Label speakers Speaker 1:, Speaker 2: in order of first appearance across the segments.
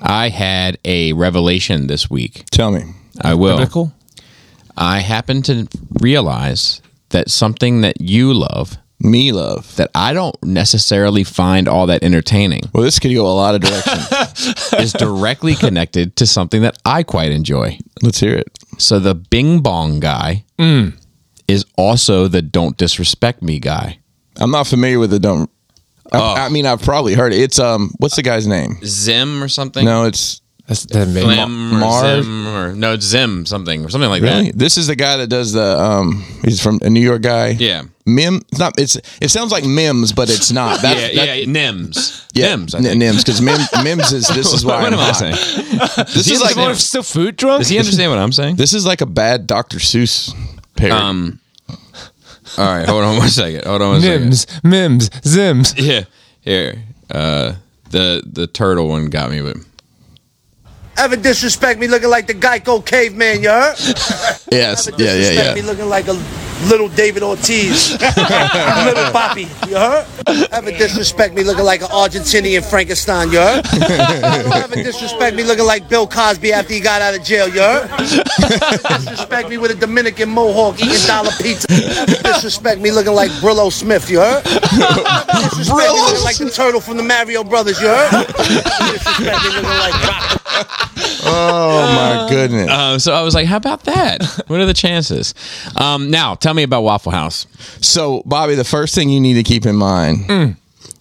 Speaker 1: I had a revelation this week.
Speaker 2: Tell me.
Speaker 1: I will.
Speaker 3: Biblical?
Speaker 1: I happened to realize that something that you love
Speaker 2: Me love.
Speaker 1: that I don't necessarily find all that entertaining
Speaker 2: Well, this could go a lot of directions.
Speaker 1: is directly connected to something that I quite enjoy.
Speaker 2: Let's hear it.
Speaker 1: So the Bing Bong guy is also the Don't Disrespect Me guy.
Speaker 2: I'm not familiar with the dumb.
Speaker 1: Oh.
Speaker 2: I, I mean, I've probably heard it. It's um, what's the guy's name?
Speaker 1: Zim or something?
Speaker 2: No, it's
Speaker 3: That's that made
Speaker 1: Zim or
Speaker 2: Mar-
Speaker 1: Zim or no Zim something or something like
Speaker 2: really.
Speaker 1: that.
Speaker 2: This is the guy that does the um. He's from a New York guy.
Speaker 1: Yeah.
Speaker 2: Mim. It's not. It's. It sounds like Mims, but it's not. That,
Speaker 1: Yeah,
Speaker 2: that-
Speaker 1: yeah, Nims. Nims. I
Speaker 2: N-
Speaker 1: think.
Speaker 2: Nims, because Mim, Mims is. This is why
Speaker 1: What
Speaker 2: I'm
Speaker 1: am I
Speaker 2: hot.
Speaker 1: saying?
Speaker 2: This is like.
Speaker 3: People are still food drunk.
Speaker 1: Does he understand what I'm saying?
Speaker 2: This is like a bad Dr. Seuss parody.
Speaker 1: Um. All right, hold on one second. Hold on one second.
Speaker 3: Mims, Mims, Zims.
Speaker 1: Yeah, here. Uh, the the turtle one got me, but
Speaker 4: Ever disrespect me looking like the Geico caveman, you heard?
Speaker 2: yes.
Speaker 4: Ever
Speaker 2: Yeah.
Speaker 4: disrespect
Speaker 2: Yeah.
Speaker 4: me
Speaker 2: Yeah.
Speaker 4: looking like a little David Ortiz, little Poppy, you heard? Ever disrespect me looking like an Argentinian Frankenstein, you heard? Ever disrespect me looking like Bill Cosby after he got out of jail, you heard? Ever disrespect me with a Dominican mohawk eating dollar pizza. Ever disrespect me looking like Brillo Smith, you heard? Ever disrespect me looking like the turtle from the Mario Brothers, you heard? Ever disrespect me looking like Rock
Speaker 2: Oh my goodness.
Speaker 1: uh, so I was like, how about that? What are the chances? Um, now tell me about Waffle House.
Speaker 2: So, Bobby, the first thing you need to keep in mind
Speaker 1: Mm.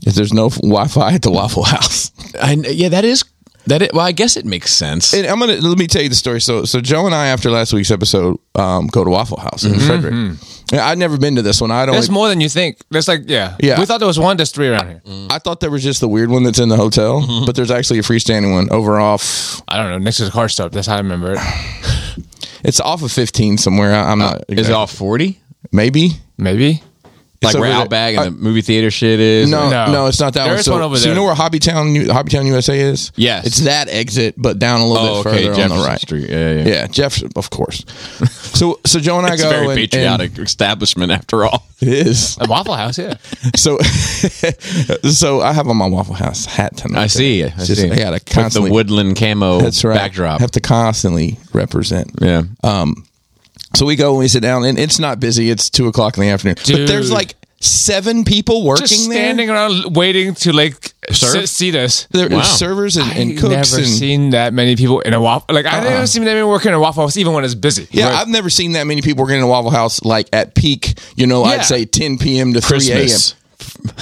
Speaker 2: is there's no Wi-Fi at the Waffle House.
Speaker 1: I, yeah, that is that. It, well, I guess it makes sense.
Speaker 2: And I'm gonna let me tell you the story. So, so Joe and I, after last week's episode, um, go to Waffle House
Speaker 1: Mm-hmm.
Speaker 2: in Frederick. And I'd never been to this one. I'd only,
Speaker 3: That's more than you think. That's like, yeah. Mm.
Speaker 2: Yeah.
Speaker 3: We thought there was one, there's three around here.
Speaker 2: I thought there was just the weird one that's in the hotel,
Speaker 1: Mm-hmm.
Speaker 2: but there's actually a freestanding one over off.
Speaker 3: I don't know. Next to the car stop. That's how I remember it.
Speaker 2: It's off of 15 somewhere. I, am not.
Speaker 1: Uh, Is it
Speaker 2: exact-
Speaker 1: all forty?
Speaker 2: maybe?
Speaker 3: Maybe.
Speaker 1: Like
Speaker 2: over
Speaker 1: where
Speaker 2: there.
Speaker 1: Outback and the movie theater shit is?
Speaker 2: No,
Speaker 3: No.
Speaker 2: no, it's not that
Speaker 3: There
Speaker 2: one.
Speaker 3: is
Speaker 2: So,
Speaker 3: one over
Speaker 2: so
Speaker 3: there.
Speaker 2: you know where Hobbytown, U- Hobbytown USA is?
Speaker 1: Yes.
Speaker 2: it's that exit, but down a little
Speaker 1: Oh,
Speaker 2: bit
Speaker 1: okay,
Speaker 2: further on
Speaker 1: Jefferson
Speaker 2: the right.
Speaker 1: Street. Yeah, yeah.
Speaker 2: Yeah, Jeff, of course. So, so Joe and I
Speaker 1: It's
Speaker 2: go.
Speaker 1: a very
Speaker 2: and- and-
Speaker 1: patriotic establishment after all.
Speaker 2: it is.
Speaker 3: A Waffle House, yeah.
Speaker 2: So, so I have on my Waffle House hat tonight.
Speaker 1: I see. I
Speaker 2: It's just-
Speaker 1: see.
Speaker 2: I gotta
Speaker 1: With the
Speaker 2: constantly.
Speaker 1: woodland camo
Speaker 2: That's right.
Speaker 1: backdrop.
Speaker 2: Have to constantly represent.
Speaker 1: yeah.
Speaker 2: So we go and we sit down, and it's not busy. It's two o'clock in the afternoon. But
Speaker 3: Dude.
Speaker 2: there's like seven people working
Speaker 3: Just
Speaker 2: there.
Speaker 3: standing around waiting to like
Speaker 1: Serve?
Speaker 3: s- seat us.
Speaker 2: There
Speaker 1: Wow.
Speaker 2: are servers and, and
Speaker 3: I've
Speaker 2: cooks.
Speaker 3: never
Speaker 2: and,
Speaker 3: seen that many people in a waffle. Like I've never seen that many working in a waffle house, even when it's busy.
Speaker 2: yeah, I've never seen that many people working in a Waffle House like at peak. You know,
Speaker 3: Yeah.
Speaker 2: I'd say 10 p.m. to 3 a.m.
Speaker 1: Christmas.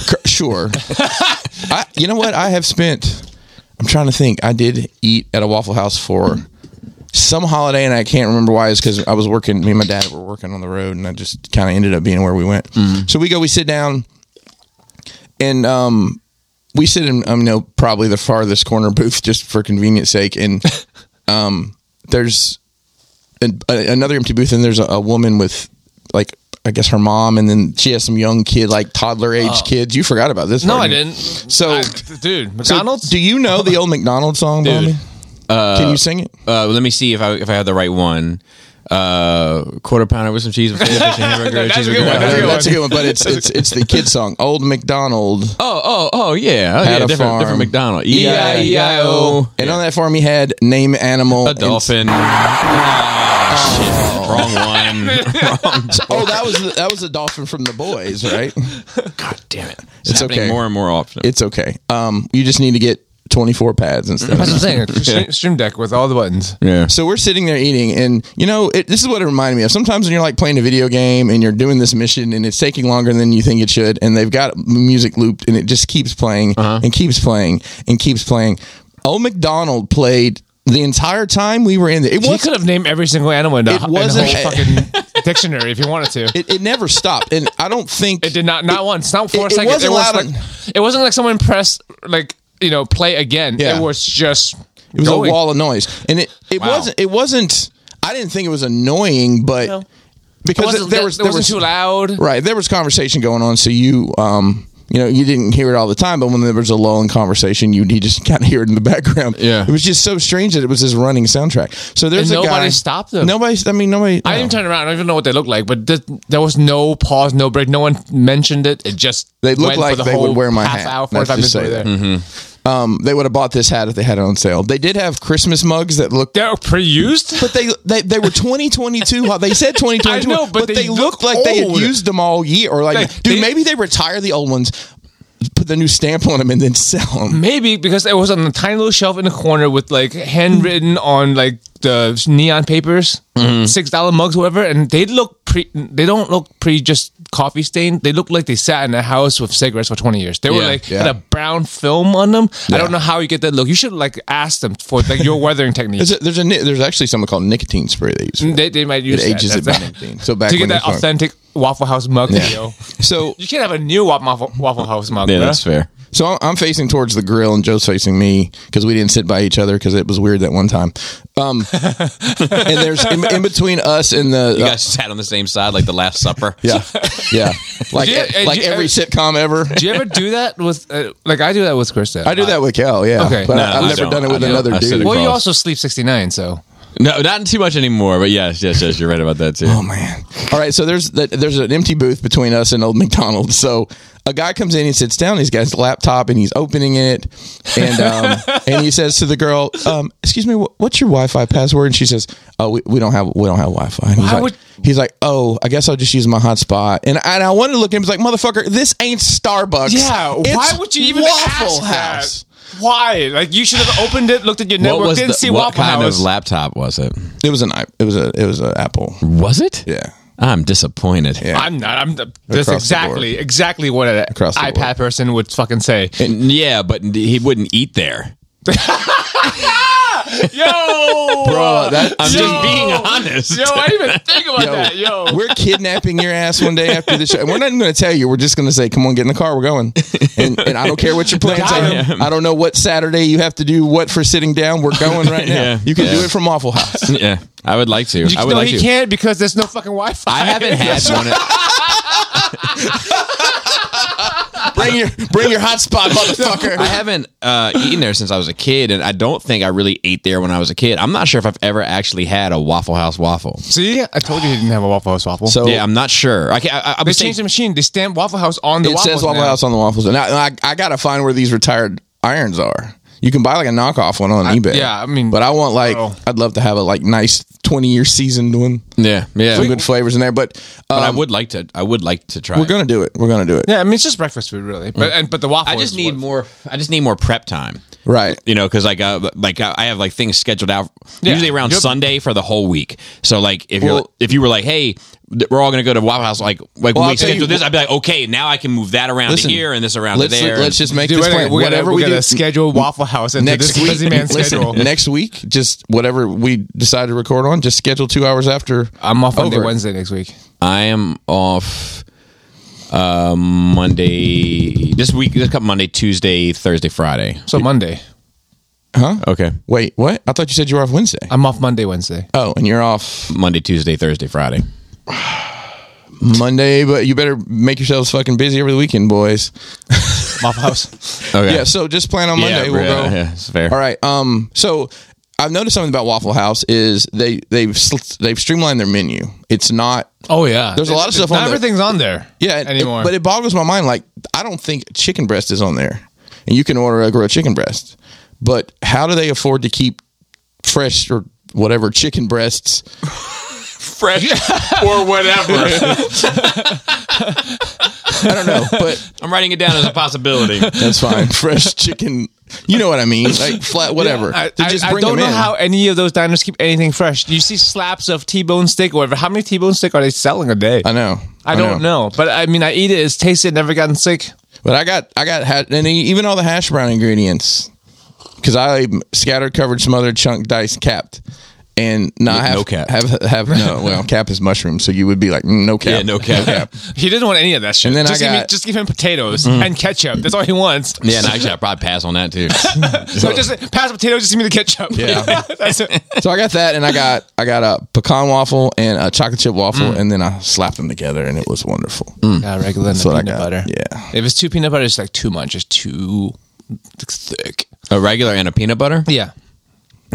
Speaker 2: Cr- Sure. I, you know what? I have spent. I'm trying to think. I did eat at a Waffle House for some holiday, and I can't remember why. Is because I was working. Me and my dad were working on the road, and I just kind of ended up being where we went. So we go. We sit down, and um, we sit in. I um, know probably the farthest corner booth, just for convenience sake. And um, there's an, a, another empty booth, and there's a, a woman with like. I guess her mom, and then she has some young kid, like toddler age
Speaker 1: Oh.
Speaker 2: kids. You forgot about this?
Speaker 3: No,
Speaker 2: part,
Speaker 3: I
Speaker 2: didn't you?
Speaker 3: didn't. Oh,
Speaker 2: So-
Speaker 3: I- dude,
Speaker 2: So,
Speaker 3: McDonald's.
Speaker 2: do you know the old McDonald's song, Bobby? Can you sing it?
Speaker 1: uh, let me see if I if I had the right one. Uh, quarter pounder with some cheese, potato, fish, and hamburger,
Speaker 3: That's a
Speaker 1: cheeseburger.
Speaker 3: good one, that's a good
Speaker 2: That's a good one, but it's it's it's the kid song. Old McDonald.
Speaker 1: Oh, oh, oh, yeah, oh,
Speaker 2: Had
Speaker 1: yeah,
Speaker 2: a
Speaker 1: different,
Speaker 2: farm.
Speaker 1: different McDonald. E i e i o.
Speaker 2: And on that farm he had name animal
Speaker 1: A dolphin. Ah, shit. Wrong one. Wrong.
Speaker 2: oh, that was the, that was the dolphin from the boys, right?
Speaker 1: God damn it! It's,
Speaker 2: It's
Speaker 1: happening
Speaker 2: okay.
Speaker 1: more and more often.
Speaker 2: It's okay. Um, you just need to get twenty four pads instead.
Speaker 3: That's what I'm saying. Stream- Stream deck with all the buttons.
Speaker 1: yeah.
Speaker 2: So we're sitting there eating, and you know, it, this is what it reminded me of. Sometimes when you're like playing a video game and you're doing this mission, and it's taking longer than you think it should, and they've got music looped, and it just keeps playing and keeps playing and keeps playing. Old McDonald played the entire time we were in there. It
Speaker 3: He
Speaker 2: was
Speaker 3: could have named every single animal in the,
Speaker 2: It
Speaker 3: in the
Speaker 2: wasn't-
Speaker 3: whole fucking dictionary if he wanted to. It,
Speaker 2: it, it never stopped, and I don't think
Speaker 3: did not, not once, not for
Speaker 2: it-
Speaker 3: a
Speaker 2: it
Speaker 3: second.
Speaker 2: wasn't
Speaker 3: was
Speaker 2: loud
Speaker 3: like, it wasn't like someone pressed, like, you know, play again.
Speaker 2: Yeah.
Speaker 3: It was just.
Speaker 2: It was a wall of noise, and it it
Speaker 1: Wow.
Speaker 2: wasn't it wasn't. I didn't think it was annoying, but
Speaker 3: It
Speaker 2: because
Speaker 3: wasn't,
Speaker 2: there was
Speaker 3: it wasn't
Speaker 2: there was
Speaker 3: too loud.
Speaker 2: Right. There was conversation going on, so you um you know, you didn't hear it all the time, but when there was a lull in conversation, you you just kind of hear it in the background.
Speaker 1: Yeah.
Speaker 2: it was just so strange that it was this running soundtrack. So there's
Speaker 3: And
Speaker 2: a
Speaker 3: nobody
Speaker 2: guy,
Speaker 3: stopped them.
Speaker 2: Nobody. I mean, nobody.
Speaker 3: I
Speaker 2: no.
Speaker 3: didn't turn around. I don't even know what they looked like, but th- there was no pause, no break. No one mentioned it. It just
Speaker 2: They looked
Speaker 3: went for
Speaker 2: like
Speaker 3: the
Speaker 2: they
Speaker 3: whole
Speaker 2: would wear my
Speaker 3: half
Speaker 2: hat.
Speaker 3: hour,
Speaker 2: Let's
Speaker 3: forty-five minutes
Speaker 2: just Mm-hmm. say
Speaker 3: over there.
Speaker 2: that. um, they would have bought this hat if they had it on sale. They did have Christmas mugs that looked.
Speaker 3: They're pre-used.
Speaker 2: But they, they they were 2022. hot. They said 2022.
Speaker 3: I know, but
Speaker 2: they,
Speaker 3: they
Speaker 2: looked
Speaker 3: look
Speaker 2: like they had
Speaker 3: old.
Speaker 2: used them all year. Or like,
Speaker 3: Like,
Speaker 2: dude,
Speaker 3: they-
Speaker 2: maybe they retire the old ones, put the new stamp on them, and then sell them.
Speaker 3: Maybe because it was on a tiny little shelf in the corner with like handwritten on like the neon papers,
Speaker 2: Mm-hmm.
Speaker 3: six dollar mugs, whatever, and they look pre. They don't look pre just coffee stained. They look like they sat in a house with cigarettes for twenty years. They were
Speaker 1: Yeah,
Speaker 3: like
Speaker 2: yeah.
Speaker 3: had a brown film on them. I don't know how you get that look. You should like ask them for like your weathering technique.
Speaker 2: There's a, there's a ni- there's actually something called nicotine spray they use.
Speaker 3: they, they might Mm, use
Speaker 2: It ages
Speaker 3: that.
Speaker 2: it
Speaker 3: That's
Speaker 2: by
Speaker 3: it.
Speaker 2: 19. So back
Speaker 3: to
Speaker 2: when
Speaker 3: get
Speaker 2: they
Speaker 3: that
Speaker 2: found-
Speaker 3: authentic Waffle House mug feel.
Speaker 2: So
Speaker 3: You can't have a new Waffle, Waffle House mug.
Speaker 1: Yeah,
Speaker 3: bruh.
Speaker 1: that's fair.
Speaker 2: So I'm- I'm facing towards the grill, and Joe's facing me because we didn't sit by each other because it was weird that one time. Um, and there's in, in between us and the uh,
Speaker 1: You guys sat on the same side like the Last Supper.
Speaker 2: yeah, yeah, like
Speaker 3: Yeah, and
Speaker 2: like
Speaker 3: you-
Speaker 2: every
Speaker 3: uh,
Speaker 2: sitcom ever.
Speaker 3: Do you ever do that with uh, like I do that with Kristen?
Speaker 2: I do that with Cal, yeah,
Speaker 3: Okay.
Speaker 2: but
Speaker 3: No,
Speaker 2: I,
Speaker 1: I
Speaker 2: have never
Speaker 1: don't.
Speaker 2: done it with
Speaker 1: I don't.
Speaker 2: another
Speaker 1: I sit
Speaker 2: dude.
Speaker 1: across.
Speaker 3: Well, you
Speaker 1: Cross.
Speaker 3: also sleep 69, so.
Speaker 1: No, not too much anymore. But yes, yes, yes. You're right about that too.
Speaker 2: Oh man! All right, so there's the, there's an empty booth between us and old McDonald's. So a guy comes in and sits down. He's got his laptop and he's opening it, and um, and he says to the girl, um, "Excuse me, wh- what's your Wi-Fi password?" And she says, "Oh, we, we don't have we don't have Wi-Fi." And he's
Speaker 3: Why
Speaker 2: like,
Speaker 3: would-
Speaker 2: he's like, "Oh, I guess I'll just use my hotspot." And I, and I wanted to look at him. He's like, "Motherfucker, this ain't Starbucks. It's
Speaker 3: why would you even
Speaker 2: Waffle
Speaker 3: ask
Speaker 2: House?
Speaker 3: That? Why? Like you should have opened it, looked at your
Speaker 1: What
Speaker 3: network,
Speaker 1: was
Speaker 3: didn't
Speaker 1: the,
Speaker 3: see
Speaker 1: what
Speaker 3: Waffle
Speaker 1: kind
Speaker 3: House.
Speaker 1: of laptop was it?
Speaker 2: It was an i- it was a it was an Apple.
Speaker 1: Was it?
Speaker 2: Yeah,
Speaker 1: I'm disappointed.
Speaker 2: Yeah.
Speaker 3: I'm not. I'm. That's
Speaker 2: the
Speaker 3: exactly
Speaker 2: board.
Speaker 3: exactly what an
Speaker 2: Across the
Speaker 3: iPad
Speaker 2: board.
Speaker 3: person would fucking say.
Speaker 1: And- yeah, but he wouldn't eat there.
Speaker 3: Yo,
Speaker 2: bro, that
Speaker 1: I'm
Speaker 3: Yo!
Speaker 1: just being honest.
Speaker 3: yo, I didn't even think about that. Yo,
Speaker 2: we're kidnapping your ass one day after the show. And we're not even going to tell you. We're just going to say, come on, get in the car. We're going. And, and I don't care what your plans
Speaker 3: Got
Speaker 2: are. I don't know what Saturday you have to do what for sitting down. We're going right now.
Speaker 1: Yeah.
Speaker 2: You can
Speaker 1: Yeah.
Speaker 2: do it from Waffle House.
Speaker 1: yeah, I would like to. I would
Speaker 3: no,
Speaker 1: like
Speaker 3: he
Speaker 1: to.
Speaker 3: can't because there's no fucking Wi-Fi.
Speaker 1: I haven't had one. At,
Speaker 2: Bring your bring your hotspot,
Speaker 1: I
Speaker 2: motherfucker.
Speaker 1: haven't uh, eaten there since I was a kid, and I don't think I really ate there when I was a kid. I'm not sure if I've ever actually had a Waffle House waffle.
Speaker 3: See, I told you he didn't have a Waffle House waffle.
Speaker 2: So
Speaker 1: Yeah, I'm not sure. I, can't- I, I, I
Speaker 3: Oh. they
Speaker 1: would say-
Speaker 3: changed the machine. They stamped Waffle House on the.
Speaker 2: it
Speaker 3: waffles
Speaker 2: says Waffle
Speaker 3: now.
Speaker 2: House on the waffles. And I, and I, I got to find where these retired irons are. You can buy like a knockoff one on eBay.
Speaker 3: yeah, I mean,
Speaker 2: but I want like
Speaker 3: oh.
Speaker 2: I'd love to have a like nice twenty year seasoned one.
Speaker 1: Yeah, yeah.
Speaker 2: Some good flavors in there, but, um,
Speaker 1: but I would like to. I would like to try.
Speaker 2: we're
Speaker 1: it.
Speaker 2: gonna do it. We're gonna do it.
Speaker 3: Yeah, I mean it's just breakfast food, really. But
Speaker 2: Mm.
Speaker 3: and but the waffle.
Speaker 1: I just
Speaker 3: is
Speaker 1: need
Speaker 3: what-
Speaker 1: more. I just need more prep time.
Speaker 2: Right.
Speaker 1: you know, because like uh, like I I have like things scheduled out
Speaker 3: Yeah.
Speaker 1: usually around
Speaker 3: Yep.
Speaker 1: Sunday for the whole week. So like if you're
Speaker 2: Well-
Speaker 1: if you were like, hey, th- we're all gonna go to Waffle House, like like
Speaker 2: Well,
Speaker 1: when
Speaker 2: I'll
Speaker 1: we
Speaker 2: tell you
Speaker 1: schedule this, I'd be like, okay, now I can move that around
Speaker 2: Listen,
Speaker 1: to here and this around
Speaker 2: let's,
Speaker 1: to there.
Speaker 2: Let's just make
Speaker 3: Dude,
Speaker 2: this
Speaker 3: wait,
Speaker 2: plan.
Speaker 3: we gotta,
Speaker 2: whatever
Speaker 3: we
Speaker 2: we,
Speaker 3: gotta
Speaker 2: do
Speaker 3: schedule Waffle House into
Speaker 2: next
Speaker 3: this
Speaker 2: week,
Speaker 3: busy man's
Speaker 2: listen,
Speaker 3: schedule.
Speaker 2: next week, just whatever we decide to record on, just schedule two hours after.
Speaker 3: I'm off Monday,
Speaker 2: over.
Speaker 3: Wednesday next week.
Speaker 1: I am off uh, Monday this week. This couple Monday, Tuesday, Thursday, Friday.
Speaker 3: So Monday,
Speaker 1: Okay,
Speaker 2: Wait, what? I thought you said you were off Wednesday.
Speaker 3: I'm off Monday, Wednesday.
Speaker 2: oh, and you're off
Speaker 1: Monday, Tuesday, Thursday, Friday.
Speaker 2: Monday, but you better make yourselves fucking busy over the weekend, boys.
Speaker 3: Waffle House.
Speaker 1: Okay,
Speaker 2: Yeah, so just plan on
Speaker 1: Yeah,
Speaker 2: Monday. we'll
Speaker 1: yeah,
Speaker 2: go.
Speaker 1: yeah, it's fair.
Speaker 2: All right. Um. So I've noticed something about Waffle House is they they've sl- they've streamlined their menu. It's not
Speaker 3: Oh yeah,
Speaker 2: There's a lot of stuff on
Speaker 3: Not
Speaker 2: there.
Speaker 3: everything's on there.
Speaker 2: Yeah, it- it-
Speaker 3: anymore.
Speaker 2: but it boggles my mind. Like, I don't think chicken breast is on there, and you can order a grilled chicken breast. But how do they afford to keep fresh or whatever chicken breasts?
Speaker 1: fresh or whatever.
Speaker 2: I don't know, but
Speaker 1: I'm writing it down as a possibility.
Speaker 2: that's fine. Fresh chicken, you know what I mean? Like flat, whatever.
Speaker 3: I,
Speaker 2: They
Speaker 3: I-
Speaker 2: just
Speaker 3: I
Speaker 2: bring
Speaker 3: don't
Speaker 2: them
Speaker 3: know
Speaker 2: in.
Speaker 3: how any of those diners keep anything fresh. You see slabs of T-bone steak or whatever. How many T-bone steak are they selling a day?
Speaker 2: I know.
Speaker 3: I don't know. but I mean, I eat it. It's tasted. Never gotten sick.
Speaker 2: But I got I got ha- and e- even all the hash brown ingredients because I scattered, covered, smothered, chunk, diced, capped, and not have
Speaker 1: no cap.
Speaker 2: have have no well cap is mushroom, so you would be like mm, no cap,
Speaker 1: Yeah, no cap.
Speaker 3: He didn't want any of that shit.
Speaker 2: And then I
Speaker 3: just, give me,
Speaker 2: got- Mm-hmm.
Speaker 3: just give him potatoes and ketchup. That's all he wants.
Speaker 1: Yeah, and actually, I probably pass on that too.
Speaker 3: So just pass the potatoes. Just give me the ketchup.
Speaker 2: Yeah.
Speaker 3: that's it.
Speaker 2: So I got that, and I got I got a pecan waffle and a chocolate chip waffle,
Speaker 1: Mm.
Speaker 2: and then I slapped them together, and it was wonderful.
Speaker 3: Yeah, regular and
Speaker 2: what I
Speaker 3: peanut
Speaker 2: got.
Speaker 3: butter.
Speaker 2: Yeah.
Speaker 3: If it's two peanut butter, it's like too much. It's too thick.
Speaker 1: a regular and a peanut butter.
Speaker 3: Yeah.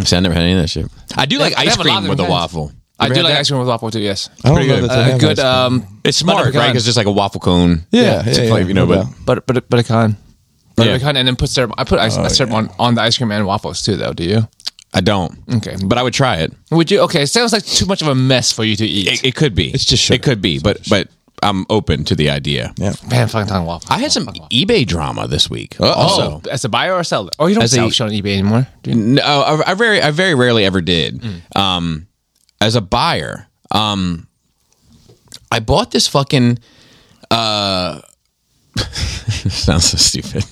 Speaker 1: See, I never had any of that shit. I do like
Speaker 3: They
Speaker 1: ice
Speaker 3: have a lot of
Speaker 1: cream with a
Speaker 3: different kinds.
Speaker 1: waffle.
Speaker 3: I do
Speaker 2: had
Speaker 3: like
Speaker 2: that?
Speaker 3: ice cream with waffle too, yes.
Speaker 2: I don't know
Speaker 1: good.
Speaker 2: that they
Speaker 3: Uh,
Speaker 2: have ice
Speaker 3: good
Speaker 2: cream.
Speaker 3: um
Speaker 1: It's smart,
Speaker 3: butter pecan.
Speaker 1: right? Because it's like a waffle cone.
Speaker 2: yeah, yeah,
Speaker 1: it's a
Speaker 2: yeah,
Speaker 1: flavor, you know,
Speaker 2: no
Speaker 1: but
Speaker 2: doubt. Oh,
Speaker 3: but but but a con. But
Speaker 1: Yeah.
Speaker 3: kind and then put syrup. I put ice, uh, syrup on, on the ice cream and waffles too, though. Do you?
Speaker 1: I don't.
Speaker 3: Okay.
Speaker 1: But I would try it.
Speaker 3: Would you? Okay, it sounds like too much of a mess for you to eat.
Speaker 1: It, it could be. It's
Speaker 2: just sugar.
Speaker 1: It could be, but but I'm open to the idea.
Speaker 2: Yeah.
Speaker 3: Man, fucking talking waffles.
Speaker 1: I had some eBay drama this week.
Speaker 3: Oh,
Speaker 1: Also,
Speaker 3: as a buyer or a seller? Oh, you don't
Speaker 1: As
Speaker 3: sell
Speaker 1: a-
Speaker 3: shit on eBay anymore. Do you?
Speaker 1: no, I, I very I very rarely ever did.
Speaker 3: Mm.
Speaker 1: Um, as a buyer, um, I bought this fucking. Uh, sounds so stupid.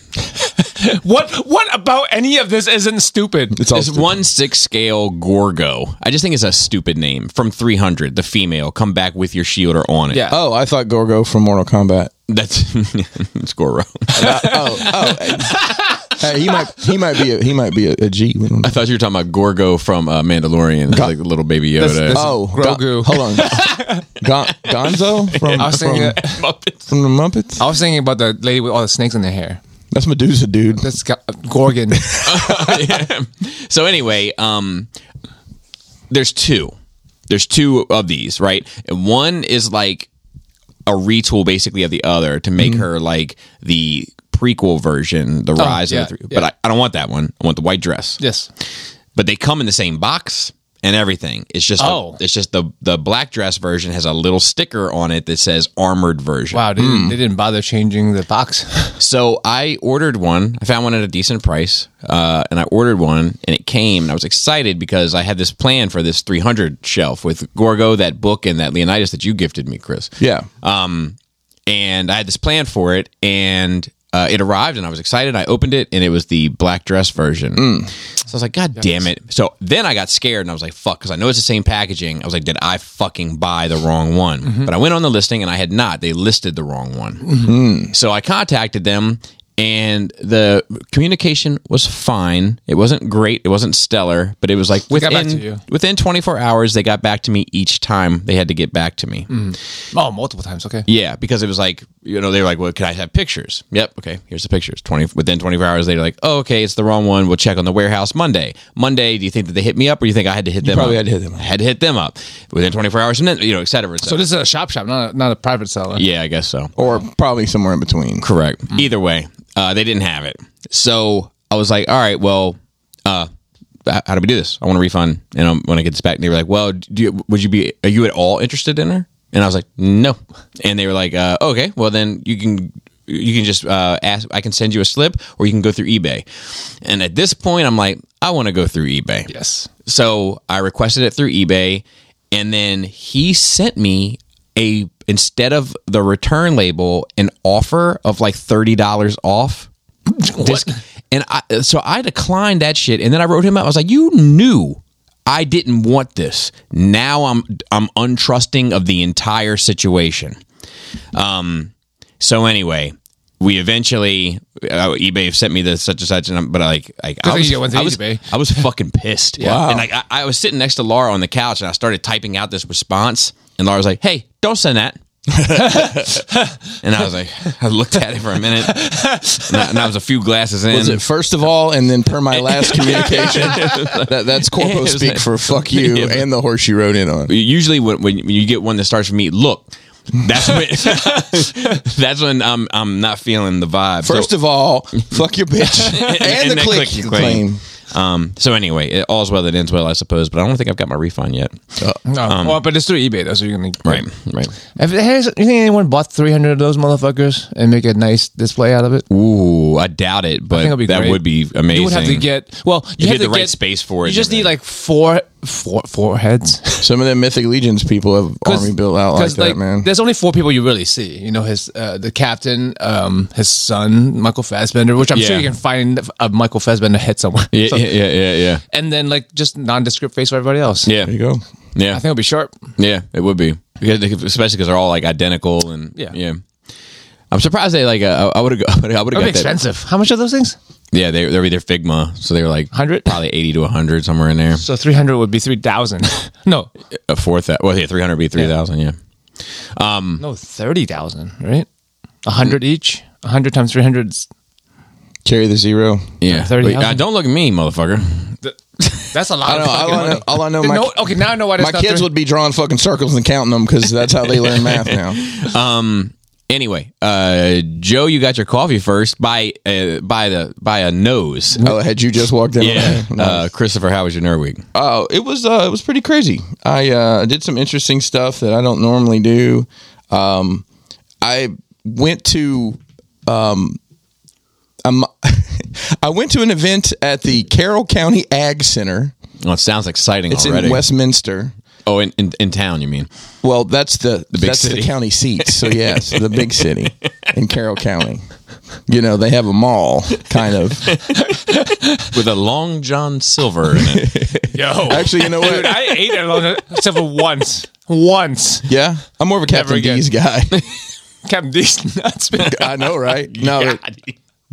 Speaker 3: What? What about any of this isn't stupid?
Speaker 2: It's all
Speaker 1: This one six scale Gorgo. I just think it's a stupid name from 300. The female come back with your shield or on it.
Speaker 3: Yeah.
Speaker 2: Oh, I thought Gorgo from Mortal Kombat.
Speaker 1: that's it's Gorgo.
Speaker 2: Hey, he might he might be a, he might be a, a G. We don't know.
Speaker 1: I thought you were talking about Gorgo from uh, Mandalorian, like the little baby Yoda.
Speaker 2: Oh, Gon-
Speaker 3: Grogu.
Speaker 2: hold on, Gon- Gonzo from
Speaker 3: I was thinking.
Speaker 2: from, from the Muppets.
Speaker 3: I was thinking about the lady with all the snakes in her hair.
Speaker 2: That's Medusa, dude.
Speaker 3: That's got, Gorgon.
Speaker 1: so anyway, um, there's two. There's two of these, right? And one is like a retool, basically, of the other to
Speaker 3: Mm-hmm.
Speaker 1: make her like the prequel version, the rise
Speaker 3: Oh, yeah,
Speaker 1: of the three.
Speaker 3: yeah.
Speaker 1: But I, I don't want that one. I want the white dress.
Speaker 3: yes.
Speaker 1: But they come in the same box and everything. It's just
Speaker 3: Oh.
Speaker 1: the, it's just the the black dress version has a little sticker on it that says armored version.
Speaker 3: Wow, they, they didn't bother changing the box.
Speaker 1: So I ordered one. I found one at a decent price, uh, and I ordered one, and it came, and I was excited because I had this plan for this 300 shelf with Gorgo, that book, and that Leonidas that you gifted me, Chris.
Speaker 2: Yeah,
Speaker 1: And I had this plan for it, and uh, it arrived, and I was excited. I opened it, and it was the black dress version. So I was like, God damn it! So then I got scared, and I was like, Fuck, because I know it's the same packaging. I was like, Did I fucking buy the wrong one? But I went on the listing, and I had not. They listed the wrong one. So I contacted them, and the communication was fine. It wasn't great. It wasn't stellar, but it was like
Speaker 3: got
Speaker 1: within
Speaker 3: back to you.
Speaker 1: within 24 hours, they got back to me each time they had to get back to me.
Speaker 3: Oh, multiple times. Okay.
Speaker 1: Yeah, because it was like you know they were like, "Well, can I have pictures?" Yep. Okay, here's the pictures. Twenty within 24 hours, they're like, "Oh, okay, it's the wrong one. We'll check on the warehouse Monday." Monday, do you think that they hit me up, or you think I had to hit them?
Speaker 2: probably
Speaker 1: up?
Speaker 2: had to hit them up.
Speaker 1: Had to hit them up within 24 hours, and then you know, et cetera, et
Speaker 3: So
Speaker 1: cetera.
Speaker 3: this is a shop shop, not a, not a private seller.
Speaker 1: yeah, I guess so.
Speaker 2: or probably somewhere in between.
Speaker 1: Correct. Either way, uh, they didn't have it. So I was like, all right, well, uh, h- how do we do this? I want a refund, and I want to get this back. And they were like, well, do you, would you be? Are you at all interested in her? And I was like, no. And they were like, uh, okay, well then you can you can just uh, ask. I can send you a slip, or you can go through eBay. And at this point, I'm like, I want to go through eBay.
Speaker 3: Yes.
Speaker 1: So I requested it through eBay, and then he sent me a instead of the return label, an offer of like thirty dollars off. Disc- and I, so I declined that shit, and then I wrote him out. I was like, "You knew I didn't want this. Now I'm I'm untrusting of the entire situation." Um, So anyway, we eventually uh, eBay sent me the such and such, and I'm, but like, like I
Speaker 3: thing
Speaker 1: was,
Speaker 3: you went to
Speaker 1: I was,
Speaker 3: eBay.
Speaker 1: I was fucking pissed.
Speaker 2: Wow.
Speaker 1: And like I, I was sitting next to Laura on the couch, and I started typing out this response, and Laura was like, "Hey, don't send that." and I was like, I looked at it for a minute, and I, and I was a few glasses in.
Speaker 2: Was it first of all, and then per my last communication, that, that's
Speaker 1: It
Speaker 2: corpo
Speaker 1: was
Speaker 2: speak
Speaker 1: like-
Speaker 2: for fuck you
Speaker 1: Yeah.
Speaker 2: and the horse you rode in on.
Speaker 1: usually when, when you get one that starts with me, look, that's when that's when I'm I'm not feeling the vibe. So-
Speaker 2: First of all, fuck your bitch and,
Speaker 1: and
Speaker 2: the
Speaker 1: that
Speaker 2: click,
Speaker 1: click
Speaker 2: you
Speaker 1: you
Speaker 2: claim.
Speaker 1: claim. Um, so anyway, it, all's well that ends well, I suppose. But I don't think I've got my refund yet.
Speaker 2: Uh-huh.
Speaker 3: No. Um, well, but it's through eBay though, so you're gonna
Speaker 1: Um, Right, right.
Speaker 3: If, has, you think anyone bought 300 of those motherfuckers and make a nice display out of it?
Speaker 1: Ooh, I doubt it, but
Speaker 3: think it'll be
Speaker 1: that
Speaker 3: great.
Speaker 1: would be amazing.
Speaker 3: You would have to get well.
Speaker 1: If
Speaker 3: You have
Speaker 1: you had the
Speaker 3: to
Speaker 1: right
Speaker 3: get-
Speaker 1: space for it
Speaker 3: You
Speaker 1: and
Speaker 3: just need
Speaker 1: everything.
Speaker 3: like four, four, four heads.
Speaker 2: Some of them Mythic Legions people have
Speaker 3: 'Cause-
Speaker 2: army built out like
Speaker 3: 'cause,
Speaker 2: that, man.
Speaker 3: There's only four people you really see. You know, his uh, the captain, um, his son, Michael Fassbender, which I'm sure
Speaker 1: Yeah.
Speaker 3: you can find a Michael Fassbender head somewhere.
Speaker 1: yeah,
Speaker 3: So-
Speaker 1: yeah, yeah, yeah, yeah,
Speaker 3: And then like just nondescript face for everybody else.
Speaker 1: yeah,
Speaker 2: There you go.
Speaker 1: yeah,
Speaker 3: I think it'll be sharp.
Speaker 1: yeah. It would be because they could- especially because they're all like identical and
Speaker 3: Yeah.
Speaker 1: yeah. I'm surprised they like uh, I would have I would
Speaker 3: It'll
Speaker 1: have
Speaker 3: be
Speaker 1: got that.
Speaker 3: expensive. How much are those things?
Speaker 1: Yeah, they they're either Figma, so they were like
Speaker 3: 100?
Speaker 1: probably eighty to hundred somewhere in there.
Speaker 3: So 300 would be 3,000. no,
Speaker 1: A four thousand, well, yeah, three hundred be three thousand, yeah.
Speaker 2: Mm.
Speaker 3: no, 30,000, right? 100 each. 100 times 300 is
Speaker 2: Carry the zero.
Speaker 1: Yeah,
Speaker 3: 30,000?
Speaker 1: Uh, don't look at me, motherfucker.
Speaker 3: Th- That's a lot.
Speaker 2: I
Speaker 3: of
Speaker 2: know.
Speaker 3: fucking
Speaker 2: All I know, all I
Speaker 3: money.
Speaker 2: know
Speaker 3: Dude,
Speaker 2: my,
Speaker 3: no- okay, now I know why that's
Speaker 2: my
Speaker 3: not
Speaker 2: kids
Speaker 3: three-
Speaker 2: would be drawing fucking circles and counting them because that's how they learn math now.
Speaker 1: Anyway, uh, Joe, you got your coffee first by uh, by the by a nose.
Speaker 2: Oh, had you just walked in? on
Speaker 1: Yeah,
Speaker 2: that?
Speaker 1: uh, Christopher, how was your nerd week?
Speaker 2: Uh, it was uh, it was pretty crazy. I uh, did some interesting stuff that I don't normally do. Um, I went to um, um, I went to an event at the Carroll County Ag Center.
Speaker 1: Well, it sounds exciting
Speaker 2: It's
Speaker 1: already.
Speaker 2: in Westminster.
Speaker 1: oh, in, in in town, you mean?
Speaker 2: Well, that's the,
Speaker 1: big
Speaker 2: that's
Speaker 1: city.
Speaker 2: the county seat. So yes, the big city in Carroll County. You know they have a mall, kind of.
Speaker 1: With a long John Silver in it.
Speaker 3: Yo,
Speaker 2: Actually, you know
Speaker 3: dude,
Speaker 2: what?
Speaker 3: I ate it alone except for once. Once,
Speaker 2: Yeah, I'm more of a Captain
Speaker 3: again.
Speaker 2: D's guy.
Speaker 3: Captain D's nuts. man.
Speaker 2: I know, right? No,
Speaker 1: God.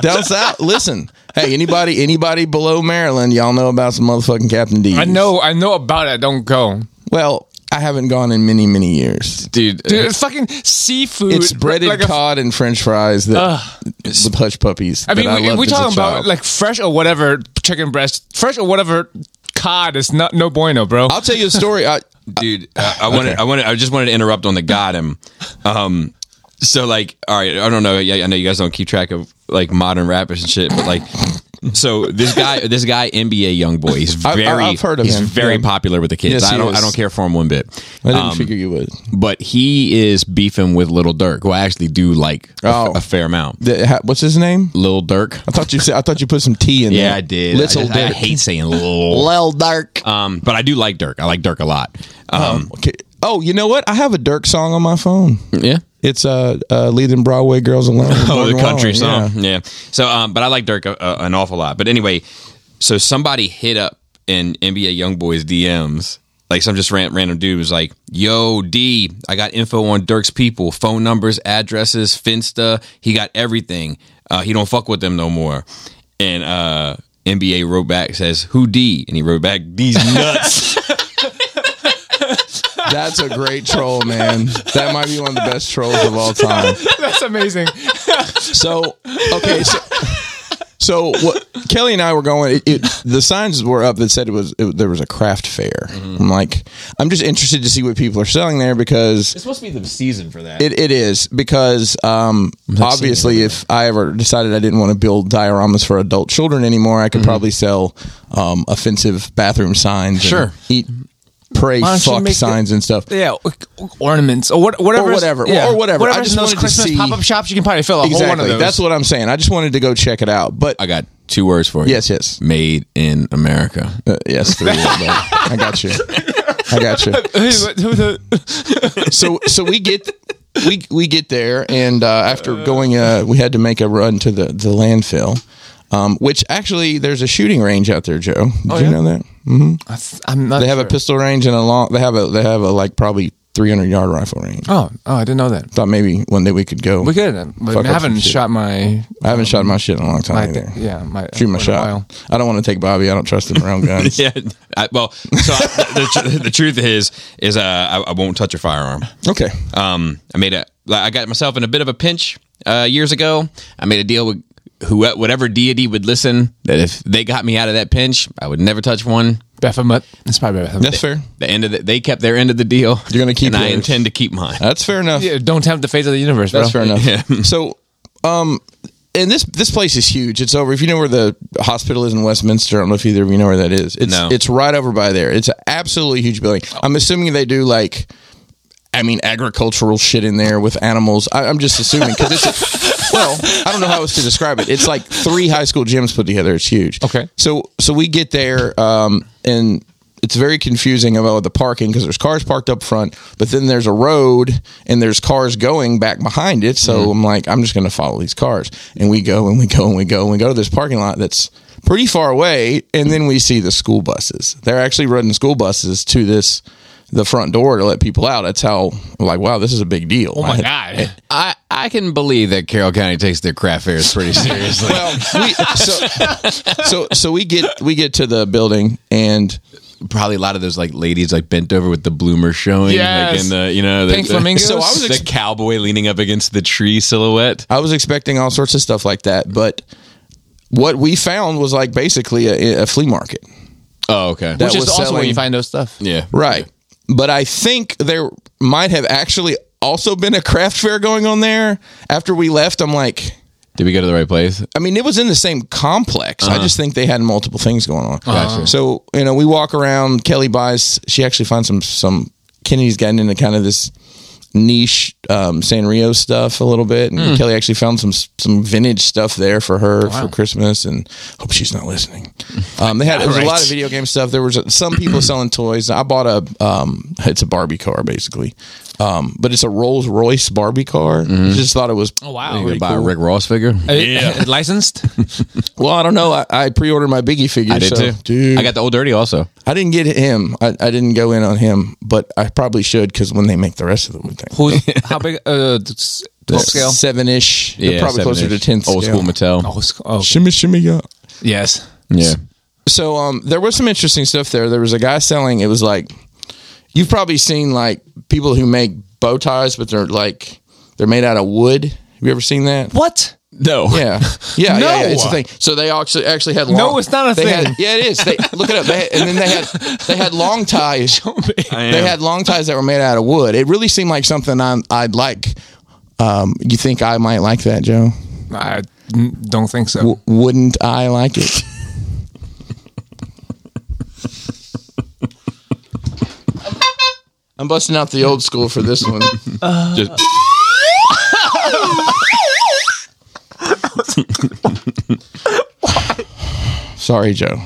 Speaker 2: Down south, listen. Hey, anybody, anybody below Maryland, y'all know about some motherfucking Captain D.
Speaker 3: I know, I know about it. I don't go,
Speaker 2: Well, I haven't gone in many, many years.
Speaker 1: dude. uh,
Speaker 3: dude. It's fucking seafood.
Speaker 2: It's breaded
Speaker 3: like a-
Speaker 2: cod and French fries that the hush puppies.
Speaker 3: I mean,
Speaker 2: that I
Speaker 3: we,
Speaker 2: loved
Speaker 3: we
Speaker 2: as a
Speaker 3: talking about
Speaker 2: child.
Speaker 3: like fresh or whatever chicken breast, fresh or whatever cod is not no bueno, bro.
Speaker 2: I'll tell you a story. I,
Speaker 1: dude. Uh, I wanted, I wanted, I just wanted to interrupt on the got him. Um, so like, all right, I don't know. Yeah, I know you guys don't keep track of like modern rappers and shit, but like, so this guy, this guy, NBA young boy, he's
Speaker 2: I-
Speaker 1: very,
Speaker 2: I've heard of
Speaker 1: he's
Speaker 2: him.
Speaker 1: very
Speaker 2: Yeah.
Speaker 1: popular with the kids.
Speaker 2: Yes,
Speaker 1: I
Speaker 2: he
Speaker 1: don't, I
Speaker 2: is.
Speaker 1: don't care for him one bit.
Speaker 2: I didn't
Speaker 1: Um,
Speaker 2: figure you would.
Speaker 1: but he is beefing with Little Dirk, who I actually do like a f-
Speaker 2: Oh.
Speaker 1: a, fair amount.
Speaker 2: The, ha, what's his name?
Speaker 1: Little Dirk.
Speaker 2: I thought you said. I thought you put some tea in.
Speaker 1: Yeah,
Speaker 2: there.
Speaker 1: I did. I,
Speaker 2: Little
Speaker 1: just- I
Speaker 2: Dirk.
Speaker 1: hate saying Lil.
Speaker 2: Lil Dirk.
Speaker 1: Um, but I do like Dirk. I like Dirk a lot. Um,
Speaker 2: Okay. Oh, you know what? I have a Dirk song on my phone.
Speaker 1: yeah.
Speaker 2: It's uh, uh leading Broadway girls alone.
Speaker 1: Oh, the
Speaker 2: Morgan
Speaker 1: country
Speaker 2: Wallen,
Speaker 1: song. Yeah. So, um, but I like Dirk a, a, an awful lot. But anyway, so somebody hit up in NBA YoungBoy's DMs. Like some just ran, random dude was like, "Yo, D, I got info on Dirk's people, phone numbers, addresses, Finsta. He got everything. Uh, he don't fuck with them no more." And uh, NBA wrote back says, "Who D?" And he wrote back, "These nuts."
Speaker 2: Yeah. That's a great troll, man. That might be one of the best trolls of all time.
Speaker 3: That's amazing.
Speaker 2: So okay, so, so what Kelly and I were going. It, it, the signs were up that said it was it, there was a craft fair.
Speaker 3: Mm-hmm.
Speaker 2: I'm like, I'm just interested to see what people are selling there because
Speaker 1: it's supposed to be the season for that.
Speaker 2: it, it is because um, obviously if I ever decided I didn't want to build dioramas for adult children anymore, I could
Speaker 3: Mm-hmm.
Speaker 2: probably sell um, offensive bathroom signs. and
Speaker 1: Sure.
Speaker 2: eat pray
Speaker 3: don't you
Speaker 2: fuck
Speaker 3: make
Speaker 2: signs and stuff.
Speaker 3: Yeah, or- ornaments or what, whatever,
Speaker 2: Or whatever, or whatever. I just
Speaker 3: in those
Speaker 2: wanted to
Speaker 3: Christmas
Speaker 2: see-
Speaker 3: pop-up shops. You can probably fill a whole one of
Speaker 2: Exactly.
Speaker 3: those.
Speaker 2: That's what I'm saying. I just wanted to go check it out, but
Speaker 1: I got two words for you.
Speaker 2: Yes, yes.
Speaker 1: Made in America.
Speaker 2: Uh, yes, three. yeah, but I got you. I got you. So so we get we we get there, and uh, after going, uh, we had to make a run to the the landfill. Um, which actually, there's a shooting range out there, Joe. Did
Speaker 3: Oh,
Speaker 2: you know that
Speaker 3: I'm not.
Speaker 2: they have a pistol range and a long? They have a they have a like probably 300 yard rifle range.
Speaker 3: Oh, oh, I didn't know that.
Speaker 2: Thought maybe one day we could go.
Speaker 3: We could, uh, but
Speaker 2: Fuck
Speaker 3: I
Speaker 2: up
Speaker 3: haven't
Speaker 2: some shit.
Speaker 3: shot my.
Speaker 2: I haven't shot my shit in a long time
Speaker 3: my
Speaker 2: either.
Speaker 3: yeah, my
Speaker 2: Shoot my
Speaker 3: in a while.
Speaker 2: shot. I don't want to take Bobby. I don't trust him around guns.
Speaker 1: Yeah. I, well, so the, tr- the truth is, is uh, I, I won't touch a firearm.
Speaker 2: Okay.
Speaker 1: Um, I made a, like, I got myself in a bit of a pinch uh, years ago. I made a deal with who, whatever deity would listen that if they got me out of that pinch, I would never touch one.
Speaker 3: Baphomet. It's probably Baphomet.
Speaker 2: That's fair.
Speaker 1: The end of the, they kept their end of the deal.
Speaker 2: You're gonna keep
Speaker 1: and I
Speaker 2: yours.
Speaker 1: intend to keep mine.
Speaker 2: That's fair enough.
Speaker 3: Yeah, don't tempt the fate of the universe, bro.
Speaker 2: That's fair enough. So, um, and this this place is huge. It's over. If you know where the hospital is in Westminster, I don't know if either of you know where that is. It's
Speaker 1: No.
Speaker 2: it's right over by there. It's an absolutely huge building. I'm assuming they do like. I mean, agricultural shit in there with animals. I, I'm just assuming because it's well, I don't know how else to describe it. It's like three high school gyms put together. It's huge.
Speaker 3: Okay.
Speaker 2: So so we get there, um, and it's very confusing about the parking because there's cars parked up front, but then there's a road and there's cars going back behind it. So
Speaker 3: Mm-hmm.
Speaker 2: I'm like, I'm just going to follow these cars, and we go and we go and we go and we go to this parking lot that's pretty far away, and then we see the school buses. They're actually running school buses to this the front door to let people out. That's how like wow, this is a big deal.
Speaker 3: Oh my god.
Speaker 1: I, I can believe that Carroll County takes their craft fairs pretty seriously.
Speaker 2: Well, we, so, so so we get we get to the building and
Speaker 1: Probably a lot of those like ladies like bent over with the bloomer showing, like
Speaker 3: Yes.
Speaker 1: in the you know the,
Speaker 3: Pink
Speaker 1: the-
Speaker 3: flamingos? So I
Speaker 2: was ex-
Speaker 1: the cowboy leaning up against the tree silhouette.
Speaker 2: I was expecting all sorts of stuff like that, but what we found was like basically a, a flea market,
Speaker 1: Oh, okay.
Speaker 2: That-
Speaker 3: Which is
Speaker 2: was
Speaker 3: also where
Speaker 2: selling-
Speaker 3: you find those stuff.
Speaker 1: yeah.
Speaker 2: right? But I think there might have actually also been a craft fair going on there. After we left, I'm like,
Speaker 1: Did we go to the right place?
Speaker 2: I mean, it was in the same complex.
Speaker 1: Uh-huh.
Speaker 2: I just think they had multiple things going on. So you know, we walk around. Kelly buys. She actually finds some some. Kennedy's gotten into kind of this niche um, Sanrio stuff a little bit,
Speaker 1: Hmm.
Speaker 2: and Kelly actually found some some vintage stuff there for her for Christmas. And hope she's not listening. Um, they had it was a lot of video game stuff. There was some people selling toys. I bought a um, it's a Barbie car basically, um, but it's a Rolls Royce Barbie car. Just thought it was oh
Speaker 3: wow.
Speaker 1: Did we Mm-hmm. buy a Rick Ross figure?
Speaker 3: Yeah. Uh, Licensed?
Speaker 2: well, I don't know. I, I pre-ordered my Biggie figure.
Speaker 1: I did too.
Speaker 2: so, Dude, I,
Speaker 1: I got the old dirty also.
Speaker 2: didn't get him. I, I didn't go in on him, but I probably should because when they make the rest of them, thing,
Speaker 3: Who's, how big? Uh, s- twelve scale?
Speaker 2: seven ish.
Speaker 1: Yeah,
Speaker 2: Yeah, probably closer to
Speaker 1: seven-ish.
Speaker 2: ten.
Speaker 1: Old school Mattel.
Speaker 3: Oh, s- oh,
Speaker 2: Shimmy, shimmy, yeah.
Speaker 3: yes.
Speaker 1: Yeah.
Speaker 2: So um, there was some interesting stuff there. There was a guy selling. It was like you've probably seen like people who make bow ties, but they're like they're made out of wood. Have you ever seen that?
Speaker 3: What?
Speaker 1: No.
Speaker 2: Yeah, yeah,
Speaker 3: No.
Speaker 2: yeah, yeah, It's a thing. So they actually actually had long.
Speaker 3: No, it's not a
Speaker 2: they
Speaker 3: thing.
Speaker 2: had- yeah, it is. They, look it up. They, and then they had they had long ties. They had long ties that were made out of wood. It really seemed like something I, I'd like. Um, you think I might like that, Joe?
Speaker 3: I n- don't think so.
Speaker 2: W- wouldn't I like it? I'm busting out the old school for this one.
Speaker 1: Just,
Speaker 2: Sorry, Joe.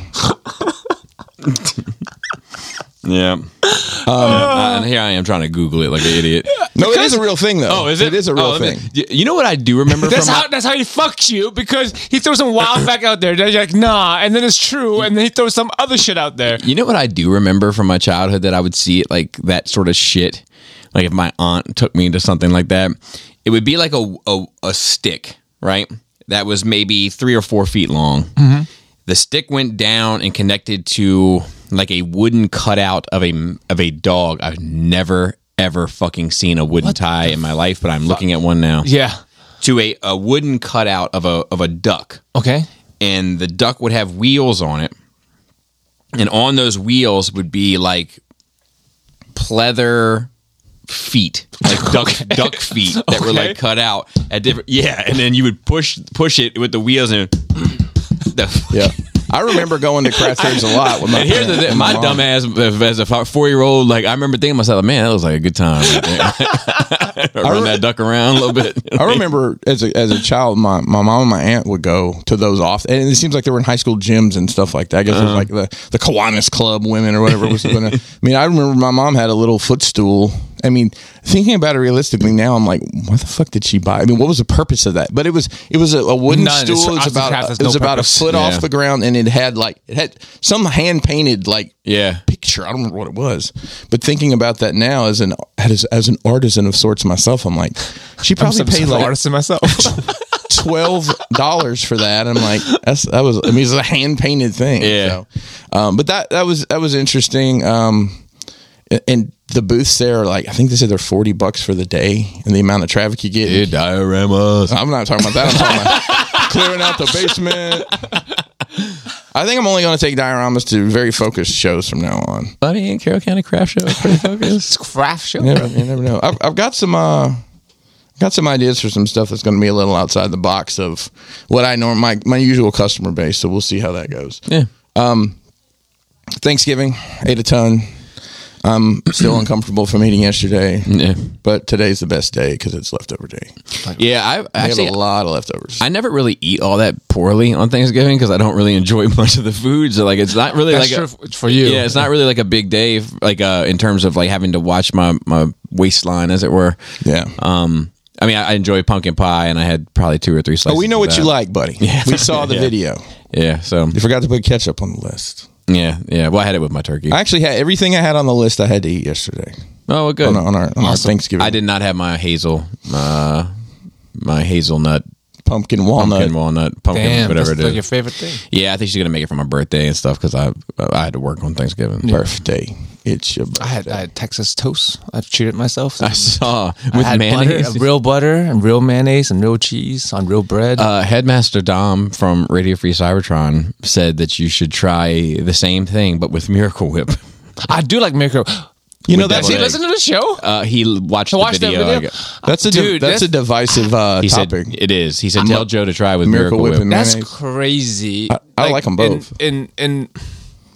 Speaker 1: yeah. Uh, and here I am trying to Google it like an idiot.
Speaker 2: No, it is a real thing, though.
Speaker 1: Oh, is it?
Speaker 2: It is a real
Speaker 1: Oh,
Speaker 2: thing.
Speaker 1: y- You know what I do remember
Speaker 3: That's
Speaker 1: from
Speaker 3: how that's how he fucks you because he throws some wild fact out there. Then you're like, nah, and then it's true, and then he throws some other shit out there.
Speaker 1: You know what I do remember from my childhood that I would see it like that sort of shit. Like if my aunt took me to something like that, it would be like a a, a stick, right? That was maybe three or four feet long. The stick went down and connected to like a wooden cutout of a of a dog. I've never ever fucking seen a wooden tie in my life, but I'm looking at one now.
Speaker 3: Yeah.
Speaker 1: To a, a wooden cutout of a of a duck
Speaker 3: Okay.
Speaker 1: and the duck would have wheels on it and on those wheels would be like pleather feet like duck duck feet that were like
Speaker 3: Okay.
Speaker 1: cut out at different yeah and then you would push push it with the wheels and the
Speaker 2: Yeah. I remember going to craft fairs a lot with my
Speaker 1: and here's the
Speaker 2: with
Speaker 1: thing, my
Speaker 2: mom.
Speaker 1: dumbass as a four year old, like I remember thinking to myself, man, that was like a good time. Run that duck around a little bit.
Speaker 2: I remember as a as a child, my, my mom and my aunt would go to those off, and it seems like they were in high school gyms and stuff like that. I guess
Speaker 1: Uh-huh.
Speaker 2: it was like the the Kiwanis Club women or whatever was going. I mean, I remember my mom had a little footstool. I mean, thinking about it realistically now, I'm like, what the fuck did she buy? I mean, what was the purpose of that? But it was it was a, a wooden
Speaker 3: None. It's-
Speaker 2: stool. It was about
Speaker 3: Oxycraft has
Speaker 2: it was
Speaker 3: no
Speaker 2: about a
Speaker 3: purpose.
Speaker 2: foot
Speaker 1: Yeah.
Speaker 2: off the ground, and it had like it had some hand painted like
Speaker 1: Yeah.
Speaker 2: picture. I don't remember what it was, but thinking about that now as an as, as an artisan of sorts myself, I'm like, she probably
Speaker 3: Some
Speaker 2: paid
Speaker 3: sort of
Speaker 2: like
Speaker 3: artist in myself.
Speaker 2: twelve dollars for that. I'm like, that's that was. I mean, it's a hand painted thing.
Speaker 1: Yeah.
Speaker 2: So, um, but that that was that was interesting. Um, a- and the booths there are like I think they said they're forty bucks for the day, and the amount of traffic you get.
Speaker 1: Dude, dioramas.
Speaker 2: I'm not talking about that. I'm talking about clearing out the basement. I think I'm only going to take dioramas to very focused shows from now on.
Speaker 1: Buddy and Carroll County Craft Show is pretty focused.
Speaker 3: it's craft show.
Speaker 2: You never, you never know. I've, I've got some. Uh, Got some ideas for some stuff that's going to be a little outside the box of what I norm my my usual customer base. So we'll see how that goes.
Speaker 1: yeah.
Speaker 2: Thanksgiving ate a ton. I'm still uncomfortable from eating yesterday,
Speaker 1: Yeah.
Speaker 2: but today's the best day because it's leftover day.
Speaker 1: Yeah, I
Speaker 2: I
Speaker 1: actually
Speaker 2: have a lot of leftovers.
Speaker 1: I never really eat all that poorly on Thanksgiving because I don't really enjoy much of the food. So like, it's not really
Speaker 3: That's
Speaker 1: like a-
Speaker 3: true f- for you.
Speaker 1: Yeah, it's not really like a big day, f- like uh, in terms of like having to watch my my waistline, as it were.
Speaker 2: yeah.
Speaker 1: Um, I mean, I, I enjoy pumpkin pie, and I had probably two or three
Speaker 3: Oh,
Speaker 1: slices.
Speaker 2: but we know
Speaker 1: of
Speaker 2: what you
Speaker 1: that.
Speaker 2: like, buddy. We saw the video.
Speaker 1: Yeah. So
Speaker 2: You forgot to put ketchup on the list.
Speaker 1: yeah, yeah. Well, I had it with my turkey.
Speaker 2: I actually had everything I had on the list. I had to eat yesterday
Speaker 1: oh, well, good.
Speaker 2: on, our- on our on our Thanksgiving.
Speaker 1: I did not have my hazel, uh, my hazelnut,
Speaker 2: pumpkin walnut.
Speaker 1: pumpkin walnut, pumpkin,
Speaker 3: Damn,
Speaker 1: whatever it
Speaker 3: that's
Speaker 1: is.
Speaker 3: like your favorite thing.
Speaker 1: yeah, I think she's gonna make it for my birthday and stuff because I I had to work on Thanksgiving.
Speaker 2: birthday. It's your
Speaker 3: I had, I had Texas toast. I've cheated myself.
Speaker 1: I saw
Speaker 3: I
Speaker 1: with
Speaker 3: had
Speaker 1: mayonnaise.
Speaker 3: butter, real butter, and real mayonnaise, and real cheese on real bread.
Speaker 1: uh, Headmaster Dom from Radio Free Cybertron said that you should try the same thing, but with Miracle Whip.
Speaker 3: I do like miracle.
Speaker 2: You know
Speaker 1: with
Speaker 2: that's
Speaker 1: double
Speaker 3: Did he
Speaker 1: egg.
Speaker 3: listen to the show?
Speaker 1: Uh, he l- watched
Speaker 3: I
Speaker 1: the
Speaker 3: watched that
Speaker 1: video. I
Speaker 3: video.
Speaker 1: gu-
Speaker 2: that's a de-
Speaker 3: Dude,
Speaker 2: that's,
Speaker 3: that's-
Speaker 2: a divisive uh,
Speaker 1: He said
Speaker 2: topic.
Speaker 1: it is. He said, "Tell Joe to try with Miracle,
Speaker 2: Miracle Whip
Speaker 1: Whip."
Speaker 2: and
Speaker 3: That's
Speaker 2: mayonnaise.
Speaker 3: crazy.
Speaker 2: I- I like 'em both.
Speaker 3: And, and and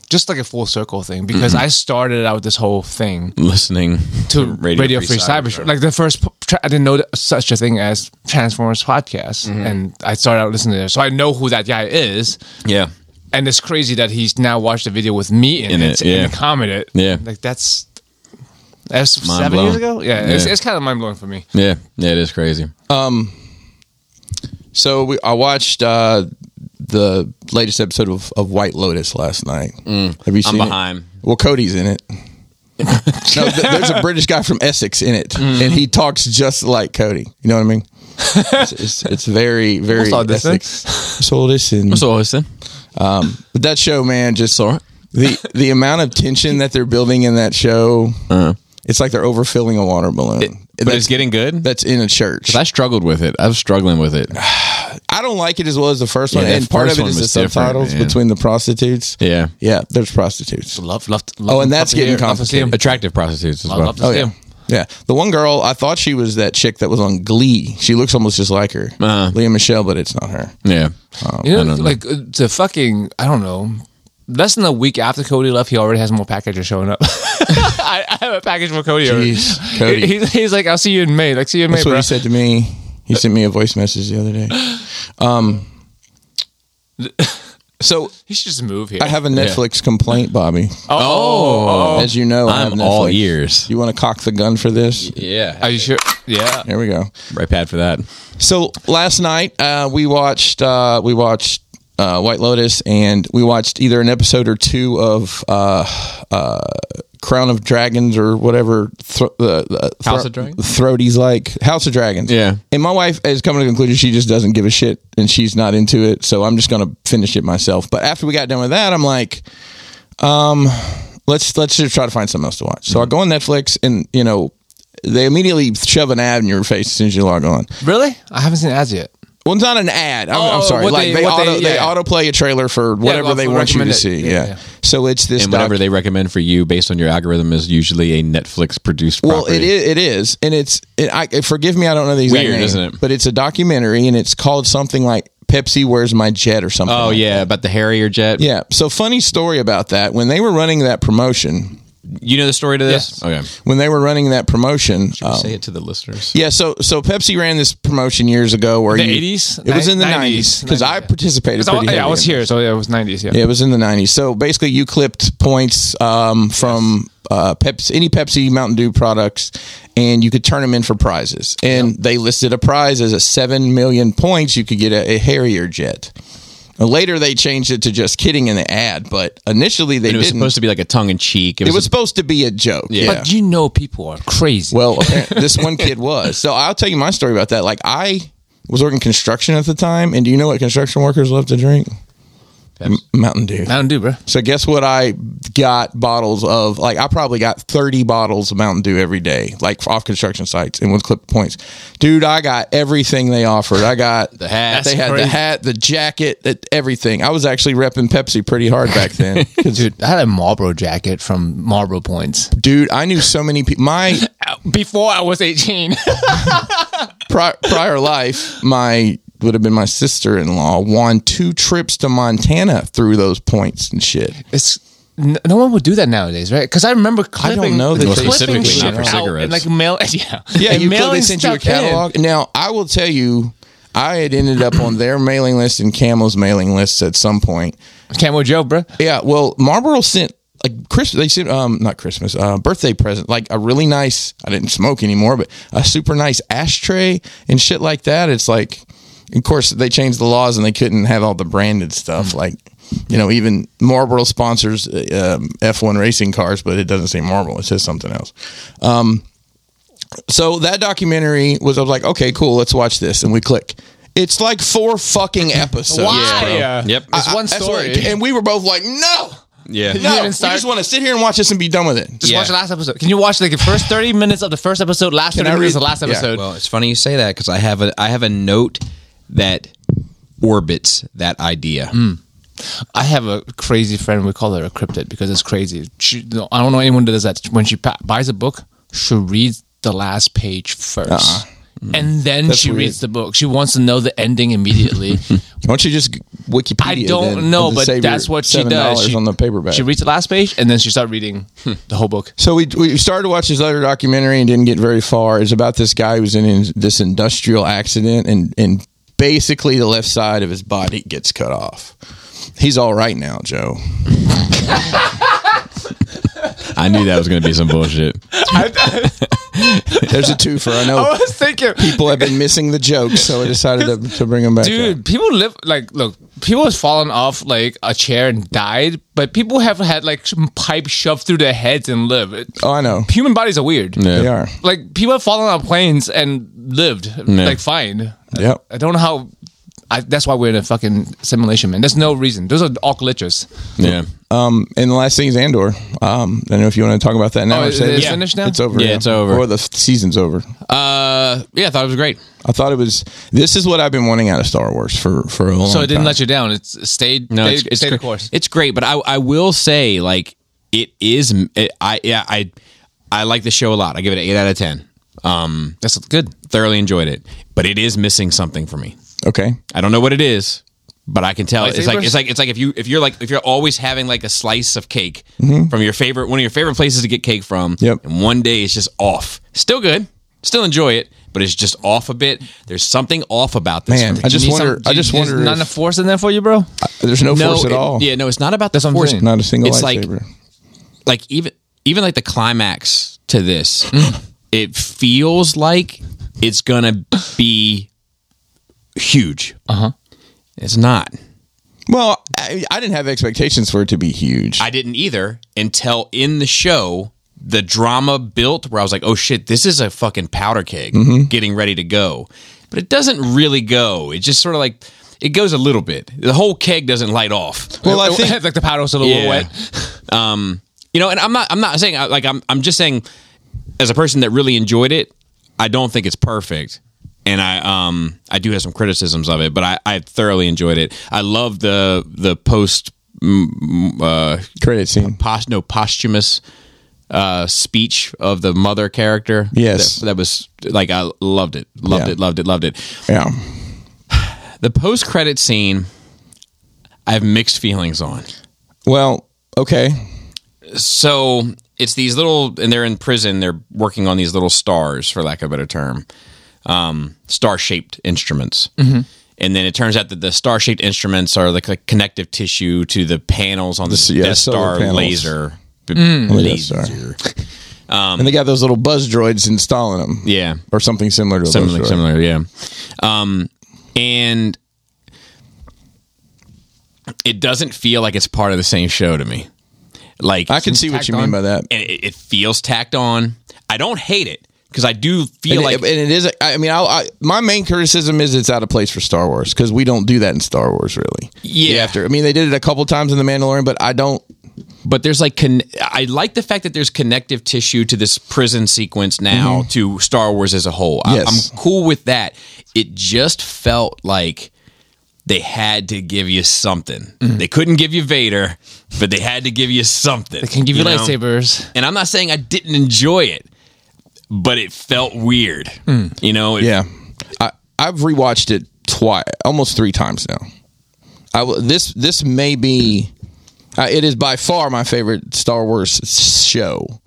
Speaker 3: just like a full circle thing because I started out this whole thing
Speaker 1: Mm-hmm. Listening
Speaker 3: to Radio, Free, Cyber, Show. Like the first, p- tra- I didn't know that such a thing as Transformers podcast, and I started out listening to it, so I know who that guy is.
Speaker 1: Yeah,
Speaker 3: And it's crazy that he's now watched the video with me in,
Speaker 1: In
Speaker 3: it,
Speaker 1: it, yeah.
Speaker 3: and commented.
Speaker 1: Yeah.
Speaker 3: like that's that's
Speaker 1: Mind
Speaker 3: seven years
Speaker 1: blown.
Speaker 3: ago. Yeah, it's,
Speaker 1: Yeah.
Speaker 3: it's kind of mind blowing for me.
Speaker 1: yeah, yeah. It is crazy.
Speaker 2: So we, I watched uh, the latest episode of, of White Lotus last night.
Speaker 3: Mm.
Speaker 2: Have you seen it?
Speaker 1: behind.
Speaker 2: Well, Cody's in it. no, th- there's a British guy from Essex in it,
Speaker 3: Mm-hmm.
Speaker 2: and he talks just like Cody. You know what I mean? It's, it's, it's very, very
Speaker 3: saw this
Speaker 2: Essex. So listen,
Speaker 1: So listen,
Speaker 2: but that show, man, just
Speaker 1: all right.
Speaker 2: the the amount of tension that they're building in that show.
Speaker 3: Uh-huh.
Speaker 2: It's like they're overfilling a water balloon.
Speaker 1: but
Speaker 2: that's,
Speaker 1: it's getting good.
Speaker 2: that's in a church.
Speaker 1: I struggled with it. I was struggling with it.
Speaker 2: I don't like it as well as the first
Speaker 1: Yeah,
Speaker 2: one,
Speaker 1: that
Speaker 2: and part
Speaker 1: first
Speaker 2: of it
Speaker 1: one
Speaker 2: is the
Speaker 1: was different,
Speaker 2: subtitles
Speaker 1: man.
Speaker 2: between the prostitutes.
Speaker 1: Yeah,
Speaker 2: Yeah, there's prostitutes.
Speaker 3: Love, love,
Speaker 2: Oh, and that's getting complicated.
Speaker 1: attractive prostitutes as
Speaker 3: Love,
Speaker 1: well.
Speaker 3: love to see him.
Speaker 2: Oh, Yeah, the one girl I thought she was that chick that was on Glee. She looks almost just like her,
Speaker 1: Uh-huh.
Speaker 2: Leah Michelle, but it's not her.
Speaker 1: Yeah,
Speaker 3: You know,
Speaker 1: I don't know.
Speaker 3: like uh, the fucking I don't know. Less than a week after Cody left, he already has more packages showing up. I, I have a package for Cody. already.
Speaker 2: Jeez, Cody.
Speaker 3: He- he's, he's like, "I'll see you in May." Like, see you in
Speaker 2: That's
Speaker 3: May,
Speaker 2: what
Speaker 3: bro.
Speaker 2: he said to me. He sent me a voice message the other day. Um, so
Speaker 3: He should just move here.
Speaker 2: I have a Netflix complaint, Bobby.
Speaker 1: Oh,
Speaker 2: As you know, I have
Speaker 1: I'm all
Speaker 2: Netflix.
Speaker 1: ears.
Speaker 2: You want to cock the gun for this?
Speaker 1: Yeah,
Speaker 3: Are you sure? Yeah.
Speaker 2: There we go.
Speaker 1: right pad for that.
Speaker 2: So last night uh, we watched uh, we watched uh, White Lotus and we watched either an episode or two of uh, uh, Crown of Dragons or whatever thro- the, the
Speaker 1: House
Speaker 2: thro-
Speaker 1: of Dragons?
Speaker 2: Throaties like House of Dragons.
Speaker 1: Yeah.
Speaker 2: And my wife has come to the conclusion she just doesn't give a shit and she's not into it. So I'm just gonna finish it myself. But after we got done with that, I'm like, um, let's let's just try to find something else to watch. So
Speaker 1: Mm-hmm.
Speaker 2: I go on Netflix and you know they immediately shove an ad in your face as soon as you log on.
Speaker 3: Really? I haven't seen ads yet.
Speaker 2: Well, it's not an ad. I'm, I'm
Speaker 3: Oh,
Speaker 2: sorry.
Speaker 3: what
Speaker 2: Like
Speaker 3: they-
Speaker 2: they,
Speaker 3: what they-
Speaker 2: auto they,
Speaker 3: yeah.
Speaker 2: autoplay a trailer for whatever
Speaker 3: well,
Speaker 2: they
Speaker 3: for
Speaker 2: want you to
Speaker 3: recommended-
Speaker 2: see. Yeah.
Speaker 3: yeah, yeah.
Speaker 2: So it's this.
Speaker 1: And whatever
Speaker 2: doc-
Speaker 1: they recommend for you based on your algorithm is usually a Netflix produced
Speaker 2: well,
Speaker 1: property.
Speaker 2: it is. It is, and it's. It, I forgive me. I don't know the exact
Speaker 1: Weird,
Speaker 2: name,
Speaker 1: isn't it?
Speaker 2: But it's a documentary, and it's called something like Pepsi. Where's my jet? or something.
Speaker 1: Oh
Speaker 2: like
Speaker 1: yeah, about the Harrier jet.
Speaker 2: Yeah. So funny story about that. When they were running that promotion,
Speaker 1: you know the story to this.
Speaker 3: Yes.
Speaker 1: Okay,
Speaker 2: when they were running that promotion, um,
Speaker 1: say it to the listeners.
Speaker 2: Yeah, so so Pepsi ran this promotion years ago where
Speaker 3: The
Speaker 2: you-
Speaker 3: 80s?
Speaker 2: It was in the
Speaker 3: 90s,
Speaker 2: nineties because I
Speaker 3: 90s, yeah.
Speaker 2: participated.
Speaker 3: 'Cause I,
Speaker 2: Pretty
Speaker 3: yeah, I
Speaker 2: heavily
Speaker 3: was
Speaker 2: in it.
Speaker 3: here, so yeah, it was nineties. Yeah.
Speaker 2: Yeah, it was in the nineties. So basically, you clipped points um, from uh, Pepsi, any Pepsi Mountain Dew products, and you could turn them in for prizes. And they listed a prize as a seven million points. You could get a, a Harrier jet. Now, Later, they changed it to just kidding in the ad, but initially they
Speaker 1: And it was
Speaker 2: didn't.
Speaker 1: supposed to be like a tongue in cheek.
Speaker 2: it was supposed to be a joke. Yeah.
Speaker 3: But you know, people are crazy.
Speaker 2: Well, apparent- this one kid was. So I'll tell you my story about that. Like I was working construction at the time, and do you know what construction workers love to drink? M- Mountain Dew.
Speaker 3: Mountain Dew, bro.
Speaker 2: So guess what? I got bottles of like I probably got thirty bottles of Mountain Dew every day, like off construction sites and with clip points. Dude, I got everything they offered. I got the
Speaker 1: hat.
Speaker 2: They
Speaker 1: That's
Speaker 2: had the
Speaker 3: crazy.
Speaker 2: hat, the jacket, the, everything. I was actually repping Pepsi pretty hard back then. 'Cause, dude,
Speaker 3: I had a Marlboro jacket from Marlboro Points
Speaker 2: I knew so many people. My
Speaker 3: before I was eighteen.
Speaker 2: pri- prior life, my would have been my sister in law won two trips to Montana through those points and shit.
Speaker 3: it's no, no one would do that nowadays, right? Because I remember
Speaker 2: don't
Speaker 3: clipping,
Speaker 2: know that they-
Speaker 3: clipping
Speaker 1: Specifically
Speaker 3: shit
Speaker 1: not for
Speaker 3: out
Speaker 1: cigarettes.
Speaker 3: and like mail, yeah,
Speaker 2: Yeah,
Speaker 3: and
Speaker 2: you could, they
Speaker 3: mailing
Speaker 2: sent you a
Speaker 3: stuff in.
Speaker 2: catalog. Now I will tell you, I had ended up on their mailing list and Camel's mailing lists at some point.
Speaker 3: Camo Joe, bro.
Speaker 2: Yeah, well, Marlboro sent like Christmas. They sent um not Christmas, uh, birthday present, like a really nice. I didn't smoke anymore, but a super nice ashtray and shit like that. It's like, of course, they changed the laws and they couldn't have all the branded stuff. Like, you know, even Marlboro sponsors uh, um, F1 racing cars, but it doesn't say Marlboro. It says something else. Um, so that documentary was. I was like, okay, cool, let's watch this, and we click. It's like four fucking episodes. bro.
Speaker 3: Yeah.
Speaker 1: Yep.
Speaker 3: It's
Speaker 2: I-
Speaker 3: one
Speaker 2: that's what-
Speaker 3: story.
Speaker 2: and we were both like, no,
Speaker 1: yeah.
Speaker 2: no,
Speaker 3: didn't
Speaker 2: we
Speaker 3: start-
Speaker 2: just want to sit here and watch this and be done with it.
Speaker 3: Just
Speaker 1: Yeah.
Speaker 3: watch the last episode. Can you watch like the first thirty minutes of the first episode? Last
Speaker 2: Can
Speaker 3: thirty
Speaker 2: I
Speaker 3: minutes
Speaker 2: read-
Speaker 3: of the last
Speaker 2: Yeah.
Speaker 3: episode.
Speaker 1: Well, it's funny you say that because I have a I have a note that orbits that idea.
Speaker 3: I have a crazy friend. We call her a cryptid because it's crazy. She, no, I don't know anyone that does that. When she pa- buys a book, she reads the last page 1st and then she
Speaker 2: Uh-huh. weird.
Speaker 3: reads the book. She wants to know the ending immediately.
Speaker 2: Why don't you just Wikipedia?
Speaker 3: I don't
Speaker 2: then,
Speaker 3: know,
Speaker 2: and
Speaker 3: but
Speaker 2: save
Speaker 3: that's
Speaker 2: your
Speaker 3: what she
Speaker 2: $7
Speaker 3: does. She,
Speaker 2: on the paperback.
Speaker 3: she reads the last page and then she starts reading the whole book.
Speaker 2: So we we started to watch this other documentary and didn't get very far. It's about this guy who was in in- this industrial accident and and basically the left side of his body gets cut off. He's all right now, Joe.
Speaker 1: I knew that was going to be some bullshit.
Speaker 2: There's a twofer. I know
Speaker 3: I was thinking,
Speaker 2: people have been missing the joke, so I decided to, to bring him back.
Speaker 3: dude,
Speaker 2: up.
Speaker 3: people live like look, people have fallen off like a chair and died, but people have had like some pipe shoved through their heads and lived. It-
Speaker 2: Oh, I know.
Speaker 3: Human bodies are weird.
Speaker 1: Yeah.
Speaker 2: They are.
Speaker 3: Like people have fallen on planes and lived like fine.
Speaker 2: Yep.
Speaker 3: I don't know how. I, that's why we're in a fucking simulation, man. There's no reason. Those are all glitches.
Speaker 1: Yeah.
Speaker 2: Um, and the last thing is Andor. Um, I don't know if you want to talk about that now.
Speaker 3: Oh,
Speaker 2: or
Speaker 3: is
Speaker 2: say
Speaker 3: it
Speaker 2: it's-
Speaker 3: finished now?
Speaker 2: It's over.
Speaker 1: Yeah, it's over.
Speaker 2: Or the f- season's over.
Speaker 1: Uh, yeah, I thought it was great.
Speaker 2: I thought it was. This is what I've been wanting out of Star Wars for for a long.
Speaker 3: So it didn't
Speaker 2: time.
Speaker 3: let you down. It's it stayed.
Speaker 1: No,
Speaker 3: stayed,
Speaker 1: it's, it's
Speaker 3: stayed the
Speaker 1: gr-
Speaker 3: course.
Speaker 1: It's great, but I I will say like it is. It, I yeah I I like the show a lot. I give it an eight out of ten. Um,
Speaker 3: That's good.
Speaker 1: thoroughly enjoyed it, but it is missing something for me.
Speaker 2: Okay.
Speaker 1: I don't know what it is, but I can tell it's like
Speaker 3: Lightsabers?
Speaker 1: it's like it's like if you if you're like if you're always having like a slice of cake from your favorite one of your favorite places to get cake from,
Speaker 2: Yep.
Speaker 1: and one day it's just off. Still good, still enjoy it, but it's just off a bit. There's something off about this.
Speaker 2: Man,
Speaker 1: for me.
Speaker 2: I just
Speaker 3: You need
Speaker 2: wonder.
Speaker 3: some-
Speaker 2: I just
Speaker 3: there's
Speaker 2: wonder.
Speaker 3: Not
Speaker 2: if-
Speaker 3: enough force in there for you, bro.
Speaker 2: There's no, force at
Speaker 1: it-
Speaker 2: all.
Speaker 1: Yeah, no, it's not about the
Speaker 3: what I'm
Speaker 1: force.
Speaker 3: saying.
Speaker 2: Not a single
Speaker 1: It's like-
Speaker 2: lightsaber.
Speaker 1: like even even like the climax to this, it feels like it's gonna be huge. Uh huh. It's not.
Speaker 2: well, I, I didn't have expectations for it to be huge.
Speaker 1: I didn't either until in the show the drama built where I was like, oh shit, this is a fucking powder keg getting ready to go. But it doesn't really go. It just sort of like it goes a little bit. The whole keg doesn't light off.
Speaker 2: well, I think
Speaker 3: like the powder was a little wet.
Speaker 1: Um, you know, and I'm not I'm not saying like I'm I'm just saying as a person that really enjoyed it, I don't think it's perfect. And I um I do have some criticisms of it, but I, I thoroughly enjoyed it. I love the the post mm, mm, uh
Speaker 2: credit scene.
Speaker 1: pos- no posthumous uh, speech of the mother character.
Speaker 2: Yes.
Speaker 1: that, that was like I loved it, loved
Speaker 2: Yeah.
Speaker 1: it, loved it, loved it.
Speaker 2: Yeah.
Speaker 1: The post credit scene, I have mixed feelings on.
Speaker 2: Well, okay.
Speaker 1: So it's these little, and they're in prison. They're working on these little stars, for lack of a better term, um, star shaped instruments.
Speaker 2: Mm-hmm.
Speaker 1: And then it turns out that the star shaped instruments are like the connective tissue to the panels on the,
Speaker 2: yeah,
Speaker 1: Death
Speaker 2: solar
Speaker 1: Star
Speaker 2: panels. Mm.
Speaker 1: laser.
Speaker 2: Oh, On the Death Star. and they got those little buzz droids installing them.
Speaker 1: Um, Yeah.
Speaker 2: Or something similar to a
Speaker 1: similar,
Speaker 2: buzz droid.
Speaker 1: similar, yeah. Um, and it doesn't feel like it's part of the same show to me. Like
Speaker 2: I can see what you mean by that.
Speaker 1: and it, it feels tacked on. I don't hate it because I do feel
Speaker 2: And,
Speaker 1: like
Speaker 2: it- and it is. I mean, I, I, my main criticism is it's out of place for Star Wars because we don't do that in Star Wars, really.
Speaker 1: Yeah.
Speaker 2: You have to- I mean, they did it a couple times in The Mandalorian, but I don't.
Speaker 1: but there's like con- I like the fact that there's connective tissue to this prison sequence now to Star Wars as a whole. I-
Speaker 2: Mm-hmm. Yes.
Speaker 1: I'm cool with that. It just felt like they had to give you something.
Speaker 2: Mm-hmm.
Speaker 1: They couldn't give you Vader, but they had to give you something. They
Speaker 3: Can give you,
Speaker 1: know?
Speaker 3: lightsabers.
Speaker 1: And I'm not saying I didn't enjoy it, but it felt weird. You know, it-
Speaker 2: Mm. Yeah, I I've rewatched it twice, almost three times now. I will- this this may be, uh, it is by far my favorite Star Wars s- show,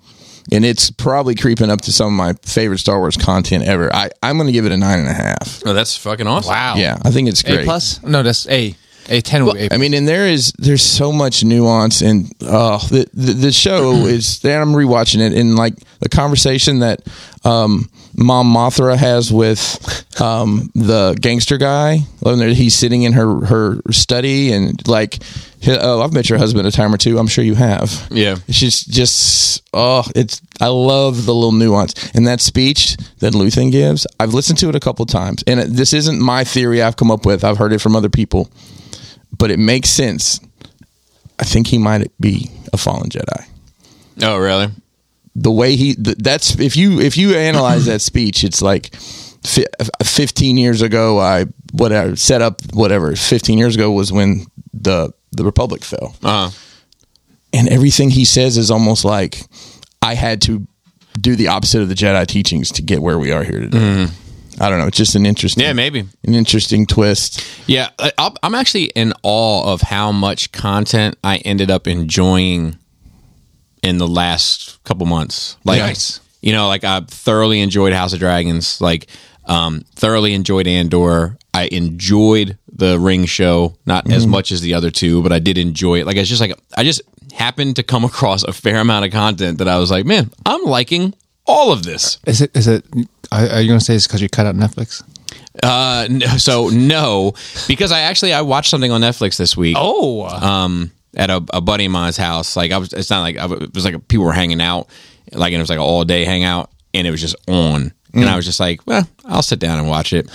Speaker 2: and it's probably creeping up to some of my favorite Star Wars content ever. I I'm gonna give it a nine and a half.
Speaker 1: Oh, that's fucking awesome.
Speaker 3: Wow.
Speaker 2: Yeah, I think it's great.
Speaker 3: A plus? No, that's A. A ten would be A.
Speaker 2: I mean, and there is there's so much nuance, and uh, the, the the show is. And I'm rewatching it, and like the conversation that um, Mom Mothra has with um, the gangster guy. When they're- he's sitting in her her study, and like, he- oh, I've met your husband a time or two. I'm sure you have.
Speaker 1: Yeah.
Speaker 2: she's just oh, it's. I love the little nuance and that speech that Luthen gives. I've listened to it a couple times, and it, this isn't my theory. I've come up with. I've heard it from other people but it makes sense. I think he might be a fallen Jedi.
Speaker 1: Oh, really?
Speaker 2: The way he th- that's if you if you analyze that speech, it's like fi- 15 years ago I whatever set up whatever 15 years ago was when the the republic fell.
Speaker 1: Uh-huh.
Speaker 2: And everything he says is almost like I had to do the opposite of the Jedi teachings to get where we are here today. I don't know. It's just an interesting,
Speaker 1: Mm. Yeah, maybe.
Speaker 2: an interesting twist.
Speaker 1: Yeah, I- I'll- I'm actually in awe of how much content I ended up enjoying in the last couple months. Like,
Speaker 2: Nice.
Speaker 1: you know, like I thoroughly enjoyed House of Dragons. Like, um, thoroughly enjoyed Andor. I enjoyed the Ring show, not as much as the other two, but I did enjoy it. Like, it's just like I just happened to come across a fair amount of content that I was like, man, I'm liking all of this.
Speaker 3: Is it? Is it? Are, are you gonna say it's because you cut out Netflix?
Speaker 1: Uh, no, so no, because I actually I watched something on Netflix this week.
Speaker 3: Oh,
Speaker 2: Uh.
Speaker 1: um, at a, a buddy of mine's house. Like I was, it's not like I was, it was like people were hanging out, like and it was like an all day hangout, and it was just on, and
Speaker 2: Mm.
Speaker 1: I was just like, well, I'll sit down and watch it.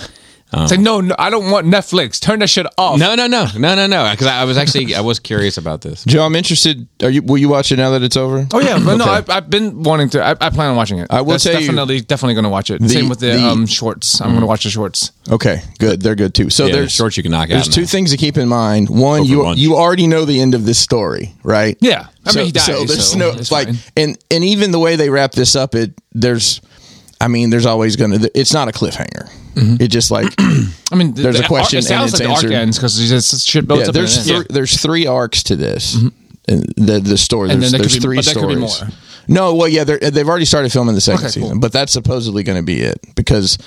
Speaker 3: it's like no, no, I don't want Netflix. Turn that shit off.
Speaker 1: No, no, no, no, no, no, because I, I was actually I was curious about this.
Speaker 2: Joe, I'm interested. Are you? Will you watch it now that it's over?
Speaker 3: Oh yeah, but no, I, I've been wanting to. I, I plan on watching it.
Speaker 2: I will
Speaker 3: That's
Speaker 2: tell you-
Speaker 3: definitely, definitely going to watch it. Same with the,
Speaker 2: the-
Speaker 3: um, shorts. I'm going to watch the shorts.
Speaker 2: Okay, good. They're good too. So
Speaker 1: Yeah,
Speaker 2: there's
Speaker 1: shorts you can knock out
Speaker 2: There's
Speaker 1: in
Speaker 2: two
Speaker 1: that.
Speaker 2: things to keep in mind. One, you
Speaker 1: lunch.
Speaker 2: you already know the end of this story, right?
Speaker 3: Yeah. I
Speaker 2: so,
Speaker 3: mean, he dies,
Speaker 2: so there's
Speaker 3: so
Speaker 2: no
Speaker 3: it's
Speaker 2: like,
Speaker 3: fine.
Speaker 2: and and even the way they wrap this up, it there's, I mean, there's always gonna. It's not a cliffhanger.
Speaker 1: Mm-hmm.
Speaker 2: It just like
Speaker 3: I mean, th-
Speaker 2: There's a
Speaker 3: the arc-
Speaker 2: question
Speaker 3: It sounds
Speaker 2: and it's
Speaker 3: like the arc
Speaker 2: answered.
Speaker 3: ends because just shit builds
Speaker 2: yeah,
Speaker 3: up. and
Speaker 2: there's
Speaker 3: it
Speaker 2: thr-
Speaker 3: ends.
Speaker 2: there's three arcs to this. And The the story
Speaker 3: Mm-hmm. And
Speaker 2: there's,
Speaker 3: then there could
Speaker 2: there's
Speaker 3: be-
Speaker 2: three
Speaker 3: but there could be
Speaker 2: stories.
Speaker 3: more.
Speaker 2: No, well, yeah, they're- they've already started filming the second
Speaker 3: Okay, cool.
Speaker 2: season, but that's supposedly going to be it because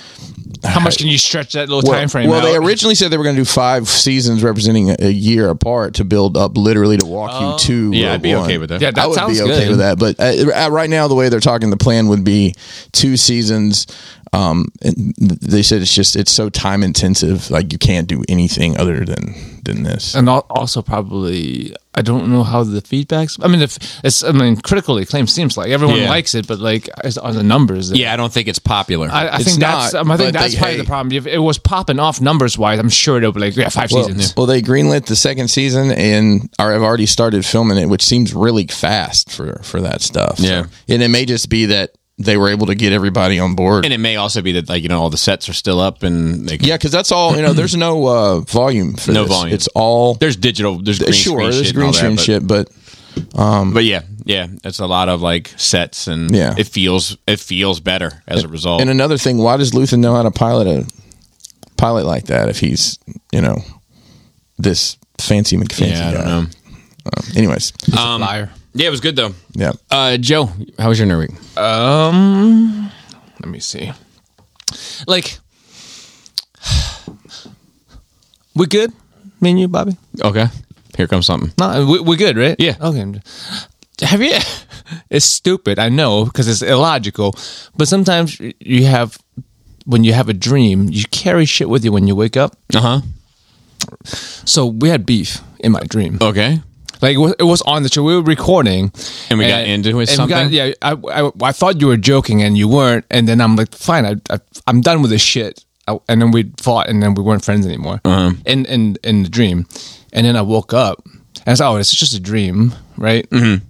Speaker 3: How much can you stretch that little
Speaker 2: well,
Speaker 3: time frame?
Speaker 2: well, they
Speaker 3: out?
Speaker 2: originally said they were going to do five seasons representing a, a year apart to build up, literally to walk you to.
Speaker 1: Oh. Yeah,
Speaker 2: Rogue
Speaker 1: I'd be okay
Speaker 2: One.
Speaker 1: with that.
Speaker 3: Yeah, that
Speaker 2: I would
Speaker 3: sounds
Speaker 2: be okay
Speaker 3: good.
Speaker 2: with that. But uh, uh, right now, the way they're talking, the plan would be two seasons. Um, and th- they said it's just it's so time intensive. Like you can't do anything other than than this.
Speaker 3: and al- also probably I don't know how the feedbacks. I mean, if it's I mean, critically acclaimed seems like everyone
Speaker 1: Yeah.
Speaker 3: likes it, but like as, are the numbers.
Speaker 1: Yeah, I don't think it's popular.
Speaker 3: I, I
Speaker 2: It's
Speaker 3: think that's.
Speaker 2: not,
Speaker 3: Um, I think
Speaker 2: but
Speaker 3: that's
Speaker 2: they
Speaker 3: probably
Speaker 2: hate.
Speaker 3: the problem. If it was popping off numbers wise, I'm sure they'll be like, yeah, five
Speaker 2: Well,
Speaker 3: seasons.
Speaker 2: well, they greenlit the second season and are have already started filming it, which seems really fast for for that stuff. So-
Speaker 1: Yeah.
Speaker 2: and it may just be that they were able to get everybody on board.
Speaker 1: and it may also be that like you know all the sets are still up and they can,
Speaker 2: Yeah, because that's all you know. There's no uh, volume. For
Speaker 1: No
Speaker 2: this.
Speaker 1: volume.
Speaker 2: It's all
Speaker 1: there's digital there's green
Speaker 2: sure.
Speaker 1: screen
Speaker 2: There's
Speaker 1: shit
Speaker 2: green
Speaker 1: and all
Speaker 2: screen
Speaker 1: that, but-
Speaker 2: shit, but
Speaker 1: But yeah, yeah, it's a lot of like sets and
Speaker 2: Yeah.
Speaker 1: it feels it feels better as a result.
Speaker 2: and another thing, why does Luthen know how to pilot a pilot like that if he's you know this fancy McFancy
Speaker 1: yeah, I
Speaker 2: guy?
Speaker 1: don't know.
Speaker 2: Um, anyways,
Speaker 1: Um, Yeah, it was good though.
Speaker 2: yeah.
Speaker 1: Uh, Joe, how was your nerd week?
Speaker 3: um, Let me see. Like, we good? Me and you, Bobby.
Speaker 1: Okay, here comes something.
Speaker 3: No, we, we're good, right?
Speaker 1: Yeah.
Speaker 3: Okay. Have you? It's stupid, I know, because it's illogical. But sometimes you have, when you have a dream, you carry shit with you when you wake up.
Speaker 1: Uh huh.
Speaker 3: So we had beef in my dream.
Speaker 1: Okay.
Speaker 3: Like it was- it was on the show. We were recording,
Speaker 1: And we got into it
Speaker 3: and we
Speaker 1: something?
Speaker 3: got- yeah, I, I I thought you were joking, and you weren't. And then I'm like, fine, I, I I'm done with this shit. I, and then we fought, and then we weren't friends anymore.
Speaker 1: Uh-huh.
Speaker 3: In in in the dream, and then I woke up, and I was oh, it's just a dream, right? Mm-hmm.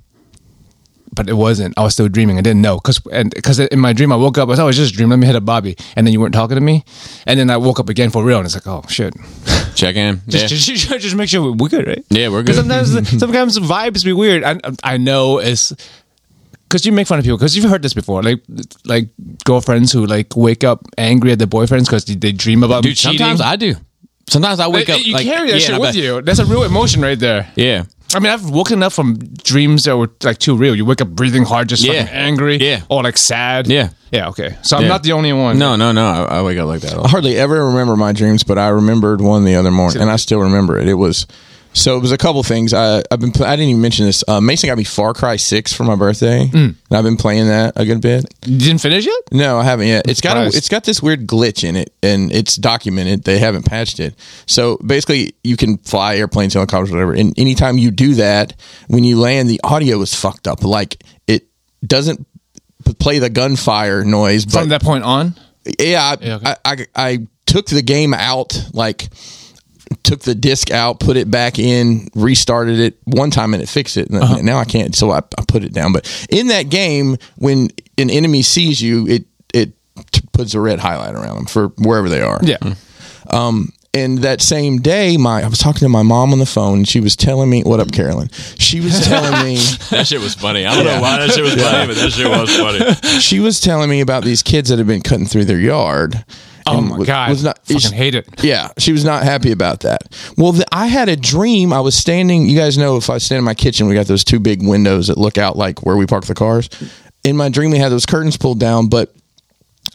Speaker 3: But it wasn't. I was still dreaming. I didn't know because and because in my dream I woke up. I was oh, it's just a dream. Let me hit a Bobby, and then you weren't talking to me, and then I woke up again for real, and it's like oh shit.
Speaker 1: Check in.
Speaker 3: Just,
Speaker 1: yeah.
Speaker 3: just, just, just make sure we're- we're good, right?
Speaker 1: Yeah, we're
Speaker 3: 'Cause
Speaker 1: good.
Speaker 3: Sometimes, sometimes the vibes be weird. I, I know it's because you make fun of people because you've heard this before. Like, like girlfriends who like wake up angry at their boyfriends because they, they dream about them
Speaker 1: Dude,
Speaker 3: cheating.
Speaker 1: sometimes I do. Sometimes I wake
Speaker 3: Like,
Speaker 1: up.
Speaker 3: you
Speaker 1: like,
Speaker 3: carry that
Speaker 1: yeah, and I
Speaker 3: shit with
Speaker 1: be-
Speaker 3: you. That's a real emotion right there.
Speaker 1: Yeah.
Speaker 3: I mean, I've woken up from dreams that were like too real. You wake up breathing hard, just
Speaker 1: Yeah.
Speaker 3: fucking angry,
Speaker 1: Yeah.
Speaker 3: or like sad,
Speaker 1: Yeah.
Speaker 3: yeah. Oh, Okay, so I'm
Speaker 1: Yeah.
Speaker 3: not the only one.
Speaker 1: No, no, no. I, I wake up like that. all
Speaker 2: I hardly ever remember my dreams, but I remembered one the other morning, and I still remember it. It was so. It was a couple things. I, I've been. pl- I didn't even mention this. Uh, Mason got me Far Cry Six for my birthday, and I've been playing that a good bit.
Speaker 3: you didn't finish it.
Speaker 2: No, I haven't yet. It's got a,
Speaker 3: surprised.
Speaker 2: it's got this weird glitch in it, and it's documented. They haven't patched it. So basically, you can fly airplanes, helicopters, whatever. And anytime you do that, when you land, the audio is fucked up. Like it doesn't p- play the gunfire noise, but
Speaker 3: From that point on,
Speaker 2: yeah, I,
Speaker 3: Yeah, okay.
Speaker 2: I, I, I took the game out, like took the disc out, put it back in, restarted it one time, and it fixed it. And
Speaker 3: Uh-huh.
Speaker 2: now I can't, so I, I put it down. But in that game, when an enemy sees you, it it t- puts a red highlight around them for wherever they are.
Speaker 3: yeah.
Speaker 2: and that same day, my I was talking to my mom on the phone. And she was telling me, "What up, Carolyn?" She was telling me.
Speaker 5: That shit was funny. I don't know why that shit was funny, but that shit was funny.
Speaker 2: she was telling me about these kids that have been cutting through their yard.
Speaker 3: Oh
Speaker 2: and
Speaker 3: my
Speaker 2: wa-
Speaker 3: god,
Speaker 2: Mm. Was not,
Speaker 3: fucking
Speaker 2: she-
Speaker 3: hate it.
Speaker 2: yeah, she was not happy about that. Well, th I had a dream. I was standing. You guys know if I stand in my kitchen, we got those two big windows that look out like where we park the cars. In my dream, we had those curtains pulled down, but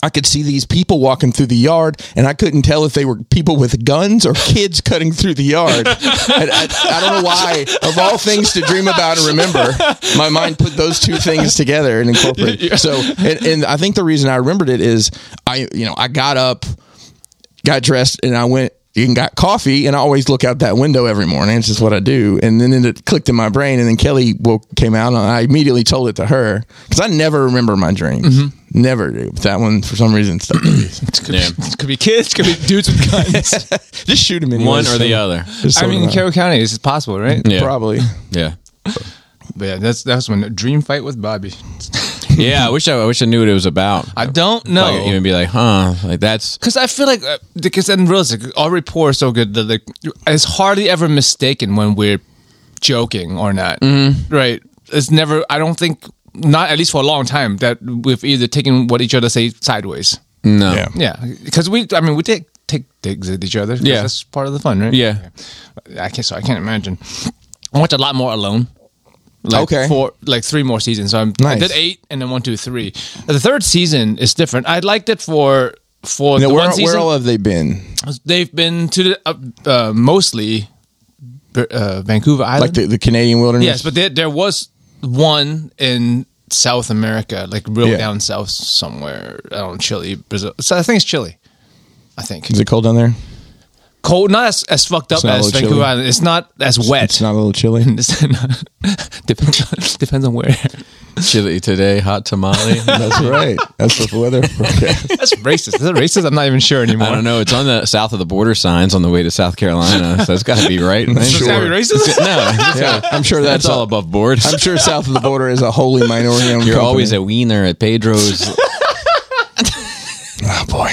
Speaker 2: I could see these people walking through the yard, and I couldn't tell if they were people with guns or kids cutting through the yard. And I, I don't know why, of all things to dream about and remember, my mind put those two things together and incorporated. So, and, and I think the reason I remembered it is I, you know, I got up got dressed and I went and got coffee and I always look out that window every morning. It's just what I do. And then it clicked in my brain and then Kelly woke came out and I immediately told it to her because I never remember my dreams. Never do. But that one for some reason stuck. with me.
Speaker 1: Yeah.
Speaker 3: Could be kids, could be dudes with guns.
Speaker 2: just shoot him in
Speaker 1: One or the other.
Speaker 3: I mean, in Carroll County, this is possible, right?
Speaker 1: Yeah.
Speaker 2: Probably.
Speaker 1: Yeah.
Speaker 3: But yeah, that's that's when dream fight with Bobby.
Speaker 1: Yeah. I wish I, I wish I knew what it was about.
Speaker 3: I don't
Speaker 1: Like,
Speaker 3: know.
Speaker 1: even be like, huh? Like that's
Speaker 3: Because I feel like, uh, because in realistic, our rapport is so good that like it's hardly ever mistaken when we're joking or not. Right? It's never. I don't think not at least for a long time that we've either taken what each other say sideways.
Speaker 1: no.
Speaker 2: Yeah.
Speaker 3: Yeah, because we. I mean, we take take digs at each other. 'cause
Speaker 1: Yeah.
Speaker 3: that's part of the fun, right?
Speaker 1: Yeah.
Speaker 3: I can't. So I can't imagine. I watch a lot more alone. Like
Speaker 2: Okay.
Speaker 3: Four, like three more seasons. So I'm I
Speaker 2: Nice.
Speaker 3: did eight, and then one, two, three. The third season is different. I liked it for for
Speaker 2: Now,
Speaker 3: the
Speaker 2: where,
Speaker 3: one season.
Speaker 2: where all have they been?
Speaker 3: They've been to the, uh, uh, mostly uh, Vancouver Island.
Speaker 2: Like the, the Canadian wilderness?
Speaker 3: Yes, but there there was one in South America, like real
Speaker 2: Yeah.
Speaker 3: down south somewhere. I don't know, Chile, Brazil. So I think it's Chile. I think
Speaker 2: is it cold down there?
Speaker 3: cold, not as, as fucked up
Speaker 2: not a
Speaker 3: as
Speaker 2: little
Speaker 3: Vancouver
Speaker 2: chilly.
Speaker 3: Island. It's not as wet.
Speaker 2: It's not a little chilly.
Speaker 3: It's not- depends on, depends on where.
Speaker 1: Chili today, hot tamale.
Speaker 2: That's right. That's what the weather forecast.
Speaker 3: That's racist. Is that racist? I'm not even sure anymore.
Speaker 1: I don't know. It's on the south of the border signs on the way to South Carolina, so it's got to be right.
Speaker 3: Is that racist?
Speaker 1: No,
Speaker 2: Yeah, I'm sure
Speaker 1: that's, all above board.
Speaker 2: I'm sure south of the border is a holy minority. owned
Speaker 1: You're
Speaker 2: company.
Speaker 1: always a wiener at Pedro's.
Speaker 2: oh boy.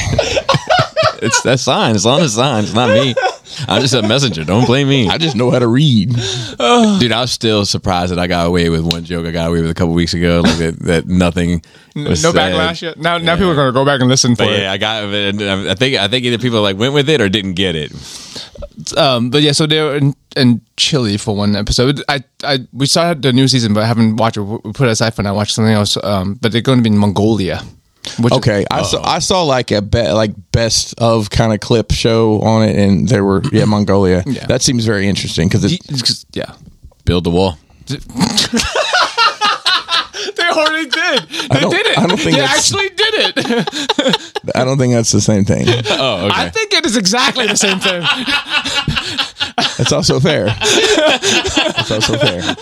Speaker 1: it's that sign. It's on the sign. It's not me. I'm just a messenger. Don't blame me,
Speaker 2: I just know how to read.
Speaker 1: dude. I'm still surprised that I got away with one joke. I got away with a couple weeks ago, like that. that nothing.
Speaker 3: No
Speaker 1: was said.
Speaker 3: backlash yet. Now, now people are gonna go back and listen for
Speaker 1: But
Speaker 3: it.
Speaker 1: yeah, I got. I think. I think either people like went with it or didn't get it.
Speaker 3: Um, but yeah, so they were in, in Chile for one episode. I, I, we started the new season, but I haven't watched it. We put it aside for now. Watch something else. Um, but they're going to be in Mongolia. Which
Speaker 2: Okay, I saw
Speaker 3: Uh-huh.
Speaker 2: I saw like a be, like best of kind of clip show on it, and there were yeah Mongolia.
Speaker 3: Yeah.
Speaker 2: That seems very interesting because it's
Speaker 3: yeah,
Speaker 1: Build the wall.
Speaker 3: they already did. They
Speaker 2: don't-
Speaker 3: did it.
Speaker 2: I don't think
Speaker 3: they
Speaker 2: that's-
Speaker 3: actually did it.
Speaker 2: I don't think that's the same thing.
Speaker 1: Oh, okay.
Speaker 3: I think it is exactly the same thing.
Speaker 2: That's also fair. That's also fair.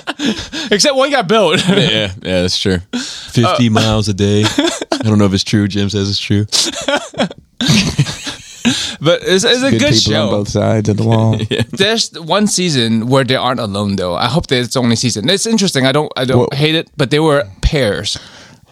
Speaker 3: Except one got built.
Speaker 1: yeah, yeah, that's true. 50 miles a day. I don't know if it's true. Jim says it's true.
Speaker 3: But it's, it's a
Speaker 2: Good,
Speaker 3: good,
Speaker 2: people
Speaker 3: show.
Speaker 2: on both sides of the wall.
Speaker 3: There's one season where they aren't alone though. I hope that it's the only season. It's interesting. I don't I don't
Speaker 2: Whoa.
Speaker 3: hate it, but they were pairs.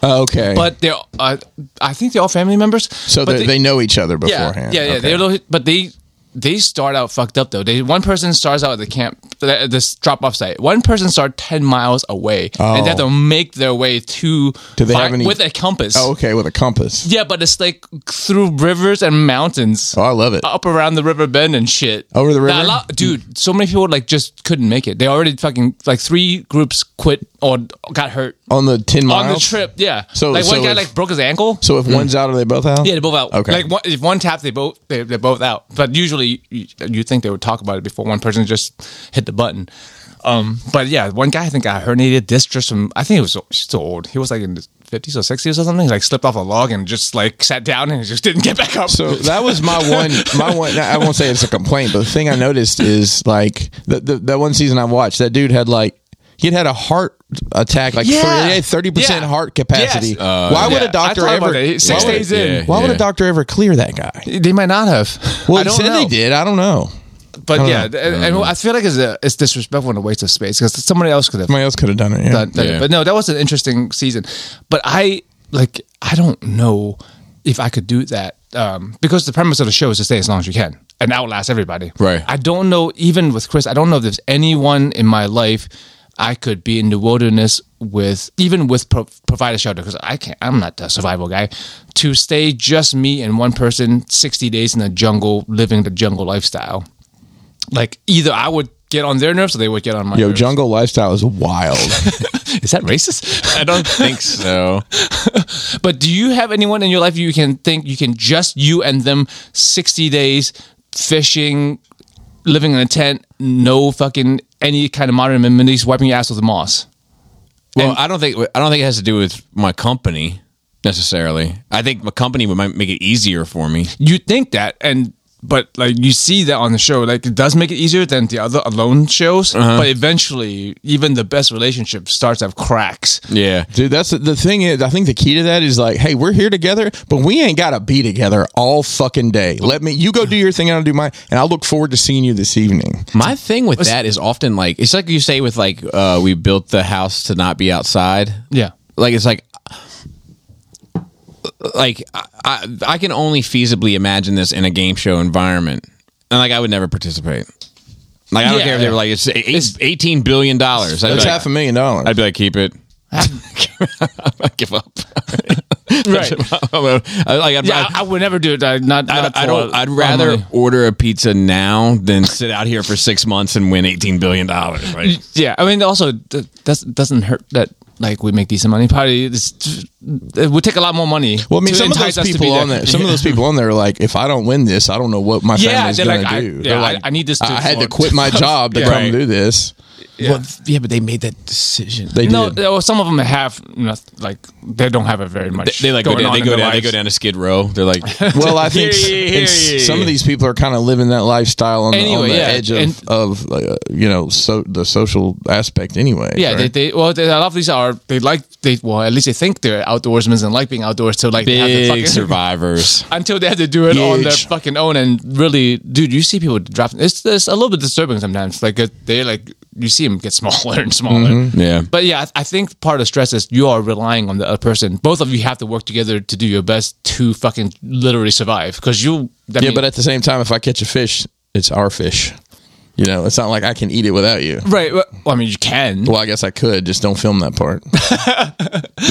Speaker 2: Oh, Okay,
Speaker 3: But they're uh, I think they're all family members.
Speaker 2: so
Speaker 3: but
Speaker 2: they, they know each other
Speaker 3: yeah,
Speaker 2: beforehand.
Speaker 3: Yeah, yeah.
Speaker 2: Okay.
Speaker 3: They're little, but they they start out fucked up though. They one person starts out at the camp, at this drop off site. One person starts ten miles away, and they have
Speaker 2: Oh.
Speaker 3: to make their way to
Speaker 2: Do they
Speaker 3: fi-
Speaker 2: have any-
Speaker 3: with a compass.
Speaker 2: Oh, okay, with a compass.
Speaker 3: Yeah, but it's like through rivers and mountains.
Speaker 2: Oh, I love it.
Speaker 3: Up around the river bend and shit.
Speaker 2: Over the river?
Speaker 3: Now, a lot- dude. So many people like just couldn't make it. They already fucking like three groups quit or got hurt
Speaker 2: On the ten miles
Speaker 3: on the trip. Yeah.
Speaker 2: So-
Speaker 3: like one
Speaker 2: so
Speaker 3: guy
Speaker 2: if-
Speaker 3: like broke his ankle.
Speaker 2: So if one's out, are they both out?
Speaker 3: Yeah, they're both out.
Speaker 2: Okay.
Speaker 3: Like one, if one taps, they both they, they're both out. But usually, you, you think they would talk about it before one person just hit the button. Um, but yeah, one guy I think got herniated disc just from I think he was so- he's so old. He was like in his fifties or sixties or something. He like slipped off a log and just like sat down and just didn't get back up.
Speaker 2: So that was my one, my one. I won't say it's a complaint, but the thing I noticed is like the, the that one season I watched, that dude had like he'd had a heart attack, like
Speaker 3: Yeah.
Speaker 2: 30 percent
Speaker 3: Yeah.
Speaker 2: heart capacity.
Speaker 3: Yes. Uh,
Speaker 2: why would
Speaker 3: yeah.
Speaker 2: a doctor
Speaker 3: I thought about
Speaker 2: ever?
Speaker 3: it. Six
Speaker 2: why would,
Speaker 3: days in.
Speaker 2: Why would a doctor ever clear that guy?
Speaker 3: They might not have.
Speaker 2: Well,
Speaker 3: I
Speaker 2: he
Speaker 3: don't
Speaker 2: said
Speaker 3: know.
Speaker 2: they did. Mm. I don't know.
Speaker 3: but yeah,
Speaker 2: know.
Speaker 3: and, and I feel like it's a, it's disrespectful and a waste of space because somebody else could have
Speaker 2: Somebody else could have done it. Yeah.
Speaker 3: done- done it.
Speaker 1: Yeah.
Speaker 3: But no, that was an interesting season. But I like I don't know if I could do that um, because the premise of the show is to stay as long as you can and outlast everybody.
Speaker 1: Right.
Speaker 3: I don't know, even with Chris, I don't know if there's anyone in my life I could be in the wilderness with, even with pro- provide a shelter, because I can't, I'm not the survival guy, to stay just me and one person 60 days in the jungle, living the jungle lifestyle. Like either I would get on their nerves or they would get on my
Speaker 2: Yo,
Speaker 3: nerves.
Speaker 2: jungle lifestyle is wild.
Speaker 3: Is that racist?
Speaker 1: I don't think so.
Speaker 3: But do you have anyone in your life you can think you can just you and them sixty days fishing, living in a tent, no fucking any kind of modern amenities, wiping your ass with the moss?
Speaker 1: Well, I don't think I don't think it has to do with my company necessarily. I think my company would might make it easier for me.
Speaker 3: You think that, and but like you see that on the show, like it does make it easier than the other alone shows.
Speaker 1: Uh-huh.
Speaker 3: But eventually, even the best relationship starts to have cracks.
Speaker 1: Yeah.
Speaker 2: Dude, that's the thing is I think the key to that is like, hey, we're here together, but we ain't gotta be together all fucking day. Let me you go do your thing and I'll do mine and I look forward to seeing you this evening.
Speaker 1: My thing with that is often like it's like you say with like uh, we built the house to not be outside.
Speaker 3: Yeah.
Speaker 1: Like it's like like I, I, I can only feasibly imagine this in a game show environment, and like I would never participate. Like I don't
Speaker 3: Yeah,
Speaker 1: care if they were
Speaker 3: yeah.
Speaker 1: like it's, eight, eighteen billion dollars. I'd be
Speaker 2: That's
Speaker 1: like,
Speaker 2: half a million dollars.
Speaker 1: I'd be like, keep it. I give up.
Speaker 3: Right.
Speaker 1: I, like, I'd,
Speaker 3: Yeah,
Speaker 1: rather-
Speaker 3: I, I would never do it. I, not,
Speaker 1: I'd,
Speaker 3: not
Speaker 1: I
Speaker 3: for-
Speaker 1: don't. I'd
Speaker 3: for
Speaker 1: rather
Speaker 3: money.
Speaker 1: order a pizza now than sit out here for six months and win eighteen billion dollars. Right?
Speaker 3: Yeah, I mean, also th- that's doesn't hurt that like we make decent money. Probably it's, it would take a lot more money.
Speaker 2: well, I mean,
Speaker 3: to
Speaker 2: some of
Speaker 3: entice
Speaker 2: those
Speaker 3: us to be
Speaker 2: people on there, some of those people on there are like, if I don't win this, I don't know what my
Speaker 3: Yeah,
Speaker 2: family's
Speaker 3: they're
Speaker 2: gonna
Speaker 3: like, I-
Speaker 2: do.
Speaker 3: yeah,
Speaker 2: They're
Speaker 3: I-
Speaker 2: like,
Speaker 3: I need this to
Speaker 2: I had to
Speaker 3: afford-
Speaker 2: quit my job to
Speaker 3: Yeah.
Speaker 2: come
Speaker 3: Right.
Speaker 2: do this.
Speaker 1: Yeah. Well, yeah, but they made that decision.
Speaker 2: They
Speaker 3: No, uh,
Speaker 2: did.
Speaker 3: well, some of them have noth- like they don't have it very much.
Speaker 1: They, like go
Speaker 3: going
Speaker 1: down.
Speaker 3: on
Speaker 1: They
Speaker 3: in
Speaker 1: go
Speaker 3: their
Speaker 1: down. They
Speaker 3: lives.
Speaker 1: go down to Skid Row. They're like,
Speaker 2: Well, I think s-
Speaker 3: Here,
Speaker 2: and
Speaker 3: here,
Speaker 2: s-
Speaker 3: here,
Speaker 2: some
Speaker 3: here.
Speaker 2: of these people are kind of living that lifestyle on, the- on
Speaker 3: Anyway,
Speaker 2: the
Speaker 3: yeah,
Speaker 2: edge of,
Speaker 3: and-
Speaker 2: of uh, you know so the social aspect anyway.
Speaker 3: Yeah,
Speaker 2: right?
Speaker 3: they, they well, they, a lot of these are they like they well at least they think they're outdoorsmen and like being outdoors. So like they have the
Speaker 1: big
Speaker 3: fucking
Speaker 1: survivors.
Speaker 3: until they have to do it on their
Speaker 2: Huge.
Speaker 3: fucking own. And really, dude, you see people drop. It's, it's a little bit disturbing sometimes. Like it- they like you see them get smaller and smaller.
Speaker 1: Yeah.
Speaker 3: But yeah, I I think part of stress is you are relying on the other person. Both of you have to work together to do your best to fucking literally survive. Because you, I
Speaker 2: yeah,
Speaker 3: mean-
Speaker 2: but at the same time, if I catch a fish, it's our fish. You know, it's not like I can eat it without you.
Speaker 3: right. Well, I mean, you can.
Speaker 2: Well, I guess I could. Just don't film that part.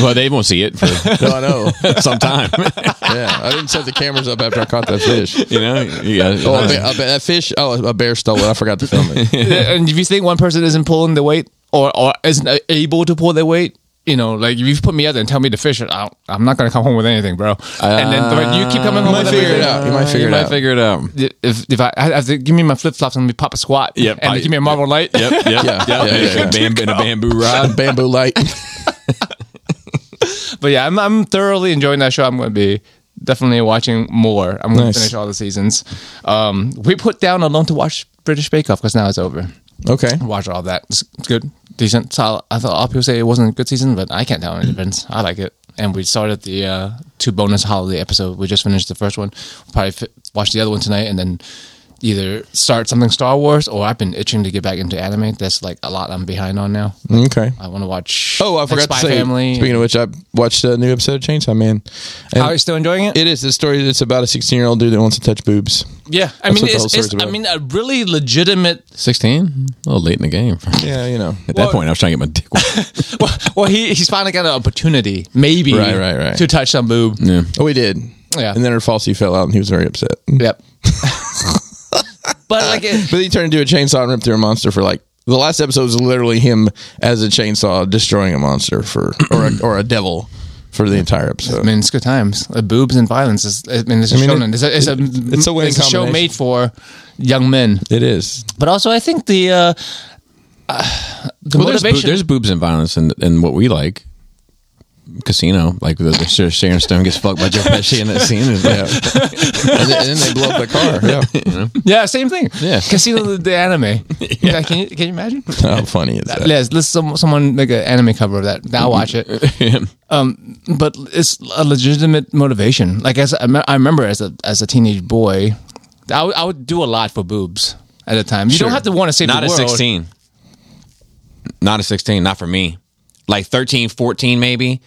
Speaker 1: Well, they won't see it for
Speaker 2: No, I know.
Speaker 1: some time.
Speaker 2: Yeah, I didn't set the cameras up after I caught that fish.
Speaker 1: you know. Yeah.
Speaker 2: Oh, a bear, a bear- that fish! Oh, a bear stole it. I forgot to film it.
Speaker 3: and if you think one person isn't pulling the weight or, or isn't able to pull their weight, you know, like if you put me out there and tell me to fish it, I'll, I'm not gonna come home with anything, bro. and then but you keep coming home
Speaker 2: might
Speaker 3: with
Speaker 2: figure it
Speaker 3: everything.
Speaker 2: out. You might figure it out.
Speaker 1: figure it out.
Speaker 3: If if I, I have to give me my flip flops and me pop a squat,
Speaker 1: Yep,
Speaker 3: and
Speaker 1: I-
Speaker 3: give me a marble light,
Speaker 1: Yep. Yep.
Speaker 2: yeah,
Speaker 1: Yep.
Speaker 2: yeah.
Speaker 1: A bam- and a bamboo rod.
Speaker 2: Bamboo light.
Speaker 3: But yeah, I'm, I'm thoroughly enjoying that show. I'm going to be definitely watching more. I'm going
Speaker 2: Nice.
Speaker 3: to finish all the seasons. Um, we put down Alone to watch British Bake Off because now it's over.
Speaker 2: Okay.
Speaker 3: Watch all that. It's, it's good, decent. Solid. I thought a lot of people say it wasn't a good season, but I can't tell any difference. I like it. And we started the uh, two bonus holiday episode. We just finished the first one. We'll probably fi- watch the other one tonight, and then either start something Star Wars or I've been itching to get back into anime. That's like a lot I'm behind on now.
Speaker 2: Okay.
Speaker 3: I want to watch.
Speaker 2: Oh, I
Speaker 3: like,
Speaker 2: forgot
Speaker 3: Spy
Speaker 2: to say.
Speaker 3: Family.
Speaker 2: Speaking of which, I watched a new episode of Chainsaw Man. And
Speaker 3: How are you still enjoying it?
Speaker 2: it is the story. It's about a sixteen-year-old dude that wants to touch boobs.
Speaker 3: Yeah, I
Speaker 2: That's what
Speaker 3: mean,
Speaker 2: the whole
Speaker 3: it's,
Speaker 2: story's
Speaker 3: it's I
Speaker 2: about.
Speaker 3: mean, a really legitimate.
Speaker 1: Sixteen. A little late in the game.
Speaker 2: Yeah, you know.
Speaker 1: At that point, I was trying to get my dick. wet.
Speaker 3: Well, well he he's finally got an opportunity, maybe,
Speaker 2: Right, right, right.
Speaker 3: to touch some boob.
Speaker 2: Oh, he did.
Speaker 3: Yeah.
Speaker 2: And then her falsie fell out, and he was very upset.
Speaker 3: Yep. but like, it,
Speaker 2: But he turned into a chainsaw and ripped through a monster for like the last episode was literally him as a chainsaw destroying a monster for or a, or a devil for the entire
Speaker 3: I
Speaker 2: episode.
Speaker 3: mean, it's good times. Uh, boobs and violence is. I mean, it's a
Speaker 2: mean,
Speaker 3: shonen.
Speaker 2: it-
Speaker 3: It's a, it's a,
Speaker 2: it's a winning
Speaker 3: show
Speaker 2: combination.
Speaker 3: made for young men.
Speaker 2: It is.
Speaker 3: But also, I think the uh, uh, the
Speaker 1: Well, there's, boo-
Speaker 3: motivation.
Speaker 1: there's boobs and violence and and what we like. Casino, like the, the Sar- Sharon Stone gets fucked by Joe Pesci in that scene. It's like-
Speaker 2: And then, and then they blow up the car. Yeah.
Speaker 3: yeah, same thing.
Speaker 1: Yeah.
Speaker 3: Casino the, the anime. Yeah, can you can you imagine? Uh,
Speaker 2: How funny is that?
Speaker 3: Let's let's some, someone make an anime cover of that. I'll watch it.
Speaker 1: Yeah.
Speaker 3: Um, but it's a legitimate motivation. Like as I, me- I remember as a as a teenage boy, I would- I would do a lot for boobs at the time. You
Speaker 1: Sure.
Speaker 3: don't have to want to save
Speaker 1: Not
Speaker 3: the
Speaker 1: at
Speaker 3: world.
Speaker 1: 16. Not at 16, not for me. Like 13, 14 maybe.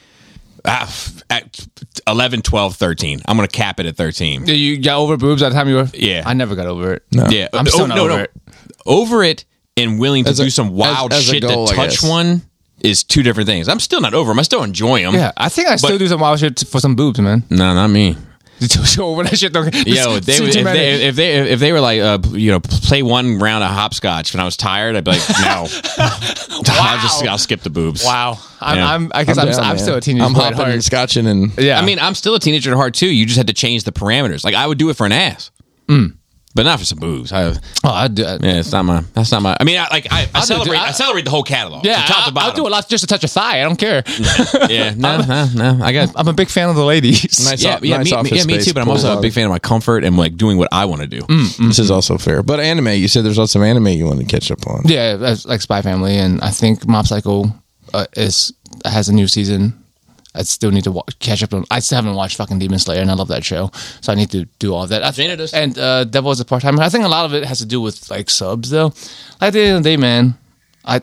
Speaker 1: ah, f- at 11, 12, 13. I'm going to cap it at 13.
Speaker 3: Did You got over boobs by the time you were.
Speaker 1: Yeah.
Speaker 3: I never got over it.
Speaker 1: Yeah, Oh,
Speaker 3: I'm still not over it.
Speaker 1: Over it and willing to
Speaker 2: As a-
Speaker 1: do some wild
Speaker 2: as- as a
Speaker 1: shit
Speaker 2: goal, I
Speaker 1: to touch
Speaker 2: guess.
Speaker 1: one is two different things. I'm still not over them. I still enjoy them.
Speaker 3: Yeah, I think I still
Speaker 1: But-
Speaker 3: do some wild shit for some boobs, man.
Speaker 1: No, not me.
Speaker 3: so over that shit, don't.
Speaker 1: Yo,
Speaker 3: It's
Speaker 1: they,
Speaker 3: too
Speaker 1: would- if,
Speaker 3: dramatic.
Speaker 1: they, if they if they were like uh, you know play one round of hopscotch when I was tired, I'd be like no, I'll just I'll skip the boobs.
Speaker 3: wow, I'm,
Speaker 1: Yeah.
Speaker 3: I'm, I guess I'm,
Speaker 2: I'm,
Speaker 3: I'm,
Speaker 2: down, man.
Speaker 3: still a teenager.
Speaker 2: I'm
Speaker 3: quite
Speaker 2: hopping
Speaker 3: hard.
Speaker 2: and scotching and
Speaker 1: I
Speaker 3: Yeah,
Speaker 1: mean, I'm still a teenager at heart too. You just had to change the parameters. Like I would do it for an ass, but not for some boobs. I,
Speaker 3: oh, I do. I,
Speaker 1: yeah, it's not my. That's not my. I mean, I, like I, I
Speaker 3: do-
Speaker 1: celebrate.
Speaker 3: I-
Speaker 1: I, celebrate the whole catalog. from
Speaker 3: yeah,
Speaker 1: top to
Speaker 3: I'll, I'll
Speaker 1: bottom.
Speaker 3: do a lot just to touch a thigh. I don't care.
Speaker 1: Yeah, no, no, no. I got
Speaker 3: I'm a big fan of the ladies.
Speaker 2: Nice
Speaker 1: yeah,
Speaker 2: op-
Speaker 1: yeah,
Speaker 2: nice
Speaker 1: me,
Speaker 2: office
Speaker 1: yeah, me
Speaker 2: space,
Speaker 1: too. But I'm
Speaker 2: cool
Speaker 1: also a
Speaker 2: vibe.
Speaker 1: big fan of my comfort and like doing what I want to do.
Speaker 2: this is also fair. But anime, you said there's also anime you want to catch up on.
Speaker 3: Yeah, that's like Spy Family, and I think Mob Psycho uh, is has a new season. I still need to wa catch up on. I still haven't watched fucking Demon Slayer, and I love that show, so I need to do all that. I,
Speaker 1: Jaina does.
Speaker 3: And uh, Devil is a part time. I think a lot of it has to do with like subs, though. Like, At the end of the day, man, I,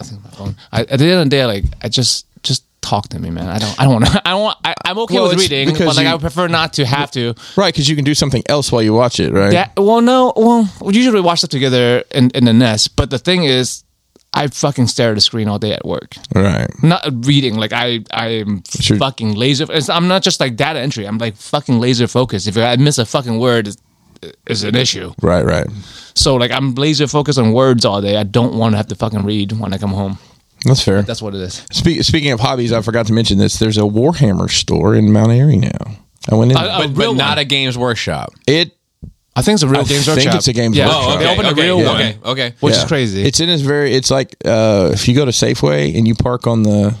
Speaker 3: I think my phone. I, at the end of the day, like I just just talk to me, man. I don't. I don't want to. I don't. want- I, I'm okay
Speaker 2: Well,
Speaker 3: with
Speaker 2: it's
Speaker 3: reading, but
Speaker 2: because
Speaker 3: like
Speaker 2: you-
Speaker 3: I would prefer not to have to.
Speaker 2: Right, because you can do something else while you watch it, right?
Speaker 3: Yeah. Well, no. Well, we usually watch stuff together in, in the nest. But the thing is, I fucking stare at a screen all day at work.
Speaker 2: Right.
Speaker 3: Not reading. Like I, I'm
Speaker 2: Sure.
Speaker 3: fucking laser. It's, I'm not just like data entry. I'm like fucking laser focused. If I miss a fucking word, it's, it's an issue.
Speaker 2: Right, right.
Speaker 3: So like I'm laser focused on words all day. I don't want to have to fucking read when I come home.
Speaker 2: That's fair.
Speaker 3: That's what it is.
Speaker 2: Spe- speaking of hobbies, I forgot to mention this. There's a Warhammer store in Mount Airy now. I went in.
Speaker 3: I- I-
Speaker 1: But,
Speaker 3: Oh, real
Speaker 1: but not
Speaker 3: one.
Speaker 1: a games workshop.
Speaker 2: it
Speaker 3: I think it's a real games
Speaker 2: think
Speaker 3: workshop.
Speaker 2: it's a Games
Speaker 3: yeah.
Speaker 2: Workshop. Oh,
Speaker 3: They
Speaker 1: okay,
Speaker 3: opened a
Speaker 1: okay,
Speaker 3: real
Speaker 1: yeah.
Speaker 3: one,
Speaker 1: Okay, okay.
Speaker 3: which
Speaker 2: Yeah.
Speaker 3: is crazy.
Speaker 2: It's in this very. It's like uh, if you go to Safeway and you park on the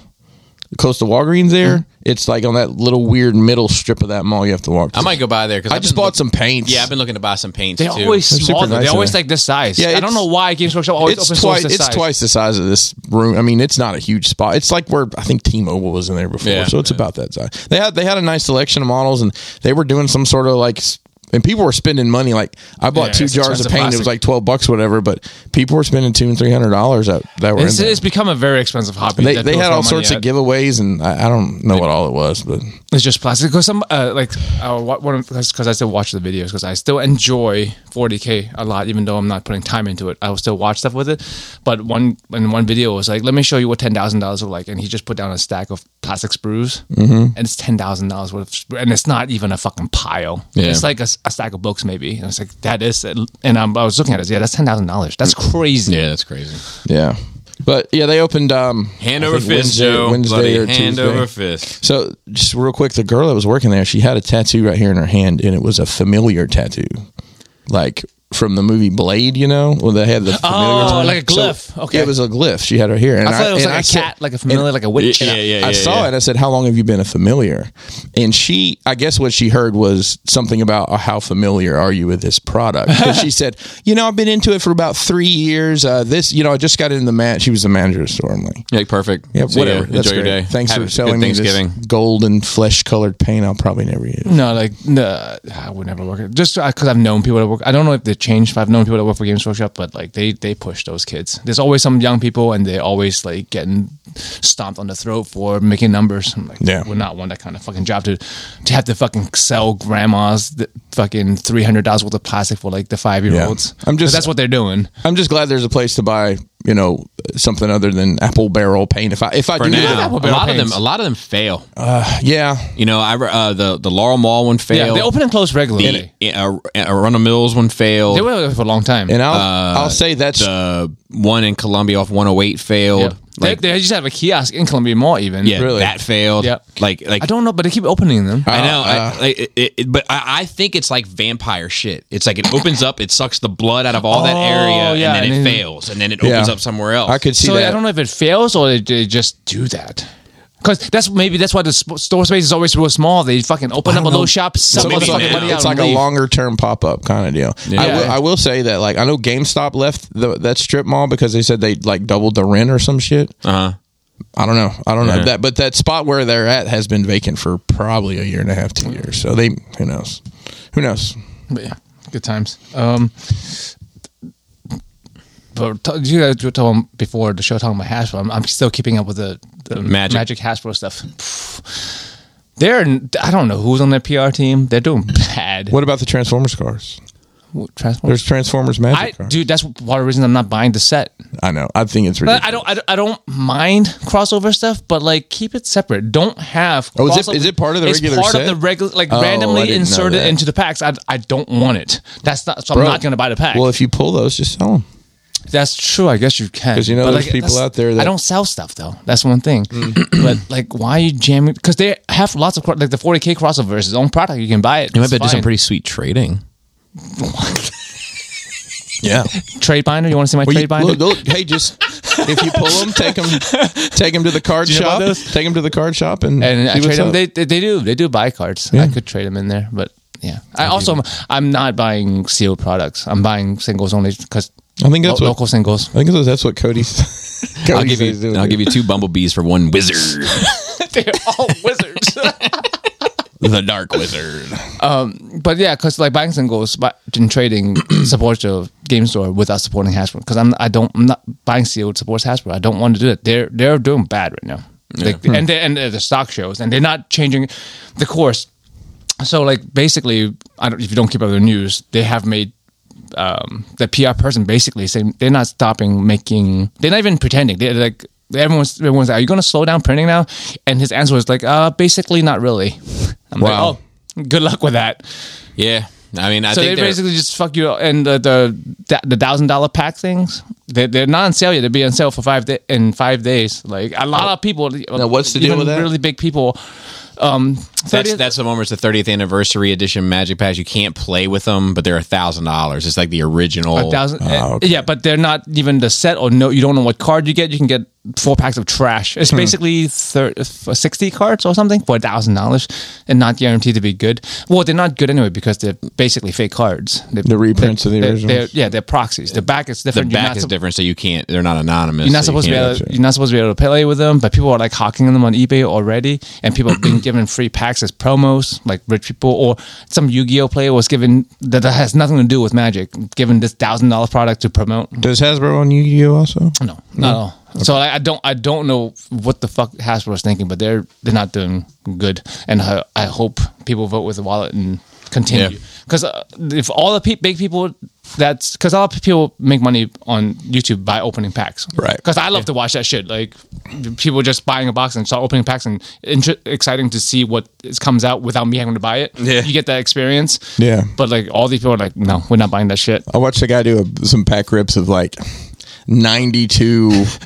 Speaker 2: close to Walgreens there,
Speaker 3: Mm-hmm.
Speaker 2: it's like on that little weird middle strip of that mall you have to walk. To.
Speaker 1: I might go by there because
Speaker 2: I just bought some paints.
Speaker 1: Yeah, I've been looking to buy some paints.
Speaker 3: they
Speaker 1: too.
Speaker 3: always
Speaker 2: They're super
Speaker 3: small. though.
Speaker 2: nice
Speaker 3: They're
Speaker 2: in
Speaker 3: always
Speaker 2: there.
Speaker 3: like this size.
Speaker 2: Yeah,
Speaker 3: I don't
Speaker 2: it's-
Speaker 3: know why Games Workshop always
Speaker 2: it's
Speaker 3: opens
Speaker 2: twice.
Speaker 3: this
Speaker 2: It's
Speaker 3: size.
Speaker 2: twice the size of this room. I mean, it's not a huge spot. It's like where I think T-Mobile was in there before,
Speaker 1: Yeah.
Speaker 2: so it's about that size. They had they had a nice selection of models, and they were doing some sort of like. s- And people were spending money. Like I bought
Speaker 3: Yeah,
Speaker 2: two
Speaker 3: it's
Speaker 2: jars of
Speaker 3: expensive
Speaker 2: paint. It
Speaker 3: plastic.
Speaker 2: was like twelve bucks, whatever. But people were spending two and three hundred dollars that that were.
Speaker 3: It's,
Speaker 2: in there.
Speaker 3: it's become a very expensive hobby.
Speaker 2: They,
Speaker 3: that
Speaker 2: they
Speaker 3: people
Speaker 2: had
Speaker 3: throw
Speaker 2: all
Speaker 3: money
Speaker 2: sorts
Speaker 3: at.
Speaker 2: of giveaways, and I, I don't know what all it was, but
Speaker 3: It's just plastic. Because some uh, like uh, wa- one because I still watch the videos because I still enjoy 40k a lot, even though I'm not putting time into it. I will still watch stuff with it. But one in one video was like, "Let me show you what ten thousand dollars look like," and he just put down a stack of plastic sprues,
Speaker 2: Mm-hmm.
Speaker 3: and it's ten thousand dollars worth, of spru- and it's not even a fucking pile.
Speaker 1: Yeah.
Speaker 3: It's like a, s- a stack of books maybe. And I was like, "That is," it." and um, I was looking at it. Yeah, that's ten thousand dollars. That's crazy.
Speaker 1: Yeah, that's crazy.
Speaker 2: yeah, but yeah, they opened um,
Speaker 1: Hand
Speaker 2: I
Speaker 1: over
Speaker 2: think
Speaker 1: fist,
Speaker 2: Wednesday,
Speaker 1: Joe.
Speaker 2: Wednesday
Speaker 1: Bloody
Speaker 2: or
Speaker 1: hand
Speaker 2: Tuesday.
Speaker 1: over fist.
Speaker 2: So just real quick, the girl that was working there, she had a tattoo right here in her hand, and it was a familiar tattoo, like from the movie Blade. You know, well they had the familiar
Speaker 3: Oh,
Speaker 2: one.
Speaker 3: like a glyph. Okay.
Speaker 2: it was a glyph. She had her here, and
Speaker 3: I thought it was
Speaker 2: and
Speaker 3: like a
Speaker 2: said-
Speaker 3: cat, like a familiar, like a witch.
Speaker 1: Yeah, yeah, yeah.
Speaker 2: I saw it. I said, "How long have you been a familiar?" And she, I guess, what she heard was something about uh, how familiar are you with this product. 'Cause she said, "You know, I've been into it for about three years. Uh, this, you know, I just got in the man. She was the manager of the store. I'm like,
Speaker 1: Yeah, perfect.
Speaker 2: yeah,
Speaker 1: So,
Speaker 2: whatever.
Speaker 1: enjoy
Speaker 2: That's
Speaker 1: your
Speaker 2: great.
Speaker 1: day.
Speaker 2: Thanks
Speaker 1: Have a
Speaker 2: for
Speaker 1: good
Speaker 2: selling me
Speaker 1: Thanksgiving. Mm.
Speaker 2: this gold and flesh colored paint. I'll probably never use.
Speaker 3: No, like no, I would never work. it. Just because I've known people that work. I don't know if they changed. But I've known people that work for Games Workshop, but like they they push those kids. There's always some young people, and they always like getting stomped on the throat for making numbers. I'm like,
Speaker 2: Yeah.
Speaker 3: would not want that kind of fucking job to to have to fucking sell grandmas the fucking three hundred dollars worth of plastic for like the five year olds.
Speaker 2: Yeah. I'm just-
Speaker 3: that's what they're doing.
Speaker 2: I'm just glad there's a place to buy, you know, something other than apple barrel paint. If I if I
Speaker 1: For
Speaker 2: do,
Speaker 1: now,
Speaker 2: need
Speaker 1: a
Speaker 2: it-
Speaker 3: Apple Barrel
Speaker 1: lot of them,
Speaker 3: Paints.
Speaker 1: a lot of them fail.
Speaker 2: yeah,
Speaker 1: You know, I re- uh, the the Laurel Mall one
Speaker 3: Yeah,
Speaker 1: failed.
Speaker 3: they open and close regularly.
Speaker 1: the uh, Arundel Mills one failed.
Speaker 3: they were there for a long time.
Speaker 2: and I'll I'll say that's
Speaker 1: Uh, the one in Columbia off 108 failed.
Speaker 3: Yeah. They-
Speaker 1: Like,
Speaker 3: they, just have a kiosk in Columbia Mall, even.
Speaker 1: yeah,
Speaker 2: Really?
Speaker 1: that failed.
Speaker 3: Yeah.
Speaker 1: Like, like
Speaker 3: I don't know, but they keep opening them.
Speaker 1: I know, I, like, it, it, it- but I, I think it's like vampire shit. It's like it opens up, it sucks the blood out of all that
Speaker 3: Oh,
Speaker 1: area,
Speaker 3: yeah,
Speaker 1: and then
Speaker 3: and
Speaker 1: it
Speaker 3: then-
Speaker 1: fails, and then it
Speaker 2: Yeah.
Speaker 1: opens up somewhere else.
Speaker 2: I could see
Speaker 3: so
Speaker 2: that.
Speaker 3: I don't know if it fails or they, they just do that. Cause that's maybe that's why the sp- store space is always real small. They fucking open up a little shop, suck
Speaker 2: So
Speaker 1: Maybe
Speaker 3: all the
Speaker 2: it's like,
Speaker 3: fucking
Speaker 1: now.
Speaker 3: money out,
Speaker 2: it's like
Speaker 3: and
Speaker 2: a
Speaker 3: leave.
Speaker 2: longer term pop up kind of deal. I,
Speaker 1: Yeah.
Speaker 2: will, I will say that like I know GameStop left the, that strip mall because they said they like doubled the rent or some shit.
Speaker 1: Uh-huh.
Speaker 2: I don't know. I don't know that, but that spot where they're at has been vacant for probably a year and a half, two years. So they who knows, who knows.
Speaker 3: But yeah, good times. Um, but t- you guys were talking before the show talking about hash. but I'm, I'm still keeping up with the, the
Speaker 1: Magic.
Speaker 3: Magic Hasbro stuff. They're I don't know who's on their PR team. They're doing bad.
Speaker 2: What about the Transformers cars?
Speaker 3: Transformers?
Speaker 2: There's Transformers magic
Speaker 3: I
Speaker 2: cars.
Speaker 3: dude, that's one of the reasons I'm not buying the set.
Speaker 2: I know. I think it's ridiculous.
Speaker 3: I don't, I don't, I don't mind crossover stuff, but like keep it separate. Don't have.
Speaker 2: Oh, is it-
Speaker 3: crossover-
Speaker 2: is it part of the
Speaker 3: it's
Speaker 2: regular
Speaker 3: Part
Speaker 2: set?
Speaker 3: of the regular, like
Speaker 2: Oh, I
Speaker 3: randomly
Speaker 2: didn't know
Speaker 3: inserted
Speaker 2: that.
Speaker 3: into the packs. I, I don't want it. That's not. So
Speaker 2: Bro,
Speaker 3: I'm not going to buy the pack.
Speaker 2: Well, if you pull those, just sell them.
Speaker 3: That's true. I guess you can.
Speaker 2: 'Cause you know
Speaker 3: But,
Speaker 2: there's people
Speaker 3: that's-
Speaker 2: out there that- Mm.
Speaker 3: I don't sell stuff though. That's one thing. but like, why are you jamming? Because they have lots of cro- like the 40k crossover is its own product. You can buy it.
Speaker 1: You might
Speaker 3: It's
Speaker 1: be able to do some
Speaker 3: fine.
Speaker 1: pretty sweet trading.
Speaker 2: Yeah.
Speaker 3: trade binder. You want to see my
Speaker 2: Well, you,
Speaker 3: trade binder?
Speaker 2: look, look, hey, just if you pull them, take them, take them to the card
Speaker 3: you know
Speaker 2: shop.
Speaker 3: about those?
Speaker 2: Take them to the card shop and
Speaker 3: and
Speaker 2: see
Speaker 3: I
Speaker 2: what's
Speaker 3: trade them.
Speaker 2: up.
Speaker 3: They, they they do they do buy cards.
Speaker 2: Yeah.
Speaker 3: I could trade them in there, but yeah. I also am, I'm not buying sealed products. I'm buying singles only because
Speaker 2: I think that's what-
Speaker 3: local singles.
Speaker 2: I think that's- that's what Cody's. Cody
Speaker 1: I'll give
Speaker 2: says doing
Speaker 1: you. I'll
Speaker 2: it.
Speaker 1: give you two bumblebees for one wizard,
Speaker 3: They're all wizards.
Speaker 1: the dark wizard.
Speaker 3: but yeah, because like buying singles but in trading supports the game store without supporting Hasbro. Because I'm I don't I'm not buying sealed supports Hasbro. I don't want to do it. They're they're doing bad right now. Like, And they, and uh, the stock shows, and they're not changing the course. So like basically, I don't, if you don't keep up with the news, they have made um, the PR person basically saying they're not stopping making. They're not even pretending. They're like everyone's everyone's like, are you going to slow down printing now? And his answer was like, uh, basically not really. I'm
Speaker 1: Wow.
Speaker 3: like, oh, good luck with that.
Speaker 1: Yeah, I mean, I
Speaker 3: so they
Speaker 1: think they're-
Speaker 3: basically just fuck you and the the the thousand dollar pack things. They're, they're not on sale yet. They'll be on sale for five da in five days. Like a lot of people. Now
Speaker 2: what's the deal with that?
Speaker 3: Really big people. Um, 30
Speaker 1: that's that's the one where it's the 30th anniversary edition Magic Packs. You can't play with them, but they're a thousand dollars. It's like the original.
Speaker 3: a thousand. eh,
Speaker 2: Oh, okay.
Speaker 3: Yeah, but they're not even the set or no. You don't know what card you get. You can get four packs of trash. It's
Speaker 2: Hmm.
Speaker 3: basically thir- f- sixty cards or something for a thousand dollars, and not guaranteed to be good. Well, they're not good anyway because they're basically fake cards. They're,
Speaker 2: The reprints of the
Speaker 3: they're-
Speaker 2: originals.
Speaker 3: they're- yeah, they're proxies. The back is
Speaker 1: The
Speaker 3: different. You're
Speaker 1: back
Speaker 3: not
Speaker 1: is
Speaker 3: sup-
Speaker 1: different, so you can't. They're not anonymous.
Speaker 3: You're not
Speaker 1: so you
Speaker 3: supposed to be
Speaker 1: can't-
Speaker 3: able to, you're not supposed to be able to play with them, but people are like hawking them on eBay already, and people have been given free packs as promos, like rich people, or some Yu-Gi-Oh player was given that has nothing to do with Magic, given this thousand dollar product to promote.
Speaker 2: Does Hasbro on Yu-Gi-Oh also?
Speaker 3: No, not at all. So like, I don't, I don't know what the fuck Hasbro's thinking, but they're they're not doing good, and I, I hope people vote with the wallet and continue.
Speaker 1: Yeah.
Speaker 3: Because uh, if all the pe- big people, that's because a lot of people make money on YouTube by opening packs,
Speaker 2: Right.
Speaker 3: Because I love to watch that shit. Like people just buying a box and start opening packs, and inter- exciting to see what is, comes out without me having to buy it.
Speaker 1: Yeah.
Speaker 3: you get that experience.
Speaker 2: Yeah.
Speaker 3: but like all these people are like, no, we're not buying that shit.
Speaker 2: I watched a guy do a, some pack rips of like ninety-two.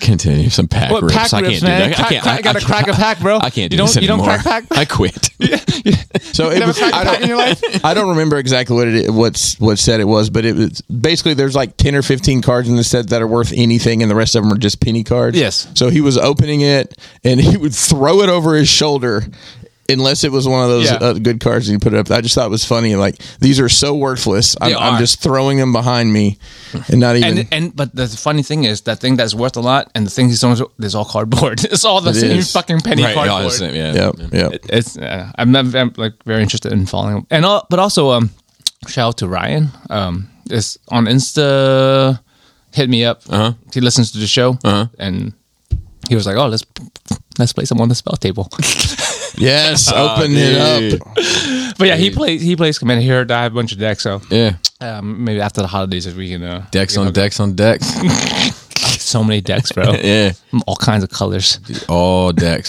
Speaker 1: continue some pack
Speaker 3: What,
Speaker 1: rips.
Speaker 3: pack
Speaker 1: I can't
Speaker 3: rips,
Speaker 1: do
Speaker 3: man?
Speaker 1: that.
Speaker 3: Crack-
Speaker 1: I can't.
Speaker 3: crack-
Speaker 1: I,
Speaker 3: gotta
Speaker 1: I
Speaker 3: crack a pack, bro.
Speaker 1: I can't do
Speaker 3: You don't-
Speaker 1: this
Speaker 3: you don't
Speaker 1: anymore.
Speaker 3: crack pack?
Speaker 1: I quit.
Speaker 2: So it was, I don't, I don't remember exactly what it what's what set it was, but it was basically there's like ten or fifteen cards in the set that are worth anything, and the rest of them are just penny cards.
Speaker 3: Yes.
Speaker 2: So he was opening it, and he would throw it over his shoulder. Unless it was one of those
Speaker 3: Yeah.
Speaker 2: uh, good cards and you put it up, I just thought it was funny. Like these are so worthless, I'm,
Speaker 3: They
Speaker 2: I'm
Speaker 3: are.
Speaker 2: just throwing them behind me, and not even.
Speaker 3: and and but the funny thing is that thing that's worth a lot and the things he's on there's all cardboard. It's all the
Speaker 2: It
Speaker 3: same
Speaker 2: is.
Speaker 3: fucking penny
Speaker 1: Right,
Speaker 3: cardboard.
Speaker 1: honestly, yeah.
Speaker 2: yep, yep.
Speaker 3: It- It's uh, I'm, not- I'm like very interested in following and all, but also um shout out to Ryan um is on Insta hit me up uh-huh. he listens to the show uh-huh. and he was like oh let's let's play some on the spell table
Speaker 2: Yes, open it
Speaker 1: dude.
Speaker 2: up.
Speaker 3: but yeah he plays he plays Commander here I have a bunch of decks so
Speaker 1: Yeah.
Speaker 3: um, maybe after the holidays if we can uh,
Speaker 1: Decks
Speaker 3: you know,
Speaker 1: on decks on decks.
Speaker 3: so many decks bro
Speaker 1: Yeah.
Speaker 3: all kinds of colors.
Speaker 1: All decks.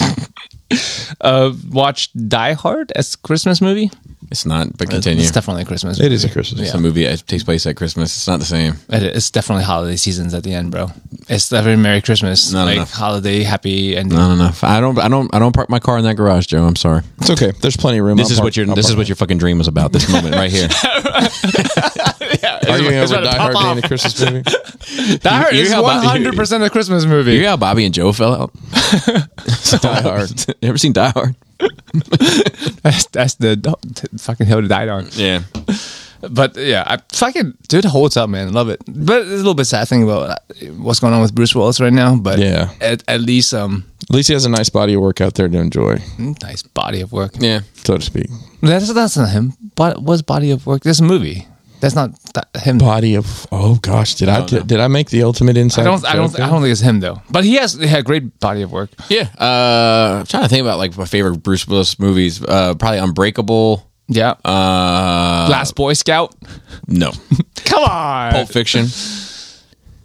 Speaker 3: Uh, watch Die Hard as Christmas movie.
Speaker 1: It's not, but continue.
Speaker 3: It's definitely a Christmas.
Speaker 2: It is a Christmas.
Speaker 1: It's a movie that takes place at Christmas. It's not the same.
Speaker 3: It- It's definitely holiday seasons at the end, bro. It's definitely Merry Christmas,
Speaker 1: Not
Speaker 3: like
Speaker 1: enough.
Speaker 3: holiday happy and
Speaker 1: Not enough. I don't. I don't. I don't park my car in that garage, Joe. I'm sorry.
Speaker 2: It's okay. There's plenty of room.
Speaker 1: This
Speaker 2: I'll
Speaker 1: is
Speaker 2: park-
Speaker 1: what your.
Speaker 2: I'll
Speaker 1: This is
Speaker 2: park.
Speaker 1: what your fucking dream was about. This moment right here.
Speaker 2: arguing
Speaker 3: it's
Speaker 2: over
Speaker 3: about
Speaker 2: Die
Speaker 3: to pop
Speaker 2: Hard being
Speaker 3: off.
Speaker 2: a Christmas movie.
Speaker 3: Die Hard
Speaker 1: you
Speaker 3: is
Speaker 1: hear
Speaker 3: one
Speaker 1: about-
Speaker 3: hundred percent a Christmas
Speaker 1: You
Speaker 3: movie.
Speaker 1: hear how Bobby and Joe fell out? Die Hard. you ever seen Die Hard?
Speaker 3: That's, that's the the fucking hill to die on.
Speaker 1: Yeah.
Speaker 3: But yeah, I fucking dude holds up, man. Love it. But it's a little bit sad thing about uh, what's going on with Bruce Willis right now. But
Speaker 2: Yeah.
Speaker 3: at, at least um,
Speaker 2: At least he has a nice body of work out there to enjoy,
Speaker 3: nice body of work.
Speaker 1: Yeah.
Speaker 2: so to speak.
Speaker 3: That's that's not him. But was body of work? This movie. That's not that, him.
Speaker 2: Body of oh gosh, did I, did, I make the ultimate
Speaker 3: I
Speaker 2: inside?
Speaker 3: don't. I don't.
Speaker 2: joke there?
Speaker 3: I don't think it's him though. But he has. He had a great body of work.
Speaker 1: Yeah. Uh, I'm trying to think about like my favorite Bruce Willis movies. Uh, probably Unbreakable.
Speaker 3: Yeah.
Speaker 1: Uh,
Speaker 3: Last Boy Scout.
Speaker 1: no.
Speaker 3: Come on.
Speaker 1: Pulp Fiction.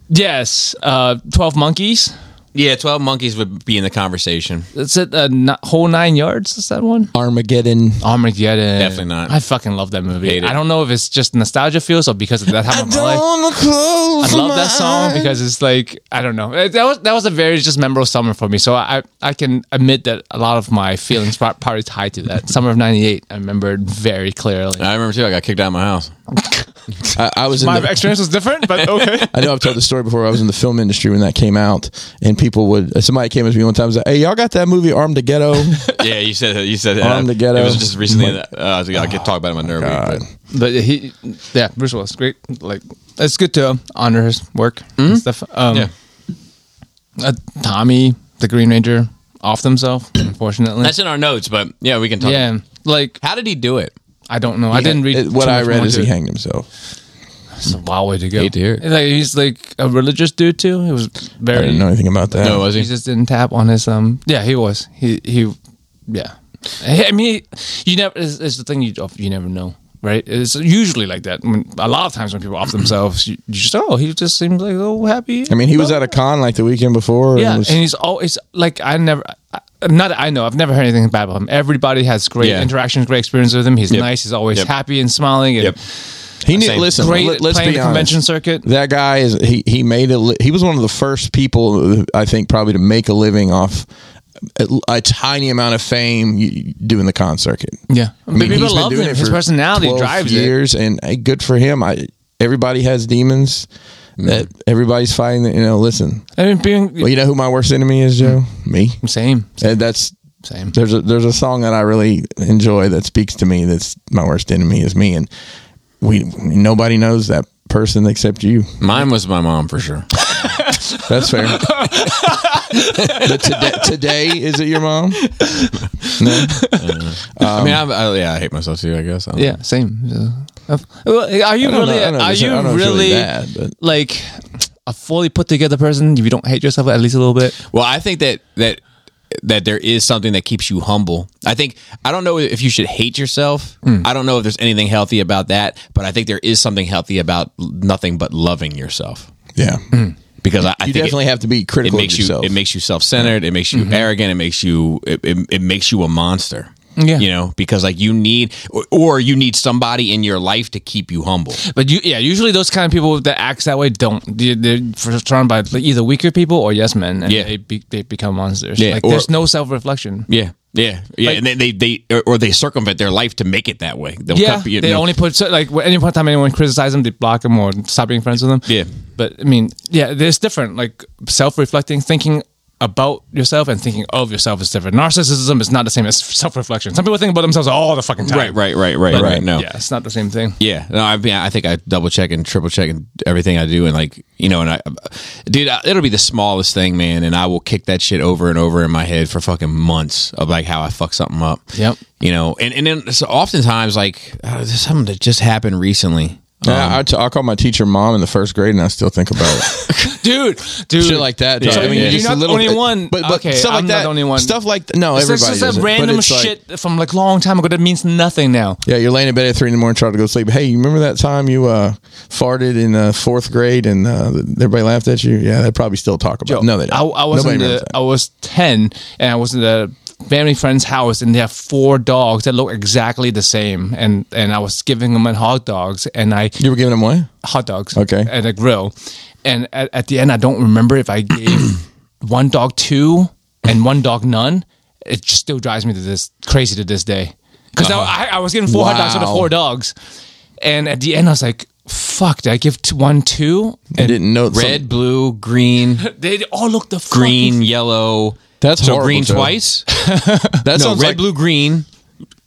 Speaker 3: Yes. Uh, Twelve Monkeys.
Speaker 1: Yeah, Twelve Monkeys would be in the conversation.
Speaker 3: That's it. Uh, n- whole nine yards. Is that one?
Speaker 2: Armageddon.
Speaker 3: Armageddon.
Speaker 1: Definitely not.
Speaker 3: I fucking love that movie.
Speaker 1: Hate it.
Speaker 3: I don't know if it's just nostalgia feels or because of that time of my life.
Speaker 2: close.
Speaker 3: I love that song because it's like I don't know. It- That was that was a very just memorable summer for me. So I I can admit that a lot of my feelings pro- probably tied to that summer of '98. I remember it very clearly.
Speaker 1: I remember too. I got kicked out of my house.
Speaker 2: I, I was in
Speaker 3: my
Speaker 2: the,
Speaker 3: experience was different, but okay.
Speaker 2: I know I've told the story before. I was in the film industry when that came out, and people would somebody came up to me one time and said, "Hey, y'all got that movie Armed to Ghetto?"
Speaker 1: Yeah, you said you said
Speaker 2: Armed to Ghetto.
Speaker 1: It was just recently. that uh, I was gonna get talk about it in my nerve.
Speaker 2: God.
Speaker 1: but-
Speaker 3: But he, yeah, Bruce Willis, great. Like it's good to honor his work and stuff. Um,
Speaker 1: Yeah.
Speaker 3: uh, Tommy, the Green Ranger, off himself, unfortunately.
Speaker 1: That's in our notes, but yeah, we can talk.
Speaker 3: yeah, like
Speaker 1: How did he do it?
Speaker 3: I don't know. I didn't read
Speaker 2: It- what
Speaker 3: too
Speaker 2: I
Speaker 3: much
Speaker 2: read
Speaker 3: more
Speaker 2: is
Speaker 3: into
Speaker 2: he
Speaker 3: it.
Speaker 2: hanged himself.
Speaker 3: It's a wild way to go.
Speaker 1: Hate to hear it.
Speaker 3: Like he's like a religious dude too. He was
Speaker 2: I
Speaker 3: very.
Speaker 2: didn't know anything about that.
Speaker 1: No, was
Speaker 3: He
Speaker 1: he?
Speaker 3: just didn't tap on his um. Yeah, he was. He he, yeah. I mean, you never. It's, it's the thing you you never know, right? It's usually like that. I mean, a lot of times when people off themselves, you, you just oh, he just seems like oh happy.
Speaker 2: I mean, he was at a con like the weekend before.
Speaker 3: yeah,
Speaker 2: and was,
Speaker 3: and he's always like I never. I, not that I know. I've never heard anything bad about him. Everybody has great
Speaker 1: Yeah.
Speaker 3: interactions, great experience with him. He's
Speaker 1: Yep.
Speaker 3: nice. He's always
Speaker 1: Yep.
Speaker 3: happy and smiling. And
Speaker 1: Yep.
Speaker 2: he knew,
Speaker 1: Same.
Speaker 2: listen.
Speaker 3: Great
Speaker 2: let, us
Speaker 3: playing
Speaker 2: be
Speaker 3: the
Speaker 2: honest.
Speaker 3: convention circuit.
Speaker 2: That guy is he. He made a. Li- he was one of the first people I think probably to make a living off a, a tiny amount of fame you- doing the con circuit.
Speaker 3: Yeah,
Speaker 2: I mean,
Speaker 3: people
Speaker 2: he's been
Speaker 3: love
Speaker 2: doing
Speaker 3: him.
Speaker 2: it
Speaker 3: His
Speaker 2: for
Speaker 3: personality
Speaker 2: 12
Speaker 3: drives it.
Speaker 2: years, and hey, good for him. I everybody has demons
Speaker 3: Mm-hmm.
Speaker 2: that everybody's fighting. That, you know, listen.
Speaker 3: I mean, being
Speaker 2: Well, you know who my worst enemy is, Joe?
Speaker 3: Mm-hmm.
Speaker 2: Me.
Speaker 3: same,
Speaker 2: And that's
Speaker 3: same.
Speaker 2: there's a there's a song that I really enjoy that speaks to me. That's my worst enemy is me, and we nobody knows that person except you.
Speaker 1: Mine was my mom for sure.
Speaker 2: That's fair. but today, today is it your mom? No. Um,
Speaker 1: I mean, I, I, yeah, I hate myself too. I guess. I don't
Speaker 3: Yeah,
Speaker 1: know.
Speaker 3: same. Uh, well, Are you
Speaker 2: I don't know-
Speaker 3: really?
Speaker 2: I don't know if
Speaker 3: Are
Speaker 2: it's- I
Speaker 3: you
Speaker 2: don't know if it's really
Speaker 3: really
Speaker 2: bad, but-
Speaker 3: like a fully put together person? If you don't hate yourself at least a little bit,
Speaker 1: Well, I think that that that there is something that keeps you humble. I think I don't know if you should hate yourself.
Speaker 3: Hmm.
Speaker 1: I don't know if there's anything healthy about that, but I think there is something healthy about l- nothing but loving yourself.
Speaker 2: Yeah,
Speaker 1: Because I, I
Speaker 2: you
Speaker 1: think it-
Speaker 2: definitely have to be
Speaker 1: Hmm. it
Speaker 2: critical
Speaker 1: makes
Speaker 2: of
Speaker 1: you
Speaker 2: yourself.
Speaker 1: it makes you self-centered it makes you
Speaker 3: Mm-hmm.
Speaker 1: arrogant it makes you it, it, it makes you a monster
Speaker 3: Yeah.
Speaker 1: you know because like you need or, or you need somebody in your life to keep you humble
Speaker 3: but you, yeah, usually those kind of people that acts that way don't. They- They're surrounded by like, either weaker people or yes men, and
Speaker 1: Yeah.
Speaker 3: they be, they become monsters.
Speaker 1: Yeah,
Speaker 3: like
Speaker 1: or-
Speaker 3: there's no self reflection.
Speaker 1: yeah yeah yeah
Speaker 3: Like-
Speaker 1: and they, they they or- or they circumvent their life to make it that way They'll
Speaker 3: Yeah,
Speaker 1: cut- you
Speaker 3: they
Speaker 1: know,
Speaker 3: only put so, like at any point in time anyone criticizes them, they block them or stop being friends with them.
Speaker 1: Yeah.
Speaker 3: but I mean, yeah, there's different like self-reflecting, thinking about yourself and thinking of yourself is different. Narcissism is not the same as self-reflection. Some people think about themselves all the fucking time.
Speaker 1: right right right right
Speaker 3: But,
Speaker 1: right no
Speaker 3: yeah, it's not the same thing.
Speaker 1: Yeah, no, I mean, I think I double check and triple check and everything I do, and like you know, and I, dude, I, it'll be the smallest thing, man, and I will kick that shit over and over in my head for fucking months of like how I fuck something up.
Speaker 3: Yep.
Speaker 1: You know, and and then so oftentimes like uh, there's something that just happened recently.
Speaker 2: Yeah, I, t- I called my teacher mom in the first grade, and I still think about it.
Speaker 3: Dude, dude,
Speaker 2: shit like that. dog.
Speaker 1: So
Speaker 2: I mean,
Speaker 1: you're
Speaker 2: just
Speaker 3: not
Speaker 2: a
Speaker 3: the
Speaker 2: little,
Speaker 3: only one.
Speaker 2: But, but
Speaker 3: Okay,
Speaker 2: stuff like
Speaker 3: I'm not
Speaker 2: that.
Speaker 3: the only one.
Speaker 2: Stuff like no,
Speaker 3: It's
Speaker 2: everybody.
Speaker 3: just
Speaker 2: does
Speaker 3: a
Speaker 2: it, but
Speaker 3: random
Speaker 2: it's like-
Speaker 3: shit from like long time ago that means nothing now.
Speaker 2: yeah, you're laying in bed at three in the morning trying to go to sleep. Hey, you remember that time you uh, farted in uh, fourth grade and uh, everybody laughed at you? Yeah, they probably still talk about. it. No, they don't.
Speaker 3: Oh, I, I was
Speaker 2: Nobody
Speaker 3: in
Speaker 2: remembers
Speaker 3: the,
Speaker 2: that.
Speaker 3: I was ten, and I was in the family friend's house, and they have four dogs that look exactly the same, and and I was giving them hot dogs, and I
Speaker 2: you were giving them away.
Speaker 3: hot dogs,
Speaker 2: Okay.
Speaker 3: at a grill, and at, at the end, I don't remember if I gave one dog two and one dog none. It just still drives me to this crazy to this day because I, I was getting four hot dogs out of
Speaker 2: Uh-huh. Wow.
Speaker 3: four dogs, and at the end, I was like. Fuck! Did I give t- one two?
Speaker 2: I didn't know
Speaker 1: Red, blue, green,
Speaker 3: They all look the fucking
Speaker 1: green, yellow.
Speaker 2: That's
Speaker 1: so
Speaker 2: horrible,
Speaker 1: green
Speaker 2: Joe.
Speaker 1: twice.
Speaker 2: That
Speaker 1: no,
Speaker 2: sounds
Speaker 1: red,
Speaker 2: like
Speaker 1: blue, green,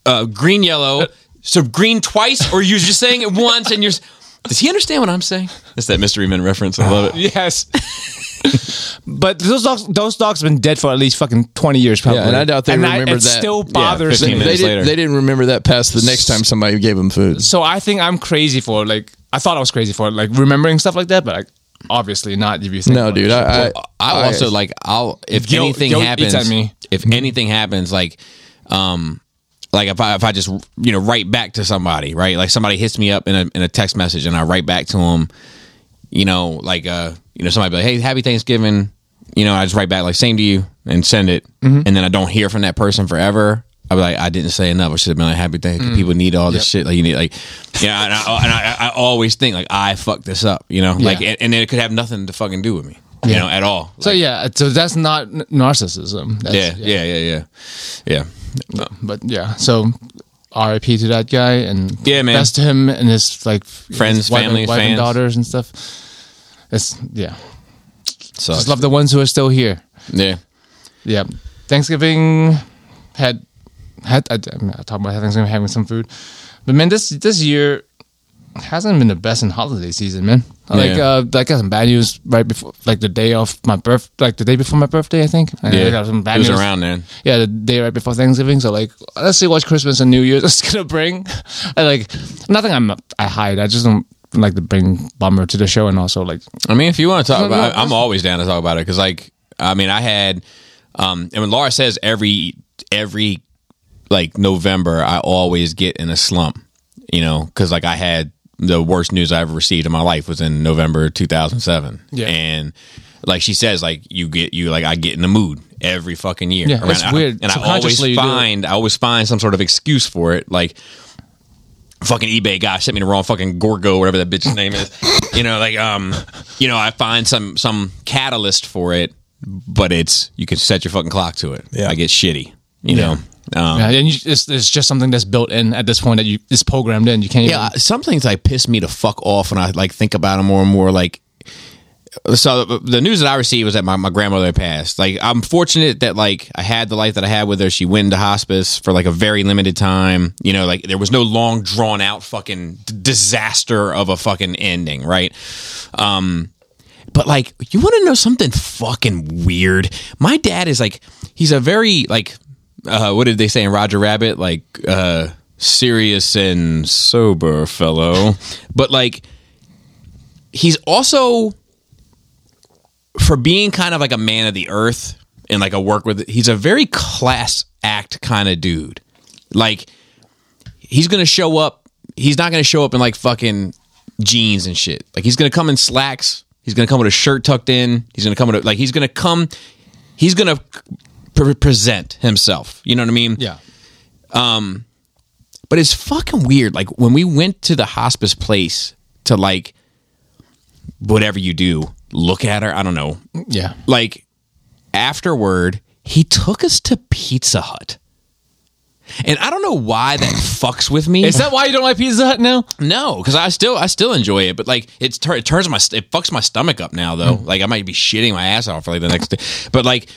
Speaker 1: uh, green, yellow. So green twice, or you're just saying it once, and you're. s- Does he understand what I'm saying? It's that mystery men reference. I love it.
Speaker 3: Yes. But those dogs, those dogs have been dead for at least fucking twenty years, probably.
Speaker 2: Yeah, and I doubt they
Speaker 3: And I-
Speaker 2: remembered
Speaker 3: it
Speaker 2: that.
Speaker 3: still
Speaker 2: Yeah,
Speaker 3: bothers
Speaker 1: 15
Speaker 3: me.
Speaker 2: they,
Speaker 1: minutes
Speaker 2: did,
Speaker 1: later.
Speaker 2: they didn't remember that past the next time somebody gave them food.
Speaker 3: So I think I'm crazy for like I thought I was crazy for like remembering stuff like that, but like obviously not if you think.
Speaker 2: No,
Speaker 3: about
Speaker 2: dude,
Speaker 3: it.
Speaker 2: I, I,
Speaker 1: I
Speaker 2: I-
Speaker 1: also like I'll if
Speaker 3: Guilt-
Speaker 1: anything
Speaker 3: guilt
Speaker 1: happens
Speaker 3: eats at me.
Speaker 1: if anything happens like um like if I if I just you know write back to somebody right like somebody hits me up in a in a text message and I write back to them you know like uh you know somebody be like hey happy Thanksgiving you know I just write back like same to you and send it and then I don't hear from that person forever. I be like, I didn't say enough. I should have been like, happy thank you. People need all this shit. Like you need, like, yeah. And I, and I, I always think like I fucked this up, you know. Like, and, and it could have nothing to fucking do with me, you know, at all.
Speaker 3: So yeah, so that's not n- narcissism. That's,
Speaker 1: Yeah, yeah, yeah, yeah, yeah. Yeah,
Speaker 3: But yeah, so RIP to that guy and
Speaker 1: Yeah, man.
Speaker 3: best to him and his like
Speaker 1: Friends,
Speaker 3: his wife and-
Speaker 1: family,
Speaker 3: wife and
Speaker 1: fans.
Speaker 3: daughters and stuff. It's yeah,
Speaker 1: so
Speaker 3: just love the ones who are still here.
Speaker 1: yeah.
Speaker 3: Yeah, Thanksgiving had had I, I mean, I talked about Thanksgiving having some food, but man, this this year hasn't been the best in holiday season, man. Like
Speaker 1: Yeah.
Speaker 3: uh, I got some bad news right before, like the day of my birth, like the day before my birthday, I think. And I got some bad
Speaker 1: it was
Speaker 3: news.
Speaker 1: around then.
Speaker 3: Yeah, the day right before Thanksgiving. So like, let's see what Christmas and New Year's is gonna bring. I like nothing. I'm I hide. I just don't like to bring bummer to the show, and also like
Speaker 1: I mean, if you want to talk
Speaker 3: No, no,
Speaker 1: about, I,
Speaker 3: that's-
Speaker 1: I'm always down to talk about it because, like, I mean, I had, um, and when Laura says every every like November, I always get in a slump, you know, because like I had the worst news I ever received in my life was in November 2007,
Speaker 3: Yeah.
Speaker 1: and like she says, like you get you like I get in the mood every fucking year.
Speaker 3: Yeah, it's
Speaker 1: I-
Speaker 3: weird.
Speaker 1: and I always
Speaker 3: Subconsciously you do it.
Speaker 1: find I always find some sort of excuse for it, like fucking eBay guy sent me the wrong fucking Gorgo, whatever that bitch's name is. You know, like um, you know, I find some some catalyst for it, but it's you can set your fucking clock to it.
Speaker 2: Yeah.
Speaker 1: I get shitty. You know, um,
Speaker 3: yeah, and you, it's, it's just something that's built in at this point that you it's programmed in. You can't.
Speaker 1: Yeah,
Speaker 3: even,
Speaker 1: some things like piss me to fuck off when I like think about them more and more. Like, so the- the news that I received was that my, my grandmother had passed. Like, I'm fortunate that like I had the life that I had with her. She went into hospice for like a very limited time. You know, like there was no long drawn out fucking d- disaster of a fucking ending, right? Um, but like, you want to know something fucking weird? My dad is like, he's a very like, uh, what did they say in Roger Rabbit? Like, uh, serious and sober fellow, but like, he's also for being kind of like a man of the earth and like a work with. He's a very class act kind of dude. Like, he's gonna show up. He's not gonna show up in like fucking jeans and shit. Like he's gonna come in slacks. He's gonna come with a shirt tucked in. He's gonna come with a, like he's gonna come. He's gonna pre- present himself. You know what I mean?
Speaker 3: yeah.
Speaker 1: But it's fucking weird. Like when we went to the hospice place to like whatever you do, look at her. I don't know.
Speaker 3: Yeah.
Speaker 1: Like afterward, he took us to Pizza Hut. And I don't know why that fucks with me.
Speaker 3: Is that why you don't like Pizza Hut now?
Speaker 1: No, because I still I still enjoy it, but like it's tur- it turns my st- it fucks my stomach up now though. Like I might be shitting my ass off for like the next day, but like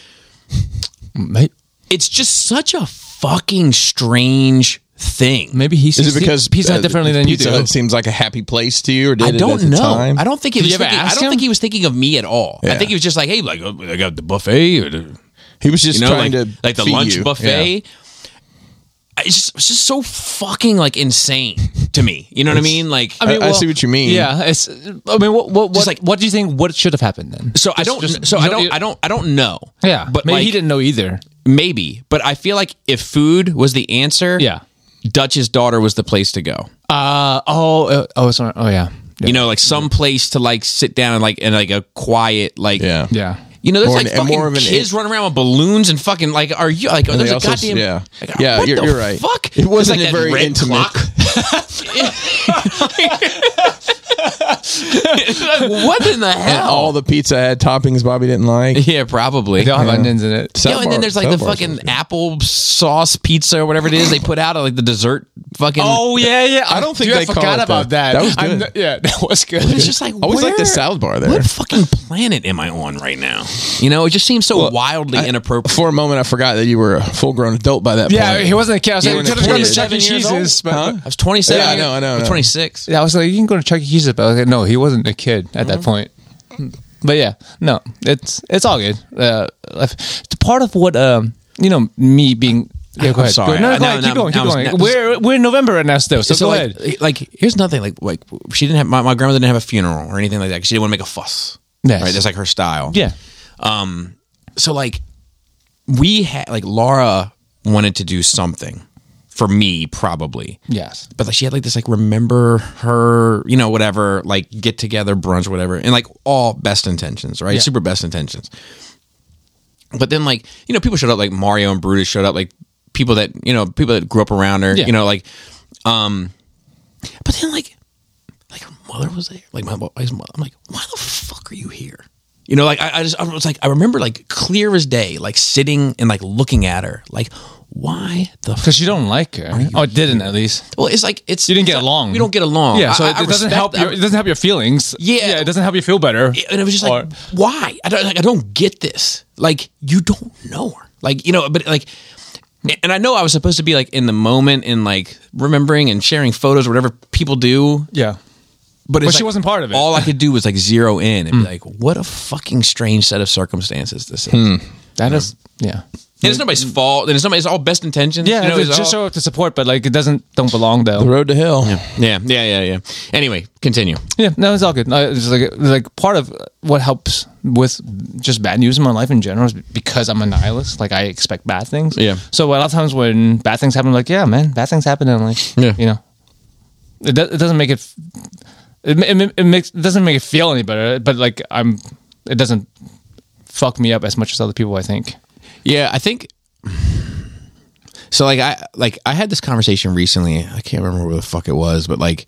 Speaker 3: Maybe,
Speaker 1: it's just such a fucking strange thing.
Speaker 3: maybe he
Speaker 2: is
Speaker 3: sees
Speaker 2: it because
Speaker 3: Pizza Hut
Speaker 2: uh,
Speaker 3: differently than
Speaker 2: Pizza
Speaker 3: you do.
Speaker 2: Hut seems like a happy place to you, or did
Speaker 1: I
Speaker 2: it at
Speaker 1: don't
Speaker 2: the
Speaker 1: know.
Speaker 2: time?
Speaker 1: I don't think he
Speaker 3: Did
Speaker 1: was.
Speaker 3: you ever
Speaker 1: Thinking, I
Speaker 3: ask
Speaker 1: don't
Speaker 3: him?
Speaker 1: think he was thinking of me at all. I
Speaker 2: Yeah.
Speaker 1: think he was just like, hey, like uh, I got the buffet, or the,
Speaker 2: He was just
Speaker 1: you know, like,
Speaker 2: trying to
Speaker 1: like the
Speaker 2: feed
Speaker 1: lunch
Speaker 2: you.
Speaker 1: buffet.
Speaker 2: Yeah.
Speaker 1: It's just, it's just so fucking like insane to me. You know what I mean? Like
Speaker 2: I- I see what you mean.
Speaker 3: Yeah, it's. I mean, what what what,
Speaker 1: Just like-
Speaker 3: what do you think? What should have happened then?
Speaker 1: so I
Speaker 3: Just-
Speaker 1: don't.
Speaker 3: just-
Speaker 1: so I
Speaker 3: you
Speaker 1: don't.
Speaker 3: you-
Speaker 1: I don't. I don't know.
Speaker 3: Yeah,
Speaker 1: but
Speaker 3: maybe
Speaker 1: like,
Speaker 3: he didn't know either.
Speaker 1: Maybe, but I feel like if food was the answer,
Speaker 3: Yeah.
Speaker 1: Dutch's daughter was the place to go.
Speaker 3: Uh oh uh, oh sorry oh yeah yeah
Speaker 1: You know, like some
Speaker 2: Mm-hmm.
Speaker 1: place to like sit down and like and like a quiet like
Speaker 2: Yeah.
Speaker 3: yeah.
Speaker 1: You know, there's
Speaker 2: More
Speaker 1: like
Speaker 2: an-
Speaker 1: fucking
Speaker 2: more of an-
Speaker 1: kids running around with balloons and fucking like are you like
Speaker 2: And
Speaker 1: there's
Speaker 2: they
Speaker 1: a
Speaker 2: also-
Speaker 1: goddamn
Speaker 2: yeah.
Speaker 1: like,
Speaker 2: Yeah,
Speaker 1: what
Speaker 2: you're-
Speaker 1: the
Speaker 2: you're right.
Speaker 1: fuck
Speaker 2: It wasn't
Speaker 1: There's,
Speaker 2: a very
Speaker 1: that red
Speaker 2: intimate-
Speaker 1: clock. like, what in the
Speaker 2: And
Speaker 1: hell?
Speaker 2: all the pizza had toppings Bobby didn't like.
Speaker 1: yeah, probably.
Speaker 3: They all have onions in it.
Speaker 1: Yeah, and then there's like the fucking apple sauce pizza or whatever it is they put out like the dessert fucking.
Speaker 3: Oh yeah, yeah. I
Speaker 2: don't think
Speaker 3: Dude, I
Speaker 2: they call
Speaker 3: forgot
Speaker 2: it
Speaker 3: about
Speaker 2: that.
Speaker 3: that.
Speaker 2: That was
Speaker 3: I'm
Speaker 2: good.
Speaker 3: not- yeah, that was good.
Speaker 1: But it's just like
Speaker 2: I always like the
Speaker 1: where-
Speaker 2: salad bar there.
Speaker 1: What fucking planet am I on right now? You know, it just seems so wildly
Speaker 2: I-
Speaker 1: inappropriate.
Speaker 2: For a moment, I forgot that you were a full grown adult by that
Speaker 3: yeah,
Speaker 2: point.
Speaker 3: he wasn't a kid. I was
Speaker 1: Yeah,
Speaker 3: like,
Speaker 1: when
Speaker 3: you
Speaker 1: I was
Speaker 3: could have gone to
Speaker 1: 27
Speaker 3: Chuck E.
Speaker 1: years
Speaker 3: Cheese's, but
Speaker 1: I was 27.
Speaker 2: Yeah, I know, I know, I
Speaker 1: I was
Speaker 2: know.
Speaker 1: 26. Mm-hmm.
Speaker 3: Yeah, I was like, you can go to Chuck E. Cheese's, but I was like, no, he wasn't a kid at that point. but yeah, no, it's it's all good. Uh, if- part of what um, you know, me being. Yeah, go
Speaker 1: I'm
Speaker 3: ahead.
Speaker 1: sorry.
Speaker 3: Go, no,
Speaker 1: I-
Speaker 3: no, go
Speaker 1: no,
Speaker 3: ahead.
Speaker 1: no,
Speaker 3: keep going. Keep
Speaker 1: I was-
Speaker 3: going.
Speaker 1: I was-
Speaker 3: we're we're in November right now still, so,
Speaker 1: so
Speaker 3: go
Speaker 1: like,
Speaker 3: ahead.
Speaker 1: like here's nothing like like she didn't have my, my grandmother didn't have a funeral or anything like that 'cause she didn't want to make a fuss
Speaker 3: Yes.
Speaker 1: right that's like her style
Speaker 3: Yeah.
Speaker 1: um so like we had like laura wanted to do something for me probably
Speaker 3: Yes.
Speaker 1: but like she had like this like remember her you know whatever like get together brunch whatever and like all best intentions right
Speaker 3: Yeah.
Speaker 1: super best intentions but then like you know people showed up like mario and brutus showed up like people that you know people that grew up around her
Speaker 3: Yeah.
Speaker 1: you know like um but then like like her mother was there like my wife's mother i'm like why the fuck are you here you know like I, I just i was like i remember like clear as day like sitting and like looking at her like why the
Speaker 3: Because you don't like her. Oh, it didn't at least.
Speaker 1: well, it's like it's
Speaker 3: You didn't
Speaker 1: it's
Speaker 3: get
Speaker 1: like,
Speaker 3: along.
Speaker 1: We don't get along.
Speaker 3: Yeah, so
Speaker 1: I-
Speaker 3: it,
Speaker 1: I
Speaker 3: it doesn't
Speaker 1: respect
Speaker 3: help.
Speaker 1: that.
Speaker 3: Your, it doesn't help your feelings.
Speaker 1: Yeah.
Speaker 3: yeah, it doesn't help you feel better.
Speaker 1: and it was just like,
Speaker 3: Or-
Speaker 1: why? I don't. Like, I don't get this. Like you don't know her. Like you know, but like. And I know I was supposed to be like in the moment and like remembering and sharing photos, whatever people do.
Speaker 3: yeah,
Speaker 1: But, it's
Speaker 3: she
Speaker 1: like,
Speaker 3: wasn't part of it. Hmm.
Speaker 1: All I could do was like zero in and be like, "What a fucking strange set of circumstances this is."
Speaker 3: Hmm.
Speaker 1: And
Speaker 3: that is yeah.
Speaker 1: it's nobody's fault. And it's nobody's all best intentions.
Speaker 3: Yeah,
Speaker 1: you know,
Speaker 3: it's
Speaker 1: it's
Speaker 3: just
Speaker 1: all-
Speaker 3: show up to support, but like it doesn't don't belong though.
Speaker 2: The road to hell.
Speaker 1: yeah, yeah, yeah, yeah. Anyway, continue.
Speaker 3: Yeah, no, it's all good. No, it's like like part of what helps with just bad news in my life in general is because I'm a nihilist. Like I expect bad things.
Speaker 1: Yeah.
Speaker 3: So a lot of times when bad things happen, I'm like yeah, man, bad things happen, and like
Speaker 1: Yeah.
Speaker 3: you know, it, do- it doesn't make it. f- It, ma- it, ma- it makes it doesn't make it feel any better, but like I'm, it doesn't fuck me up as much as other people. I think.
Speaker 1: Yeah, I think so. Like I like I had this conversation recently. I can't remember where the fuck it was, but like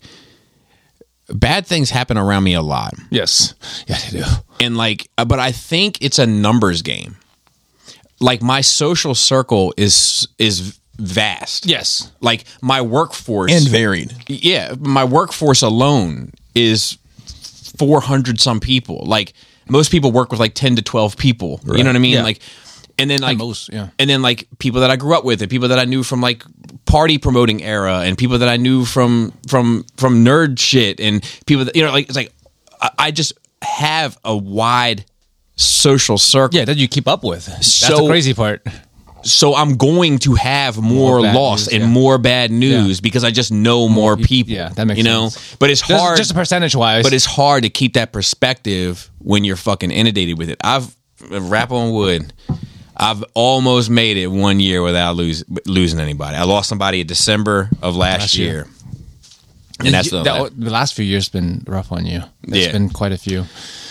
Speaker 1: bad things happen around me a lot,
Speaker 3: Yes. Yeah, they do.
Speaker 1: and like, uh, but I think it's a numbers game. Like my social circle is is vast.
Speaker 3: Yes.
Speaker 1: Like my workforce
Speaker 2: And varied.
Speaker 1: yeah, my workforce alone is 400 some people. Like most people work with like 10 to 12 people. You know what I mean?
Speaker 3: Yeah.
Speaker 1: Like and then like
Speaker 3: most, yeah.
Speaker 1: and then like people that I grew up with and people that I knew from like party promoting era and people that I knew from from from nerd shit and people that you know like it's like I, I just have a wide social circle.
Speaker 3: Yeah, that you keep up with. That's
Speaker 1: So-
Speaker 3: the crazy part.
Speaker 1: So I'm going to have more,
Speaker 3: bad
Speaker 1: loss
Speaker 3: news,
Speaker 1: and
Speaker 3: yeah.
Speaker 1: more bad news because I just know more people.
Speaker 3: yeah, that makes
Speaker 1: you know.
Speaker 3: sense.
Speaker 1: But it's
Speaker 3: Just,
Speaker 1: hard
Speaker 3: just percentage wise.
Speaker 1: but it's hard to keep that perspective when you're fucking inundated with it. I've rap on wood. I've almost made it one year without lose, losing anybody. I lost somebody in December of last,
Speaker 3: year.
Speaker 1: year. and that's the
Speaker 3: that- the last few years been rough on you. There's
Speaker 1: Yeah.
Speaker 3: been quite a few.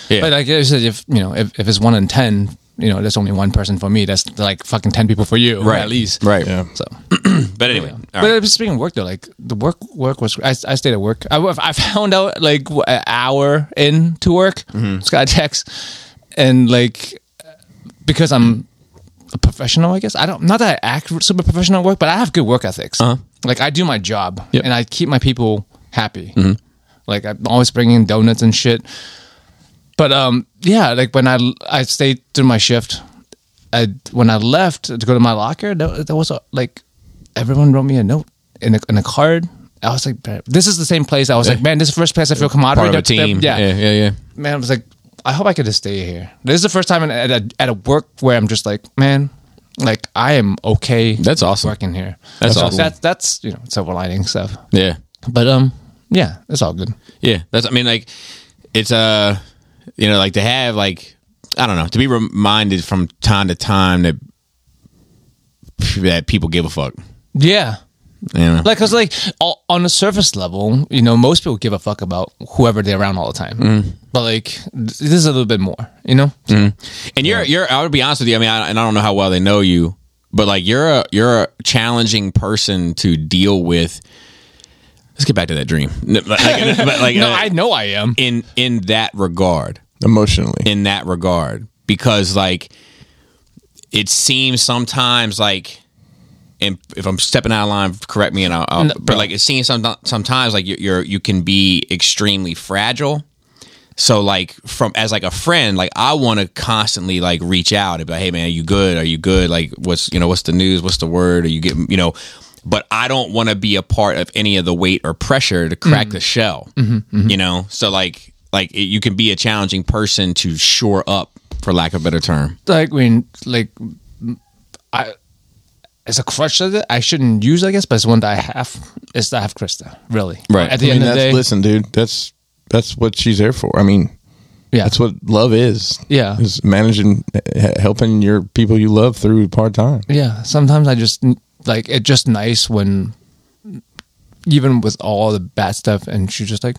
Speaker 1: Yeah.
Speaker 3: But like I said, if you know, if, if it's one in ten, you know, there's only one person for me. That's like fucking ten people for you,
Speaker 1: Right.
Speaker 3: At least,
Speaker 1: Right.
Speaker 2: Yeah.
Speaker 3: So,
Speaker 1: But anyway, all
Speaker 3: but
Speaker 1: right.
Speaker 3: speaking of work though, like the work, work was. I, I stayed at work. I, I found out like w- an hour into work,
Speaker 1: Mm-hmm.
Speaker 3: just got a text, and like because I'm a professional, I guess. I don't not that I act super professional at work, but I have good work ethics.
Speaker 1: Uh-huh.
Speaker 3: Like I do my job and I keep my people happy.
Speaker 1: Mm-hmm.
Speaker 3: Like I'm always bringing donuts and shit. But um, yeah, like when I I stayed through my shift, I when I left to go to my locker, there, there was a, like everyone wrote me a note in a, in a card. I was like, man, this is the same place. I was like, man, this is the first place I feel camaraderie.
Speaker 1: part of a
Speaker 3: They're- they're-
Speaker 1: team.
Speaker 3: yeah,
Speaker 1: yeah, yeah.
Speaker 3: man, I was like, I hope I could just stay here. This is the first time in- at a, at a work where I'm just like, man, like I am okay.
Speaker 1: That's awesome.
Speaker 3: Working here.
Speaker 1: That's
Speaker 3: so
Speaker 1: awesome.
Speaker 3: That's that's you know silver lining stuff.
Speaker 1: Yeah.
Speaker 3: But um, yeah, it's all good.
Speaker 1: Yeah, that's. I mean, like, it's uh, you know, like to have like, I don't know, to be reminded from time to time that that people give a fuck.
Speaker 3: Yeah.
Speaker 1: You know?
Speaker 3: Like, cause like o- on the surface level, you know, most people give a fuck about whoever they're around all the time. But like, th- this is a little bit more, you know.
Speaker 1: And you're you're. I would be honest with you. I mean, I, and I don't know how well they know you, but like you're a you're a challenging person to deal with. Let's get back to that dream. No, But like, but like,
Speaker 3: no,
Speaker 1: uh,
Speaker 3: I know I am.
Speaker 1: in in that regard,
Speaker 2: Emotionally.
Speaker 1: in that regard, because like it seems sometimes like. And if I'm stepping out of line, correct me. And I'll, I'll
Speaker 3: No,
Speaker 1: but
Speaker 3: bro.
Speaker 1: like it seems some, sometimes like you- you're you can be extremely fragile. So like from as like a friend, like I want to constantly like reach out and be like, hey man, are you good? Are you good? Like what's you know what's the news? What's the word? Are you getting you know? But I don't want to be a part of any of the weight or pressure to crack the shell. You know, so like like it, you can be a challenging person to shore up, for lack of a better term.
Speaker 3: like when like I it's a crush that I shouldn't use, I guess, but it's one that I have. It's that I have Krista, really.
Speaker 1: Right.
Speaker 3: At the
Speaker 2: I
Speaker 3: end
Speaker 2: mean,
Speaker 3: of the
Speaker 2: that's,
Speaker 3: day,
Speaker 2: listen, dude, that's that's what she's there for. I mean,
Speaker 3: yeah,
Speaker 2: that's what love is.
Speaker 3: Yeah.
Speaker 2: is managing, h- helping your people you love through hard time.
Speaker 3: yeah. Sometimes I just like it's just nice when even with all the bad stuff, and she's just like,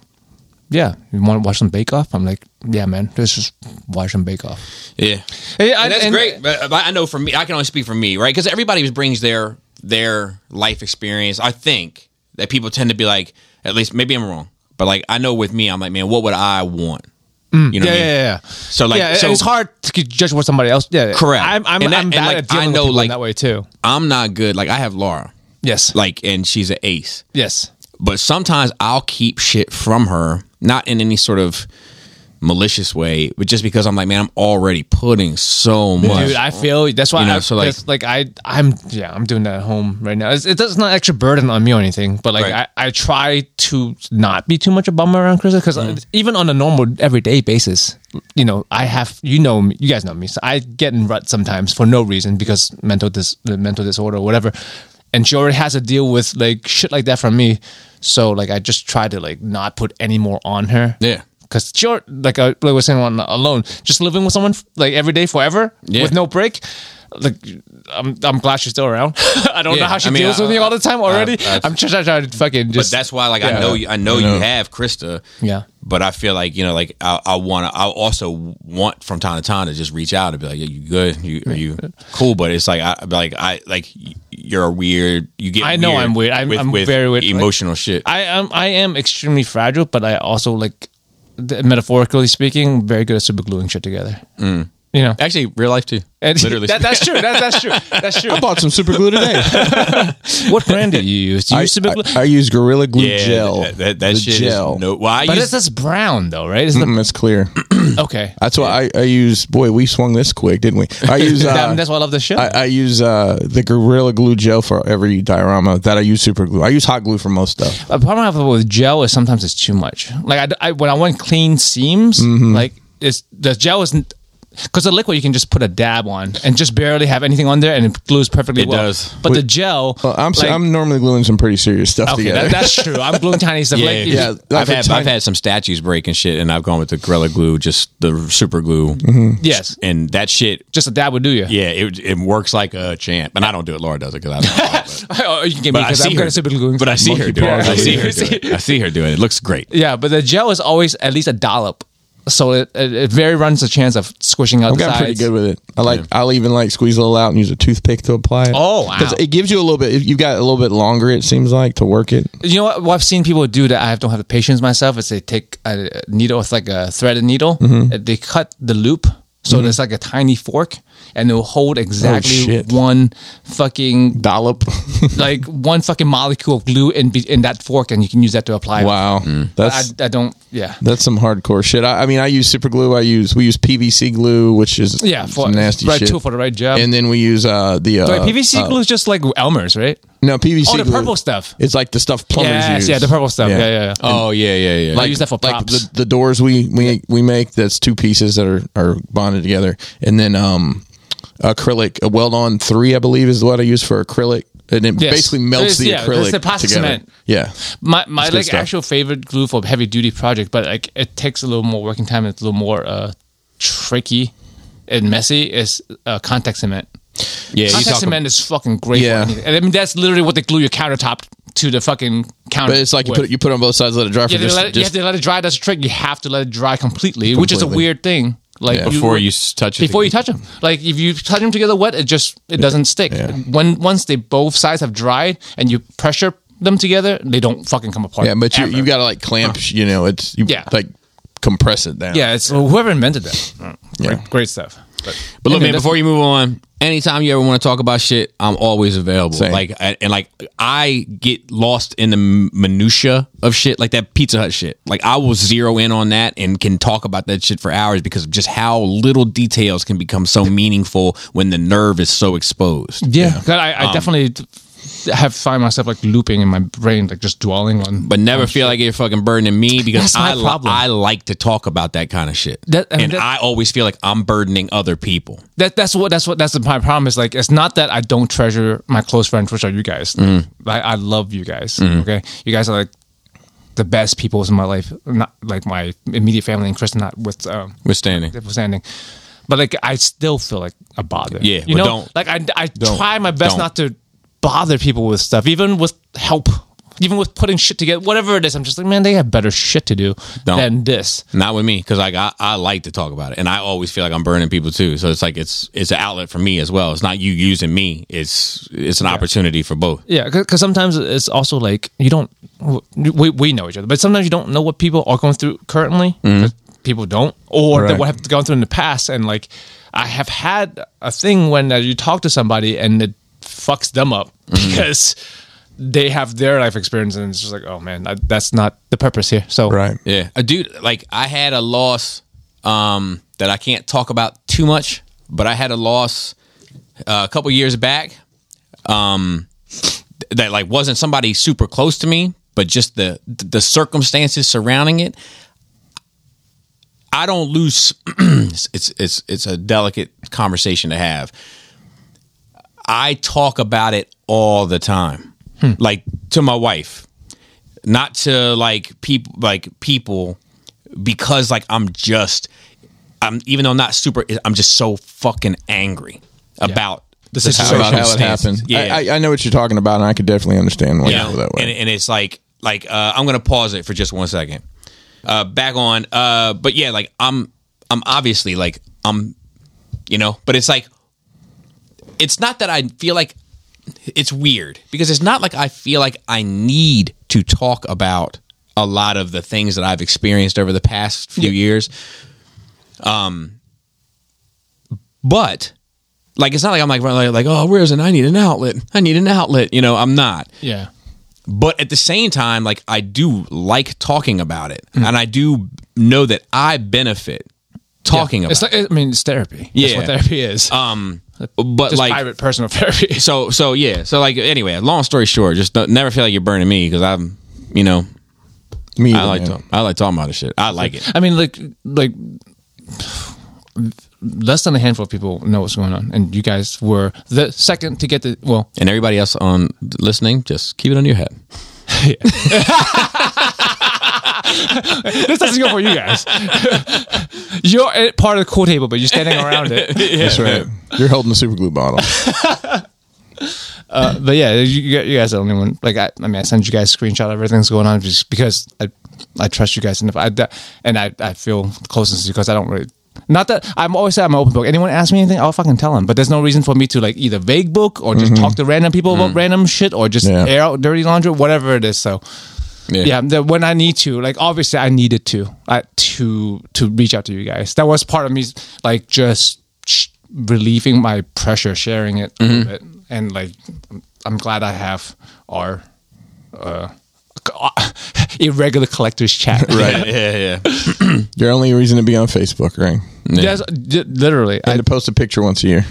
Speaker 3: "Yeah, you want to watch some Bake Off?" I'm like, "Yeah, man, let's just watch some Bake Off."
Speaker 1: Yeah,
Speaker 3: Hey, I-
Speaker 1: and that's
Speaker 3: and-
Speaker 1: great. But, but I know for me, I can only speak for me, right? Because everybody brings their their life experience. I think that people tend to be like, at least maybe I'm wrong, but like I know with me, I'm like, man, what would I want? you know, what
Speaker 3: Yeah,
Speaker 1: I
Speaker 3: Mm. yeah,
Speaker 1: mean?
Speaker 3: yeah.
Speaker 1: So, like,
Speaker 3: yeah, and
Speaker 1: so-
Speaker 3: it's hard to judge what somebody else. Yeah,
Speaker 1: Correct.
Speaker 3: I'm, I'm,
Speaker 1: And that- and,
Speaker 3: I'm bad
Speaker 1: like,
Speaker 3: at dealing
Speaker 1: I
Speaker 3: with
Speaker 1: know,
Speaker 3: people in
Speaker 1: like-
Speaker 3: that way too.
Speaker 1: I'm not good. Like I have Laura,
Speaker 3: Yes,
Speaker 1: like, and she's an ace.
Speaker 3: yes,
Speaker 1: but sometimes I'll keep shit from her, not in any sort of malicious way, but just because I'm like, man, I'm already putting so much.
Speaker 3: Dude, I feel that's why
Speaker 1: You know,
Speaker 3: I,
Speaker 1: so, like-
Speaker 3: that's, like I I'm yeah I'm doing that at home right now. It's, it does not extra burden on me or anything, but like
Speaker 1: Right.
Speaker 3: I, I try to not be too much a bummer around Krista because
Speaker 1: Mm.
Speaker 3: even on a normal everyday basis, you know I have you know me, you guys know me, so I get in rut sometimes for no reason because mental dis the mental disorder or whatever, and she already has to deal with like shit like that from me. So like I just try to like not put any more on her.
Speaker 1: Yeah.
Speaker 3: Cause sure, like I like I was saying, on alone, just living with someone like every day forever
Speaker 1: Yeah.
Speaker 3: with no break. Like I'm, I'm glad she's still around. I don't know
Speaker 1: Yeah,
Speaker 3: how she
Speaker 1: I mean,
Speaker 3: deals
Speaker 1: I-
Speaker 3: with me all the time already.
Speaker 1: I- I-
Speaker 3: I, am just trying to fucking
Speaker 1: but
Speaker 3: just.
Speaker 1: that's why, like,
Speaker 3: Yeah.
Speaker 1: I know you, I know
Speaker 2: know.
Speaker 1: you have Krista.
Speaker 3: Yeah.
Speaker 1: But I feel like you know, like I, I want to. I also want from time to time to just reach out and be like, "Yeah, you good? You are you cool?" But it's like I like I like y- you're weird. You get.
Speaker 3: I know I'm weird. I'm- I'm very weird.
Speaker 1: Emotional shit.
Speaker 3: I am I am extremely fragile, but I also like, th- metaphorically speaking, very good at super gluing shit together. You know,
Speaker 1: Actually, real life too.
Speaker 3: and
Speaker 1: Literally.
Speaker 3: that, that's true. That, that's true. That's true.
Speaker 2: I bought some super glue today.
Speaker 3: what brand do you use? Do you
Speaker 2: I,
Speaker 3: use super glue?
Speaker 2: I, I use Gorilla Glue
Speaker 1: yeah,
Speaker 2: gel.
Speaker 1: That, that, that
Speaker 2: The
Speaker 1: shit
Speaker 2: gel.
Speaker 1: is no. Well, I
Speaker 3: but it's
Speaker 1: use,
Speaker 3: this brown though, right? It's the,
Speaker 2: Mm, it's clear.
Speaker 3: okay.
Speaker 2: That's why I, I use. Boy, we swung this quick, didn't we? I use.
Speaker 3: That-
Speaker 2: Uh,
Speaker 3: that's why I love this show.
Speaker 2: I, I use uh, the Gorilla Glue gel for every diorama that I use super glue. I use hot glue for most stuff.
Speaker 3: The problem I have with gel is sometimes it's too much. Like I, I- when I want clean seams,
Speaker 2: Mm-hmm.
Speaker 3: like it's the gel isn't because the liquid you can just put a dab on and just barely have anything on there and it glues perfectly.
Speaker 1: It
Speaker 3: well.
Speaker 1: does.
Speaker 3: but the gel.
Speaker 2: Well, I'm
Speaker 3: like-
Speaker 2: I'm normally gluing some pretty serious stuff
Speaker 3: okay.
Speaker 2: together.
Speaker 3: That, that's true. I'm gluing tiny stuff.
Speaker 1: Yeah,
Speaker 3: like,
Speaker 1: yeah.
Speaker 3: if-
Speaker 2: like
Speaker 1: I've
Speaker 2: a
Speaker 1: had
Speaker 2: tiny-
Speaker 1: I've had some statues break and shit, and I've gone with the Gorilla Glue, just the super glue,
Speaker 3: yes.
Speaker 1: and that shit.
Speaker 3: Just a dab would do you.
Speaker 1: Yeah, it it works like a champ, and I don't do it. Laura does it because I don't. But,
Speaker 3: Oh, you can get
Speaker 1: but
Speaker 3: me
Speaker 1: I
Speaker 3: because
Speaker 1: see
Speaker 3: I'm
Speaker 1: her.
Speaker 3: gonna super glue.
Speaker 1: But I see her doing it. I see her doing it. I see her doing it. It looks great.
Speaker 3: Yeah, but the gel is always at least a dollop, so it, it, it very runs the chance of squishing out
Speaker 2: I've
Speaker 3: the
Speaker 2: gotten
Speaker 3: sides.
Speaker 2: pretty good with it. I like. I'll even like squeeze a little out and use a toothpick to apply it.
Speaker 3: Oh, wow.
Speaker 2: 'Cause It gives you a little bit. if You've got a little bit longer. It seems like to work it.
Speaker 3: you know what, what I've seen people do that I have- don't have the patience myself is they take a needle, it's like a threaded needle,
Speaker 2: Mm-hmm.
Speaker 3: and they cut the loop. So there's like a tiny fork and it'll hold exactly
Speaker 2: Oh, shit.
Speaker 3: one fucking
Speaker 2: Dollop.
Speaker 3: like one fucking molecule of glue in be- in that fork and you can use that to apply. it.
Speaker 2: wow. That's
Speaker 3: I, I don't yeah.
Speaker 2: That's some hardcore shit. I, I mean, I use super glue. I use we use PVC glue, which is
Speaker 3: Yeah,
Speaker 2: for
Speaker 3: for
Speaker 2: nasty
Speaker 3: right
Speaker 2: shit.
Speaker 3: tool for the right job.
Speaker 2: and then we use uh, the uh,
Speaker 3: Wait, PVC
Speaker 2: uh,
Speaker 3: glue is just like Elmer's, right?
Speaker 2: No PVC.
Speaker 3: Oh, the
Speaker 2: glue.
Speaker 3: purple stuff.
Speaker 2: It's like the stuff plumbers
Speaker 3: Yes,
Speaker 2: use.
Speaker 3: yeah, the purple stuff. Yeah, yeah, yeah.
Speaker 1: Oh yeah, yeah, yeah.
Speaker 3: I use that for
Speaker 2: Like
Speaker 3: props.
Speaker 2: the, the doors we we we make. That's two pieces that are are bonded together, and then um, acrylic a weld on three, I believe, is what I use for acrylic, and it
Speaker 3: Yes.
Speaker 2: basically melts
Speaker 3: It's-
Speaker 2: the
Speaker 3: yeah, it's
Speaker 2: acrylic
Speaker 3: the plastic
Speaker 2: together.
Speaker 3: cement.
Speaker 2: Yeah,
Speaker 3: My my
Speaker 2: good
Speaker 3: like
Speaker 2: stuff.
Speaker 3: actual favorite glue for heavy duty project, but like it takes a little more working time. and It's a little more uh, tricky and messy. Is uh, contact cement.
Speaker 1: yeah, you
Speaker 3: contact
Speaker 1: talk
Speaker 3: cement is fucking great.
Speaker 2: Yeah.
Speaker 3: Yeah, I mean that's literally what they glue your countertop to the fucking counter.
Speaker 2: but it's like you
Speaker 3: with.
Speaker 2: put it, you put it on both sides, let it dry for
Speaker 3: You have,
Speaker 2: just,
Speaker 3: to let it, you have
Speaker 2: just
Speaker 3: to let it dry. That's a trick. You have to let it dry completely, which is a
Speaker 2: Completely.
Speaker 3: weird thing. Like
Speaker 2: Yeah.
Speaker 1: before you s- touch it.
Speaker 3: before you touch them. Like if you touch them together wet, it just it doesn't stick. When once they both sides have dried and you pressure them together, they don't fucking come apart.
Speaker 2: yeah. But you
Speaker 3: ever.
Speaker 2: you got to like clamp. You know, it's you,
Speaker 3: Yeah.
Speaker 2: like compress it down.
Speaker 3: Yeah, it's whoever invented that. Mm,
Speaker 2: Yeah.
Speaker 3: Great, great stuff. But,
Speaker 1: But look, man,
Speaker 3: Anyway, that's-
Speaker 1: before you move on, anytime you ever want to talk about shit, I'm always available.
Speaker 2: Same.
Speaker 1: Like, I, and like, I get lost in the minutia of shit, like that Pizza Hut shit. Like, I will zero in on that and can talk about that shit for hours because of just how little details can become so meaningful when the nerve is so exposed.
Speaker 2: Um,
Speaker 3: yeah, God, I, I definitely have find myself like looping in my brain, like just dwelling on.
Speaker 1: But never feel like you're fucking burdening me because
Speaker 3: Oh, That's my
Speaker 1: I, li-
Speaker 3: problem.
Speaker 1: I like to talk about that kind of shit.
Speaker 3: That- I mean,
Speaker 1: and
Speaker 3: that-
Speaker 1: I always feel like I'm burdening other people.
Speaker 3: that that's what that's what that's my problem is like it's not that I don't treasure my close friends, which are you guys.
Speaker 1: Mm.
Speaker 3: Like I love you guys. Okay, you guys are like the best people in my life. Not like my immediate family and Chris, not with um,
Speaker 1: Withstanding.
Speaker 3: notwithstanding. But like I still feel like a bother.
Speaker 1: Yeah,
Speaker 3: you know,
Speaker 1: well, don't.
Speaker 3: like I I try my best
Speaker 1: Don't.
Speaker 3: not to bother people with stuff, even with help. Even with putting shit together, whatever it is, I'm just like, man, they have better shit to do
Speaker 1: Don't.
Speaker 3: than this.
Speaker 1: Not with me because like I, I like to talk about it and I always feel like I'm burning people too. So it's like it's it's an outlet for me as well. It's not you using me. It's it's an opportunity for both.
Speaker 3: Yeah, because sometimes it's also like you don't we, we know each other, but sometimes you don't know what people are going through currently.
Speaker 1: Mm-hmm.
Speaker 3: 'cause People don't, or
Speaker 2: Right.
Speaker 3: that what have gone through in the past, and like I have had a thing when uh, you talk to somebody and it fucks them up
Speaker 1: Mm-hmm.
Speaker 3: because they have their life experience, and it's just like, oh man, I, that's not the purpose here. So
Speaker 2: Right.
Speaker 1: Yeah, a dude. Like I had a loss um, that I can't talk about too much, but I had a loss uh, a couple years back um, th- that like wasn't somebody super close to me, but just the the circumstances surrounding it. I don't lose. it's it's it's a delicate conversation to have. I talk about it all the time,
Speaker 2: Hmm.
Speaker 1: like to my wife, not to like people, like people, because like I'm just, I'm even though I'm not super, I'm just so fucking angry about the
Speaker 2: How,
Speaker 1: situation.
Speaker 2: how it happened.
Speaker 1: Yeah,
Speaker 2: I, I, I know what you're talking about, and I could definitely understand why
Speaker 1: yeah.
Speaker 2: you feel that way.
Speaker 1: And, and it's like, like uh, I'm gonna pause it for just one second. Uh, back on, uh, but yeah, like I'm, I'm obviously like I'm, you know, but it's like, it's not that I feel like it's weird because it's not like I feel like I need to talk about a lot of the things that I've experienced over the past few years. Um, but like it's not like I'm like like, like oh where's an I need an outlet I need an outlet you know I'm not
Speaker 3: yeah,
Speaker 1: but at the same time like i do like talking about it
Speaker 3: Mm.
Speaker 1: and i do know that i benefit talking
Speaker 3: Yeah.
Speaker 1: about
Speaker 3: It's like, I mean, it's therapy. that's
Speaker 1: Yeah.
Speaker 3: what therapy is.
Speaker 1: it um but
Speaker 3: just
Speaker 1: like
Speaker 3: private personal therapy.
Speaker 1: so so yeah so like anyway long story short just don't, never feel like you're burning me because i'm you know
Speaker 2: Me,
Speaker 1: i
Speaker 2: either,
Speaker 1: like
Speaker 2: man.
Speaker 1: to, i like talking about this shit i like it
Speaker 3: I mean, like, like less than a handful of people know what's going on, and you guys were the second to get the well.
Speaker 1: and everybody else on listening just keep it under your head
Speaker 3: This doesn't go for you guys. You're at part of the cool table, but you're standing around it.
Speaker 2: That's right. You're holding the super glue bottle.
Speaker 3: Uh, but yeah, you, you guys- you guys are the only one. Like, I, I mean, I send you guys a screenshot of everything's going on just because I, I trust you guys enough. I, that- and I, I feel closeness to you because I don't really. Not that I'm always say I'm an open book. Anyone ask me anything, I'll fucking tell them. But there's no reason for me to like either vague book or just talk to random people about random shit or just
Speaker 2: Yeah.
Speaker 3: air out dirty laundry, whatever it is. So yeah, the, when I need to, like obviously I needed to, I, to to reach out to you guys. That was part of me, like just sh- relieving my pressure, sharing it, a little bit. and like I'm- I'm glad I have our uh, irregular collectors chat.
Speaker 1: right yeah yeah
Speaker 2: Your only reason to be on Facebook, right? And
Speaker 3: Yes, d- literally. I,
Speaker 2: to post a picture once a year.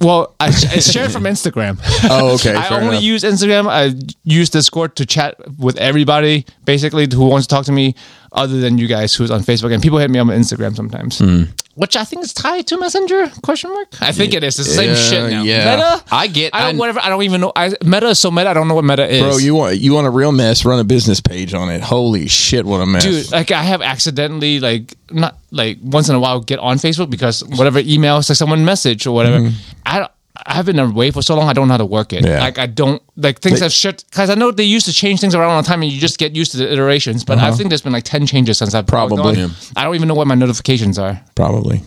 Speaker 3: well, I, sh- I share from Instagram.
Speaker 2: Oh, okay.
Speaker 3: I
Speaker 2: fair
Speaker 3: only
Speaker 2: enough.
Speaker 3: use Instagram. I use Discord to chat with everybody, basically, who wants to talk to me, other than you guys who's on Facebook. And people hit me on Instagram sometimes,
Speaker 2: Hmm.
Speaker 3: which I think is tied to Messenger? Question mark. I think it is. It's the same
Speaker 2: Yeah,
Speaker 3: shit now.
Speaker 2: yeah.
Speaker 3: Meta.
Speaker 1: I get-
Speaker 3: I don't.
Speaker 1: I-
Speaker 3: whatever. I don't even know. I, meta is so meta. I don't know what meta is.
Speaker 2: Bro, you want you want a real mess? Run a business page on it. Holy shit, what a mess!
Speaker 3: Dude, like I have accidentally, like not like once in a while, get on Facebook because whatever emails, like someone message or whatever. I don't, I have been away for so long. I don't know how to work it.
Speaker 2: Yeah.
Speaker 3: Like I don't like things
Speaker 2: They-
Speaker 3: have shit because I know they used to change things around all the time, and you just get used to the iterations. But I think there's been like ten changes since I've
Speaker 2: Probably.
Speaker 3: logged on.
Speaker 2: Yeah.
Speaker 3: I don't even know what my notifications are.
Speaker 2: probably.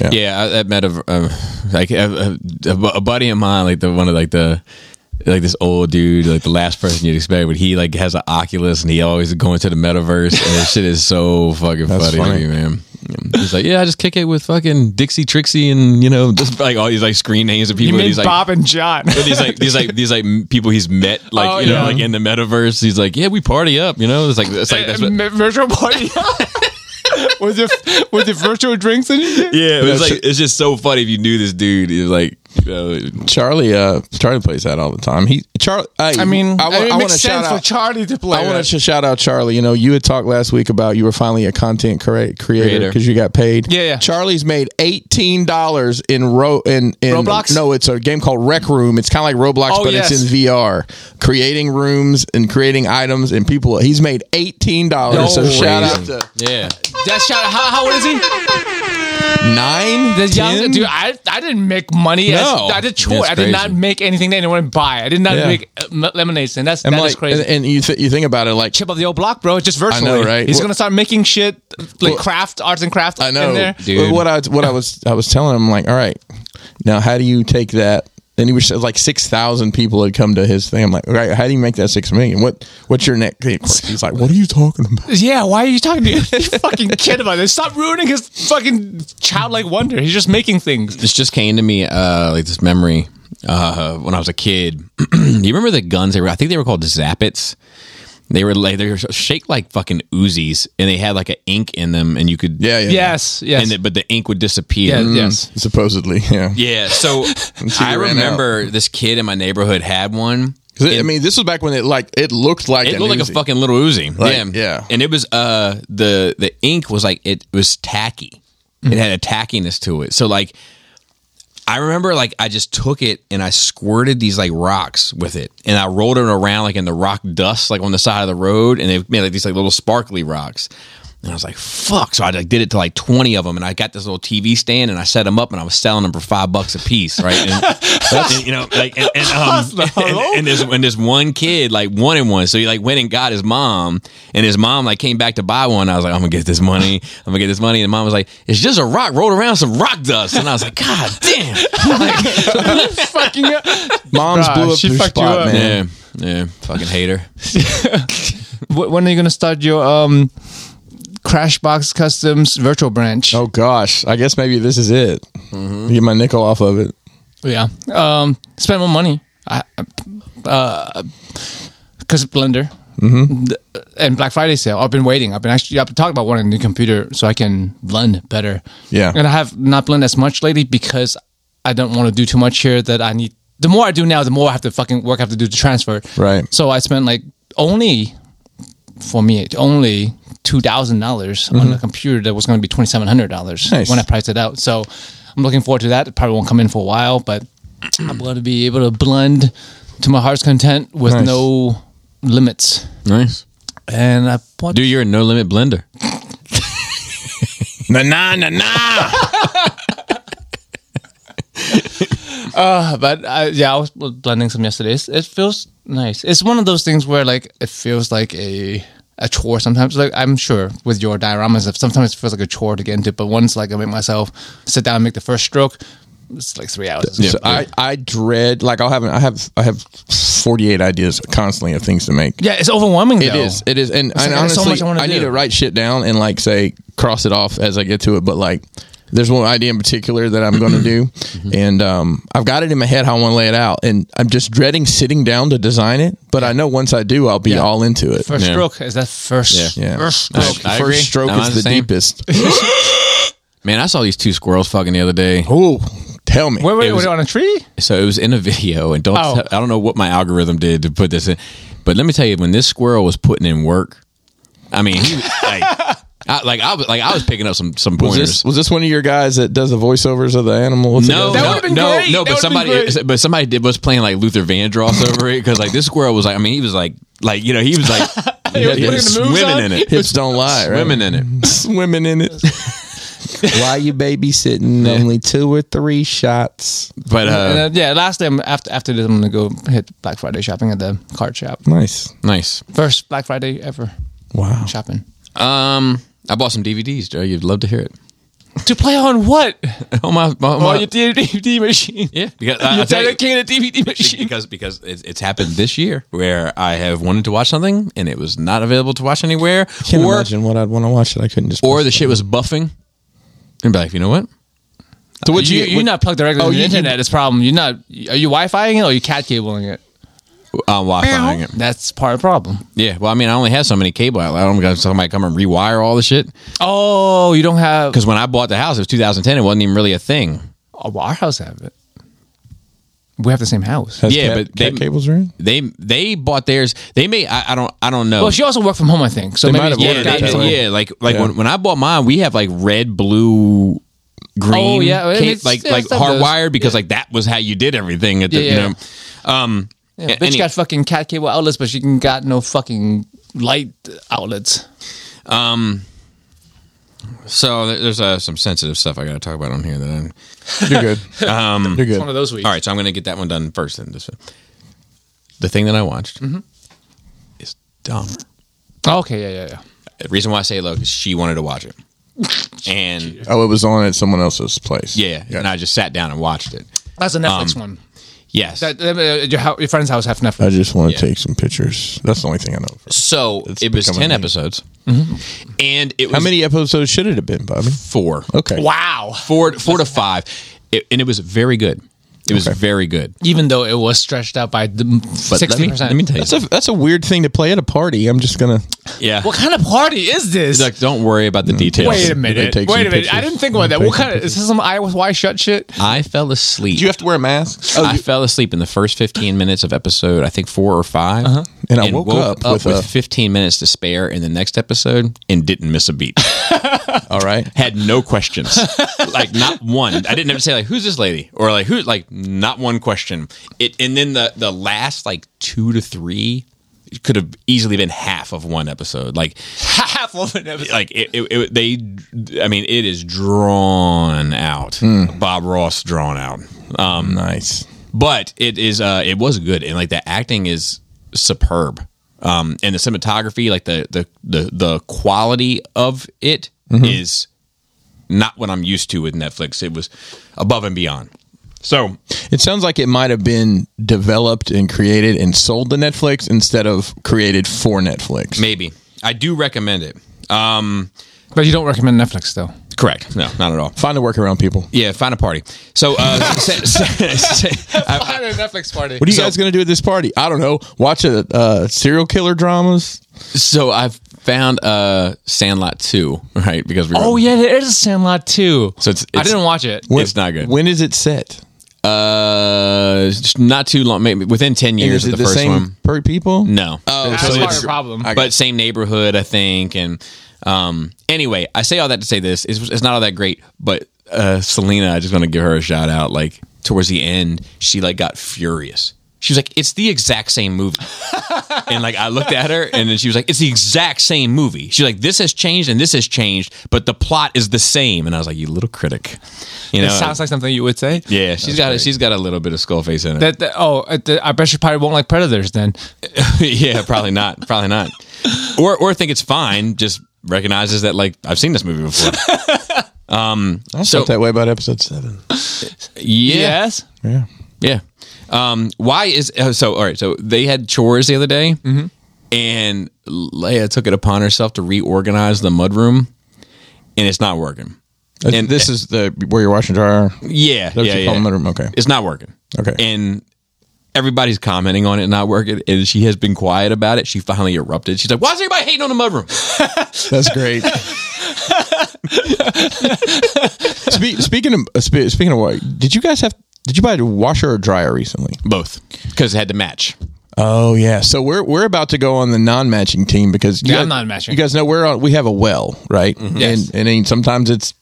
Speaker 2: Yeah.
Speaker 1: Yeah, I, I met a uh, like a, a, a buddy of mine, like the one of like the like this old dude, like the last person you'd expect, but he like has an Oculus and he always going to the metaverse, and this shit is so fucking
Speaker 2: That's
Speaker 1: funny, to me,
Speaker 2: funny.
Speaker 1: man. He's like, yeah, I just kick it with fucking Dixie Trixie and you know, just like all these like screen names of
Speaker 3: You
Speaker 1: people. that
Speaker 3: mean
Speaker 1: he's like,
Speaker 3: Bob and John?
Speaker 1: these like these like these like m- people he's met, like
Speaker 3: Oh,
Speaker 1: you know,
Speaker 3: yeah.
Speaker 1: like in the metaverse. He's like, yeah, we party up, you know. It's like it's like that's what,
Speaker 3: Mi- virtual party with your with your virtual drinks and shit.
Speaker 1: yeah. It was
Speaker 2: That's-
Speaker 1: like it's just so funny if you knew this dude. He was like Uh,
Speaker 2: Charlie, uh, Charlie plays that all the time. He, Charlie. I,
Speaker 3: I mean,
Speaker 2: I, wa-
Speaker 3: I mean, it
Speaker 2: I want
Speaker 3: makes
Speaker 2: to shout
Speaker 3: sense for
Speaker 2: out.
Speaker 3: Charlie to play.
Speaker 2: I
Speaker 3: that.
Speaker 2: want to shout out Charlie. You know, you had talked last week about you were finally a content crea- creator
Speaker 1: Creator.
Speaker 2: because you got paid.
Speaker 3: Yeah, yeah.
Speaker 2: Charlie's made eighteen dollars in ro in, in
Speaker 3: Roblox?
Speaker 2: No, it's a game called Rec Room. It's kind of like Roblox,
Speaker 3: Oh,
Speaker 2: but
Speaker 3: yes.
Speaker 2: it's in VR. Creating rooms and creating items and people. He's made eighteen dollars. so
Speaker 3: No
Speaker 2: shout out
Speaker 1: crazy.
Speaker 2: to
Speaker 1: yeah.
Speaker 3: That's shout. How, how old is he?
Speaker 2: nine.
Speaker 3: The young
Speaker 2: 10?
Speaker 3: dude, I, I didn't make money. as-
Speaker 2: No.
Speaker 3: I did chore.
Speaker 1: That's
Speaker 3: I did not
Speaker 1: crazy.
Speaker 3: make anything that anyone would buy. I did not
Speaker 2: Yeah.
Speaker 3: make uh, m- lemonades, and that's that
Speaker 2: And
Speaker 3: is
Speaker 2: like,
Speaker 3: crazy.
Speaker 2: And, and you th- you think about it, like
Speaker 3: Chip of the old block, bro. Just virtually,
Speaker 2: right?
Speaker 3: He's
Speaker 2: Well-
Speaker 3: gonna start making shit like
Speaker 2: Well-
Speaker 3: craft, arts and craft.
Speaker 2: I know,
Speaker 3: in there.
Speaker 1: Dude.
Speaker 2: But What I what I was I was telling him like, all right, now how do you take that? And he was like six thousand people had come to his thing. I'm like, all right, how do you make that six million? What what's your next? He's like, what are you talking about?
Speaker 3: Yeah, why are you talking to you fucking kid about this? Stop ruining his fucking childlike wonder. He's just making things.
Speaker 1: this just came to me uh like this memory uh when I was a kid. you remember the guns they were I think they were called Zappets. They were like they were shaped like fucking Uzis and they had like an ink in them and you could
Speaker 2: Yeah, yeah,
Speaker 3: Yes, yes.
Speaker 1: and it, but the ink would disappear.
Speaker 3: Yeah,
Speaker 1: Mm.
Speaker 3: yes.
Speaker 2: Supposedly, yeah.
Speaker 1: Yeah, so I
Speaker 2: ran
Speaker 1: remember this kid in my neighborhood had one.
Speaker 2: 'Cause it- I mean, this was back when it like it looked like
Speaker 1: It
Speaker 2: an
Speaker 1: looked like a
Speaker 2: Uzi.
Speaker 1: fucking little Uzi.
Speaker 2: Like,
Speaker 1: yeah.
Speaker 2: yeah.
Speaker 1: And it was uh the the ink was like it was tacky. It had a tackiness to it. So like I remember like I just took it and I squirted these like rocks with it and I rolled it around like in the rock dust like on the side of the road and they made like these like little sparkly rocks. And I was like, fuck. So I like, did it to like 20 of them and I got this little TV stand and I set them up and I was selling them for five bucks a piece, right? And,
Speaker 5: And, you know, like and, and, um, and, and-
Speaker 1: and this and this one kid like wanted one, so he like went and got his mom, and his mom like came back to buy one. I was like, I'm gonna get this money, I'm gonna get this money, and mom was like, it's just a rock rolled around some rock dust, and I was like, God damn,
Speaker 3: fucking
Speaker 2: Moms
Speaker 3: Bruh,
Speaker 2: blew up
Speaker 3: she
Speaker 2: your
Speaker 3: fucked you
Speaker 2: spot,
Speaker 3: up.
Speaker 2: man.
Speaker 1: yeah, yeah, fucking hater.
Speaker 3: Wh- when are you gonna start your um Crashbox Customs virtual branch?
Speaker 2: Oh gosh, I guess maybe this is it. Get my nickel off of it.
Speaker 3: Yeah. Um, spend more money. I, uh, because of Blender
Speaker 2: Mm-hmm.
Speaker 3: Th- and Black Friday sale. I've been waiting. I've been actually I've been talking about wanting a new computer so I can blend better.
Speaker 2: Yeah.
Speaker 3: And I have not blend as much lately because I don't want to do too much here. That I need. The more I do now, the more I have to fucking work. I have to do to transfer.
Speaker 2: Right.
Speaker 3: So I spent like only for me it's only two thousand dollars on a computer that was going to be twenty seven hundred dollars
Speaker 2: Mm-hmm. Nice.
Speaker 3: when I priced it out. So I'm looking forward to that. It probably won't come in for a while, but I'm going to be able to blend to my heart's content with
Speaker 2: Nice.
Speaker 3: no limits.
Speaker 1: Nice.
Speaker 3: And I bought
Speaker 1: Dude, you're a no limit blender.
Speaker 2: Na na na na.
Speaker 3: but I, yeah, I was blending some yesterday. It's, it feels nice. It's one of those things where like it feels like a a chore sometimes. Like I'm sure with your dioramas, if sometimes it feels like a chore to get into. But once like I make myself sit down and make the first stroke, it's like three hours.
Speaker 2: So I, I dread like I'll have I have I have forty eight ideas constantly of things to make.
Speaker 3: yeah, it's overwhelming.
Speaker 2: It
Speaker 3: though.
Speaker 2: is. It is. And, and
Speaker 3: like, there's so
Speaker 2: honestly,
Speaker 3: much I wanna
Speaker 2: I, need
Speaker 3: do.
Speaker 2: to write shit down and like say cross it off as I get to it. But like, there's one idea in particular that I'm going to do,
Speaker 3: Mm-hmm.
Speaker 2: and um, I've got it in my head how I want to lay it out, and I'm just dreading sitting down to design it. But I know once I do, I'll be all into it.
Speaker 3: First
Speaker 1: Yeah.
Speaker 3: stroke is that first.
Speaker 2: Yeah.
Speaker 3: First stroke.
Speaker 1: I agree.
Speaker 2: First stroke
Speaker 1: No, I'm the
Speaker 2: is the
Speaker 1: same.
Speaker 2: deepest.
Speaker 1: Man, I saw these two squirrels fucking the other day.
Speaker 2: oh, tell me.
Speaker 3: Wait, wait,
Speaker 1: It was-
Speaker 3: wait, on a tree?
Speaker 1: So it was in a video, and don't
Speaker 3: Oh.
Speaker 1: tell- I don't know what my algorithm did to put this in, but let me tell you, when this squirrel was putting in work, I mean, he, like, I, like I was like I was picking up some some
Speaker 2: was
Speaker 1: pointers.
Speaker 2: this was this one of your guys that does the voiceovers of the animals?
Speaker 1: No,
Speaker 3: That
Speaker 1: no,
Speaker 3: would've been
Speaker 1: no, no,
Speaker 3: great. That
Speaker 1: but
Speaker 3: would've been
Speaker 1: somebody,
Speaker 3: great.
Speaker 1: but somebody did was playing like Luther Vandross over it because like this squirrel was like, I mean, he was like, like you know, he was like, he
Speaker 3: was putting the moves
Speaker 1: swimming
Speaker 3: on.
Speaker 1: in it,
Speaker 2: hips don't lie. Right?
Speaker 1: swimming in it.
Speaker 2: swimming in it. Why you babysitting? Only two or three shots.
Speaker 1: But
Speaker 3: and
Speaker 1: uh,
Speaker 3: then, yeah, last day I'm, after after this, I'm gonna go hit Black Friday shopping at the card shop.
Speaker 2: Nice.
Speaker 1: nice.
Speaker 3: First Black Friday ever
Speaker 2: Wow.
Speaker 3: shopping.
Speaker 1: Um, I bought some DVDs, Joe. You'd love to hear it.
Speaker 3: To play on what?
Speaker 1: Oh my, my,
Speaker 3: Oh,
Speaker 1: my-
Speaker 3: your DVD machine.
Speaker 1: yeah, because I,
Speaker 3: you
Speaker 1: I tell you-
Speaker 3: dedicated DVD machine.
Speaker 1: because because it's, it's happened this year where I have wanted to watch something and it was not available to watch anywhere,
Speaker 2: Can't
Speaker 1: or
Speaker 2: imagine what I'd want to watch that I couldn't just.
Speaker 1: or the shit was buffing. And be like, you know what?
Speaker 2: so what
Speaker 3: You, you're not plugged directly
Speaker 2: Oh,
Speaker 3: to the
Speaker 2: you- you-
Speaker 3: internet. It's a problem. You're not. Are you Wi-Fiing it or are you cat cabling it?
Speaker 1: I'm Wi-Fiing it.
Speaker 3: That's part of the problem.
Speaker 1: Yeah, well, I mean, I only have so many cable outlets. I don't got somebody come and rewire all the shit.
Speaker 3: Oh, you don't have.
Speaker 1: Because when I bought the house, it was 2010. It wasn't even really a thing.
Speaker 3: Oh, well, our house have it. we have the same house.
Speaker 2: Has
Speaker 1: Yeah,
Speaker 2: cat-
Speaker 1: but they-
Speaker 2: cat cables are in.
Speaker 1: They they bought theirs. They may I, I don't I don't know.
Speaker 3: Well, she also worked from home, I think. So
Speaker 2: They might
Speaker 3: maybe
Speaker 2: have
Speaker 1: yeah,
Speaker 2: ordered
Speaker 1: they-
Speaker 2: it that
Speaker 1: they-
Speaker 2: way.
Speaker 1: yeah, like like When, when I bought mine, we have like red, blue, green,
Speaker 3: Oh, yeah, well,
Speaker 1: cap-
Speaker 3: it's-
Speaker 1: like
Speaker 3: yeah,
Speaker 1: like
Speaker 3: it's not those.
Speaker 1: hardwired because like that was how you did everything. At the,
Speaker 3: Yeah, yeah.
Speaker 1: You know, um,
Speaker 3: Yeah, bitch
Speaker 1: any-
Speaker 3: got fucking cat cable outlets, but she can got no fucking light outlets.
Speaker 1: so there- there's uh, some sensitive stuff I got to talk about on here. That I'm,
Speaker 2: You're good. Um, You're
Speaker 3: One of
Speaker 2: good.
Speaker 3: those weeks.
Speaker 1: all right, so I'm gonna get that one done first. Then this one. The thing that I watched
Speaker 3: Mm-hmm.
Speaker 1: is dumb.
Speaker 3: Okay, yeah, yeah, yeah.
Speaker 1: The reason why I say low is she wanted to watch it, and
Speaker 2: Oh, it was on at someone else's place.
Speaker 1: yeah,
Speaker 2: Gotcha.
Speaker 1: and I just sat down and watched it.
Speaker 3: That's a Netflix one.
Speaker 1: Yes.
Speaker 3: That, that- uh, your, hou- your friend's house have Netflix.
Speaker 2: Um, I just want
Speaker 1: Yeah.
Speaker 2: to take some pictures. That's the only thing I know.
Speaker 1: so
Speaker 2: It's
Speaker 1: it was
Speaker 2: becoming
Speaker 1: ten
Speaker 2: me.
Speaker 1: episodes,
Speaker 3: Mm-hmm.
Speaker 1: and it was
Speaker 2: How many episodes should it have been, Bobby?
Speaker 1: four.
Speaker 2: Okay.
Speaker 3: wow.
Speaker 1: four four to five, it, and it was very good. It was very good.
Speaker 3: Even though it was stretched out by mm,
Speaker 1: But let
Speaker 3: sixty
Speaker 1: me,
Speaker 3: percent.
Speaker 1: let me tell you,
Speaker 2: That's a that's a weird thing to play at a party. I'm just gonna.
Speaker 1: something. yeah.
Speaker 3: what kind of party is this?
Speaker 1: He's like, don't worry about the
Speaker 2: Mm.
Speaker 1: details.
Speaker 3: Wait a
Speaker 2: They
Speaker 3: minute. Wait
Speaker 2: take
Speaker 3: a
Speaker 2: some
Speaker 3: minute. I
Speaker 2: pictures.
Speaker 3: didn't think about
Speaker 2: They
Speaker 3: that.
Speaker 2: take
Speaker 3: What kind
Speaker 2: some
Speaker 3: of is this? Some I was why shut shit?
Speaker 1: I fell asleep.
Speaker 2: Do you have to wear a mask?
Speaker 1: I fell asleep in the first fifteen minutes of episode, I think four or 5
Speaker 2: Uh-huh. And I woke up with a-
Speaker 1: fifteen minutes to spare in the next episode and didn't miss a beat.
Speaker 2: All right.
Speaker 1: Had no questions, like not one. I didn't ever say like, "Who's this lady?" or like, "Who?" Like not one question. It and then the the last like two to three could have easily been half of one episode. Like
Speaker 3: Half of an episode.
Speaker 1: like it, it, it- they i mean it is drawn out
Speaker 3: Hmm.
Speaker 1: bob ross drawn out um
Speaker 2: Nice.
Speaker 1: but it is uh it was good and like the acting is superb um and the cinematography like the the the, the quality of it is not what i'm used to with netflix it was above and beyond so
Speaker 2: It sounds like it might have been developed and created and sold to Netflix instead of created for Netflix.
Speaker 1: maybe i do recommend it um
Speaker 3: But you don't recommend Netflix though.
Speaker 1: correct no not at all
Speaker 2: Find a workaround, people.
Speaker 1: yeah find a party so uh se- se- se- I-
Speaker 3: I had a Netflix party.
Speaker 2: What are you guys going to do at this party? I don't know. Watch a uh, serial killer dramas.
Speaker 1: So I've found uh Sandlot 2, right? Because we were,
Speaker 3: Oh yeah, there is a Sandlot too.
Speaker 1: So it's-
Speaker 3: I
Speaker 1: it's-
Speaker 3: didn't watch it.
Speaker 1: When- It's not good.
Speaker 2: When is it set?
Speaker 1: uh not too long maybe within 10 years
Speaker 2: Is
Speaker 1: of the,
Speaker 2: it the,
Speaker 1: first
Speaker 2: same
Speaker 1: one. Mm.
Speaker 2: per people?
Speaker 1: No.
Speaker 2: Oh,
Speaker 3: That's
Speaker 2: so
Speaker 3: part
Speaker 2: it's
Speaker 3: of the problem.
Speaker 2: I got
Speaker 1: but same neighborhood, I think and um anyway, I say all that to say this it's, it's not all that great, but uh Selena, I just want to give her a shout out like towards the end, she like got furious. She was like, "It's the exact same movie," and like I looked at her, and then she was like, "It's the exact same movie." She's like, "This has changed and this has changed, but the plot is the same." And I was like, "You little critic," you know.
Speaker 3: it sounds like something you would say.
Speaker 1: Yeah, she's got a, she's got a little bit of skull face in it.
Speaker 3: That, that oh, uh, the- I bet you probably won't like Predators then.
Speaker 1: yeah, probably not. Probably not. Or or think it's fine. Just recognizes that like I've seen this movie before.
Speaker 2: I felt
Speaker 1: so-
Speaker 2: that way about episode seven.
Speaker 1: Yeah,
Speaker 3: Yes.
Speaker 2: Yeah.
Speaker 1: yeah. Um, why is uh, so? All right. So they had chores the other day,
Speaker 2: Mm-hmm.
Speaker 1: and Leia took it upon herself to reorganize the mudroom, and it's not working.
Speaker 2: And this is the where your washing dryer.
Speaker 1: Yeah,
Speaker 2: what
Speaker 1: yeah,
Speaker 2: you
Speaker 1: yeah.
Speaker 2: call the mudroom? Okay.
Speaker 1: it's not working.
Speaker 2: Okay.
Speaker 1: and everybody's commenting on it not working, and she has been quiet about it. She finally erupted. She's like, "Why is everybody hating on the mudroom?"
Speaker 2: That's great. Spe- speaking of uh, spe- speaking of what, did you guys have? Did you buy a washer or dryer recently?
Speaker 1: Both, because it had to match.
Speaker 2: Oh yeah. So we're we're about to go on the non-matching team because you
Speaker 3: Yeah,
Speaker 2: guys-
Speaker 3: I'm non-matching.
Speaker 2: You guys know we're on. We have a well, right?
Speaker 3: Yes.
Speaker 2: And and then sometimes it's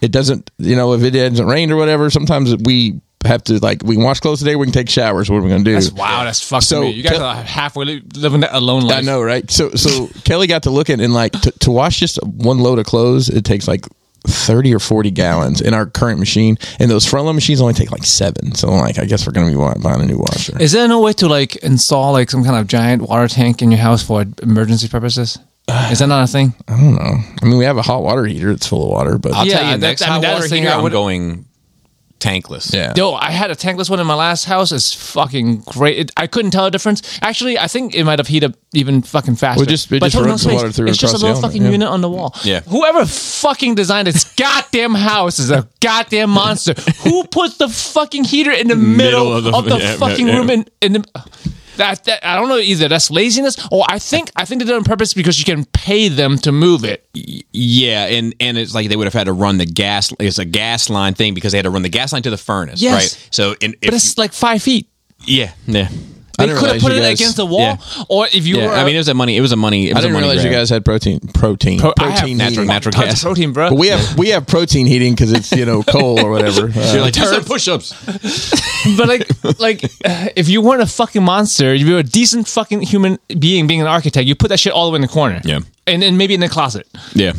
Speaker 2: it doesn't. You know, if it hasn't rained or whatever, sometimes we have to like we can wash clothes today. We can take showers. What are we gonna do?
Speaker 3: Wow, that's fucked.
Speaker 2: So,
Speaker 3: me. you guys
Speaker 2: tell-
Speaker 3: are halfway li- living that alone life.
Speaker 2: I know, right? So, so Kelly got to look at and like to, to wash just one load of clothes. It takes like thirty or forty gallons in our current machine, and those Frontline machines only take like seven. So, I'm like, I guess we're gonna be wa- buying a new washer.
Speaker 3: Is there no way to like install like some kind of giant water tank in your house for emergency purposes? Is that not a thing?
Speaker 2: I don't know. I mean, we have a hot water heater that's full of water, but
Speaker 1: I'll
Speaker 3: Yeah,
Speaker 1: tell you
Speaker 3: that's-
Speaker 1: next
Speaker 3: I mean,
Speaker 1: hot
Speaker 3: that's
Speaker 1: water
Speaker 3: the thing
Speaker 1: heater,
Speaker 3: I
Speaker 1: I'm
Speaker 3: would-
Speaker 1: going tankless.
Speaker 2: yeah,
Speaker 3: Yo, I had a tankless one in my last house. It's fucking great. It, I couldn't tell a difference. Actually, I think it might have heated up even fucking faster.
Speaker 2: Well, just- it
Speaker 3: But
Speaker 2: just
Speaker 3: took no
Speaker 2: runs the
Speaker 3: space.
Speaker 2: water through
Speaker 3: It's just a
Speaker 2: across the
Speaker 3: little
Speaker 2: element,
Speaker 3: fucking
Speaker 2: yeah.
Speaker 3: unit on the wall.
Speaker 1: Yeah.
Speaker 3: Whoever fucking designed this goddamn house is a goddamn monster. Who puts the fucking heater in the middle,
Speaker 5: Middle of the-
Speaker 3: of the
Speaker 5: yeah,
Speaker 3: fucking
Speaker 5: yeah.
Speaker 3: room? In, in the, uh, That, that I don't know either. That's laziness, or I think I think they did it on purpose because you can pay them to move it.
Speaker 1: Yeah, and and it's like they would have had to run the gas. It's a gas line thing because they had to run the gas line to the furnace,
Speaker 3: Yes.
Speaker 1: right? So, and if,
Speaker 3: But it's like five feet.
Speaker 1: yeah, yeah.
Speaker 2: I
Speaker 3: They
Speaker 2: didn't
Speaker 3: could
Speaker 2: realize
Speaker 3: have put
Speaker 2: you
Speaker 3: it
Speaker 2: guys-
Speaker 3: against the wall,
Speaker 1: yeah.
Speaker 3: or if you
Speaker 1: Yeah,
Speaker 3: were.
Speaker 1: I mean, it was a money. It was a money. It was
Speaker 2: I didn't
Speaker 1: a money
Speaker 2: realize you
Speaker 1: grab.
Speaker 2: guys had protein. Protein.
Speaker 3: Pro- I have
Speaker 2: protein
Speaker 1: natural,
Speaker 2: heating.
Speaker 1: natural
Speaker 3: tons of
Speaker 1: gas.
Speaker 3: protein, bro.
Speaker 2: But we have we have protein heating because it's you know coal or whatever. Uh,
Speaker 1: You're like, do some push-ups.
Speaker 3: but like like uh, if you weren't a fucking monster if you were a decent fucking human being being an architect you put that shit all the way in the corner
Speaker 1: Yeah. Mm-hmm.
Speaker 3: and then maybe in the closet
Speaker 1: Yeah.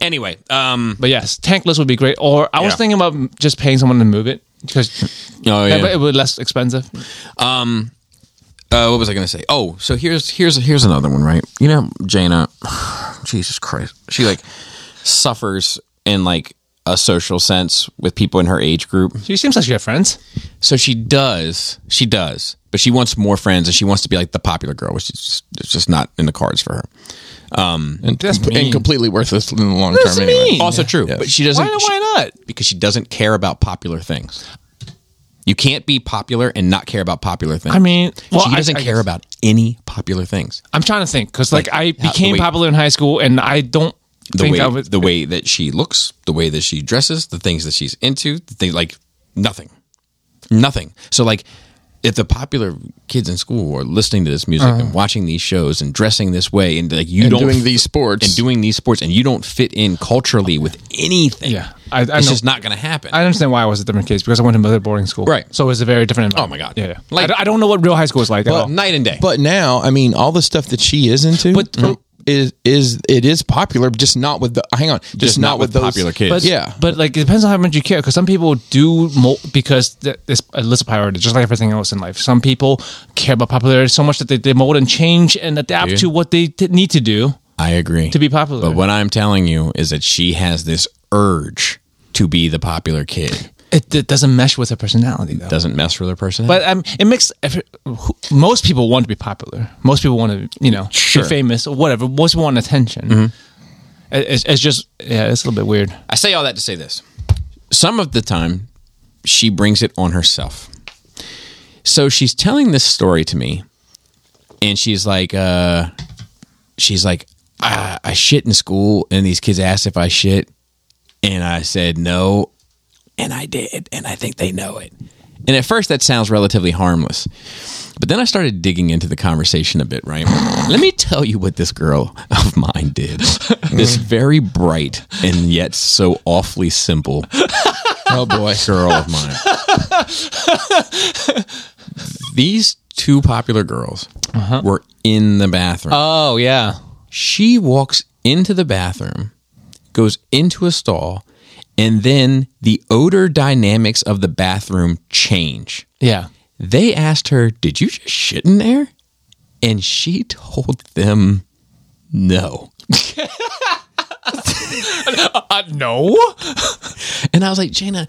Speaker 1: Anyway, um,
Speaker 3: but yes tankless would be great or i was
Speaker 1: Yeah.
Speaker 3: thinking about just paying someone to move it because
Speaker 1: oh yeah.
Speaker 3: that way it would be less expensive
Speaker 1: uh, what was I going to say? Oh, so here's here's here's another one, right? You know, Jana, Jesus Christ, she like suffers in like a social sense with people in her age group.
Speaker 3: she seems like she had friends
Speaker 1: So she does, she does, but she wants more friends and she wants to be like the popular girl, which is just, it's just not in the cards for her.
Speaker 2: Uh, and,
Speaker 3: That's
Speaker 2: com-
Speaker 3: mean.
Speaker 2: and completely worthless in the long term. Anyway.
Speaker 3: mean.
Speaker 1: Also true,
Speaker 2: Yes.
Speaker 1: but she doesn't.
Speaker 3: Why-
Speaker 1: she-
Speaker 3: why not?
Speaker 1: Because she doesn't care about popular things. You can't be popular and not care about popular things.
Speaker 3: I mean, well,
Speaker 1: she
Speaker 3: I-
Speaker 1: doesn't
Speaker 3: I
Speaker 1: care
Speaker 3: guess-
Speaker 1: about any popular things.
Speaker 3: i'm trying to think because like,
Speaker 1: Like,
Speaker 3: i
Speaker 1: how- the
Speaker 3: became
Speaker 1: way-
Speaker 3: popular in high school and i don't
Speaker 1: the
Speaker 3: think
Speaker 1: way
Speaker 3: i was
Speaker 1: the way that she looks, the way that she dresses, the things that she's into, the thing like nothing, nothing. So like, if the popular kids in school are listening to this music
Speaker 3: Uh-huh.
Speaker 1: and watching these shows and dressing this way and like you
Speaker 2: And
Speaker 1: don't
Speaker 2: doing these sports.
Speaker 1: and doing these sports and you don't fit in culturally with anything,
Speaker 3: Yeah. I- I
Speaker 1: it's
Speaker 3: know.
Speaker 1: just not going to happen.
Speaker 3: I understand why I was a different case because I went to another boarding school.
Speaker 1: Right.
Speaker 3: So it was a very different
Speaker 1: Oh,
Speaker 3: environment.
Speaker 1: my God.
Speaker 3: Yeah. yeah.
Speaker 1: Like-
Speaker 3: I don't- I, don't know what real high school is like at all.
Speaker 1: night and day,
Speaker 2: But now, I mean, all the stuff that she is into,
Speaker 1: But-
Speaker 2: mm, is is it is popular, just not with the. Hang on, just, not, with, those
Speaker 1: popular kids.
Speaker 3: But,
Speaker 2: Yeah.
Speaker 3: but like it depends on how much you care because some people do mo- because th- it's a list of priorities, just like everything else in life. Some people care about popularity so much that they, they mold and change and adapt
Speaker 1: Dude.
Speaker 3: to what they t- need to do
Speaker 1: I agree
Speaker 3: to be popular.
Speaker 1: But what I'm telling you is that she has this urge to be the popular kid.
Speaker 3: it, it doesn't mesh with their personality though.
Speaker 1: Doesn't mess with her personality.
Speaker 3: But um, it makes every, who- most people want to be popular. Most people want to, you know,
Speaker 1: Sure.
Speaker 3: be famous or whatever. Most people want attention. It- It's, it's just yeah, it's a little bit weird.
Speaker 1: I say all that to say this. Some of the time, she brings it on herself. So she's telling this story to me, and she's like, uh, she's like, I, I shit in school, and these kids asked if I shit, and I said no, and I did, and I think they know it. And at first, that sounds relatively harmless. But then I started digging into the conversation a bit, right? Let me tell you what this girl of mine did. This very bright and yet so awfully simple
Speaker 2: Oh boy,
Speaker 1: girl of mine. These two popular girls were in the bathroom.
Speaker 3: Oh yeah,
Speaker 1: she walks into the bathroom, goes into a stall, and then the odor dynamics of the bathroom change
Speaker 3: yeah.
Speaker 1: they asked her, Did you just shit in there? And she told them no.
Speaker 3: Uh, no.
Speaker 1: And I was like, Jana,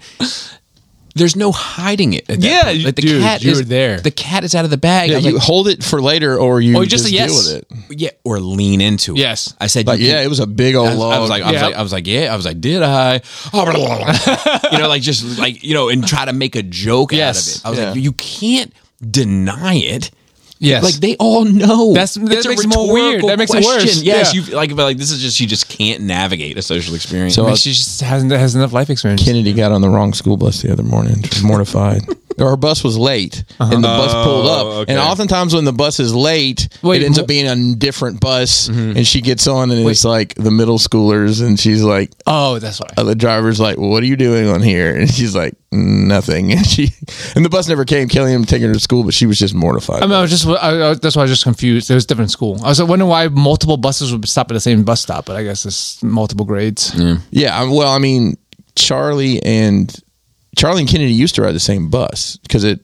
Speaker 1: there's no hiding it. at that
Speaker 3: Yeah,
Speaker 1: point.
Speaker 3: you-
Speaker 1: like the
Speaker 3: dude,
Speaker 1: cat
Speaker 3: you
Speaker 1: is
Speaker 3: were there.
Speaker 1: The cat is out of the bag. I
Speaker 2: yeah,
Speaker 1: was
Speaker 2: you
Speaker 1: like,
Speaker 2: hold it for later, or you
Speaker 3: Or
Speaker 2: just,
Speaker 3: just a
Speaker 2: deal
Speaker 3: yes.
Speaker 2: with it.
Speaker 1: yeah, or lean into it.
Speaker 3: Yes.
Speaker 1: I said,
Speaker 2: Like,
Speaker 1: you
Speaker 2: yeah,
Speaker 1: can-
Speaker 2: it was a big old
Speaker 1: Mm-hmm. I was,
Speaker 2: log.
Speaker 1: I was like, I was
Speaker 3: Yeah.
Speaker 1: like, I was like, yeah, I was like, did I? Oh, blah, blah, blah. you know, like just like you know, and try to make a joke
Speaker 3: Yes.
Speaker 1: out of it. I was
Speaker 2: Yeah.
Speaker 1: like, you can't deny it.
Speaker 3: Yes.
Speaker 1: Like they all know.
Speaker 3: That's- that
Speaker 1: It's a
Speaker 3: makes it more weird.
Speaker 1: rhetorical
Speaker 3: That makes it
Speaker 1: question.
Speaker 3: worse.
Speaker 1: Yes,
Speaker 3: Yeah.
Speaker 1: you like but like this is just you just can't navigate a social experience.
Speaker 2: So-
Speaker 3: I mean, she just hasn't has enough life experience.
Speaker 2: Kennedy got on the wrong school bus the other morning. She was mortified. Our bus was late, and the bus pulled up.
Speaker 5: okay.
Speaker 2: And oftentimes, when the bus is late,
Speaker 3: Uh-huh. Oh, Wait, Mm-hmm.
Speaker 2: it ends
Speaker 3: mo-
Speaker 2: up being a different bus. And she gets on, and it's like the middle schoolers, and she's like,
Speaker 3: oh, that's why.
Speaker 2: uh, the driver's like, well, "What are you doing on here?" And she's like, "Nothing." And she and the bus never came. Kelly and him taking her to school, but she was just mortified.
Speaker 3: I mean, I was just I, I, that's why I was just confused. There was different school. I was like, wondering why multiple buses would stop at the same bus stop, but I guess it's multiple grades.
Speaker 2: yeah, I- well, I mean, Charlie and Charlie and Kennedy used to ride the same bus because it,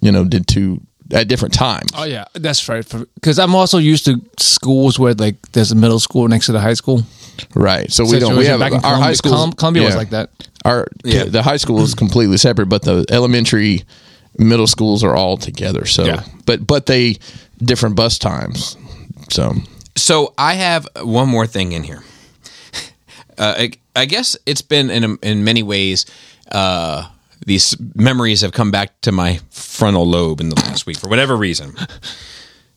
Speaker 2: you know, did two at different times.
Speaker 3: Oh yeah, that's right. Because I'm also used to schools where like there's a middle school next to the high school.
Speaker 2: Right. So we don't. We
Speaker 3: situation.
Speaker 2: have
Speaker 3: Back in
Speaker 2: our high
Speaker 3: Columbia-
Speaker 2: school.
Speaker 3: Colum- Columbia was like that.
Speaker 2: Our the high school is completely separate, but the elementary, middle schools are all together. So,
Speaker 3: Yeah.
Speaker 2: but but they different bus times. So
Speaker 1: So I have one more thing in here. Uh, I, I guess it's been in in many ways uh, these memories have come back to my frontal lobe in the last week for whatever reason.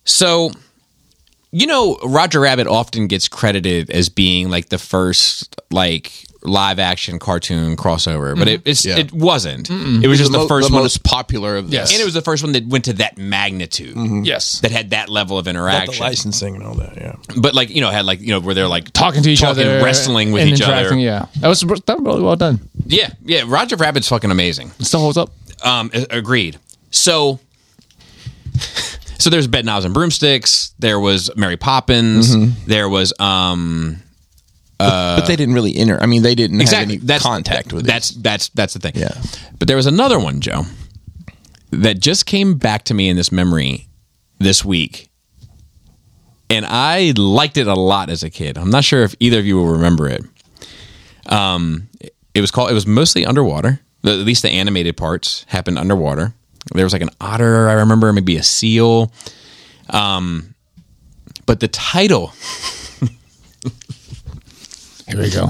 Speaker 1: So, you know, Roger Rabbit often gets credited as being like the first like live action cartoon crossover, but it it's,
Speaker 2: Mm-hmm. Yeah.
Speaker 1: it wasn't. It was just the,
Speaker 2: mo-
Speaker 1: first
Speaker 2: the
Speaker 1: one,
Speaker 2: most popular of this.
Speaker 3: Yes.
Speaker 1: and it was the first one that went to that magnitude.
Speaker 3: Yes.
Speaker 1: That had that level of
Speaker 2: Mm-hmm. the
Speaker 1: interaction,
Speaker 2: licensing and all that. Yeah,
Speaker 1: but like you know, had like you know where they're like
Speaker 3: Talking to each other,
Speaker 1: wrestling with
Speaker 3: and
Speaker 1: each other.
Speaker 3: interacting, Yeah, that was that was really well done.
Speaker 1: yeah, yeah. Roger Rabbit's fucking amazing.
Speaker 3: It still holds up.
Speaker 1: Um, a- agreed. So, so there's bed knobs and broomsticks. There was Mary Poppins.
Speaker 3: Mm-hmm.
Speaker 1: There was um
Speaker 2: but they didn't really enter. I mean, they didn't
Speaker 1: exactly
Speaker 2: have any contact with
Speaker 1: that's that's that's the thing.
Speaker 2: Yeah.
Speaker 1: But there was another one, Joe, that just came back to me in this memory this week, and I liked it a lot as a kid. I'm not sure if either of you will remember it. Um, it was called. It was mostly underwater. The- At least the animated parts happened underwater. There was like an otter. I remember maybe a seal. Um, but the title
Speaker 3: Here we go.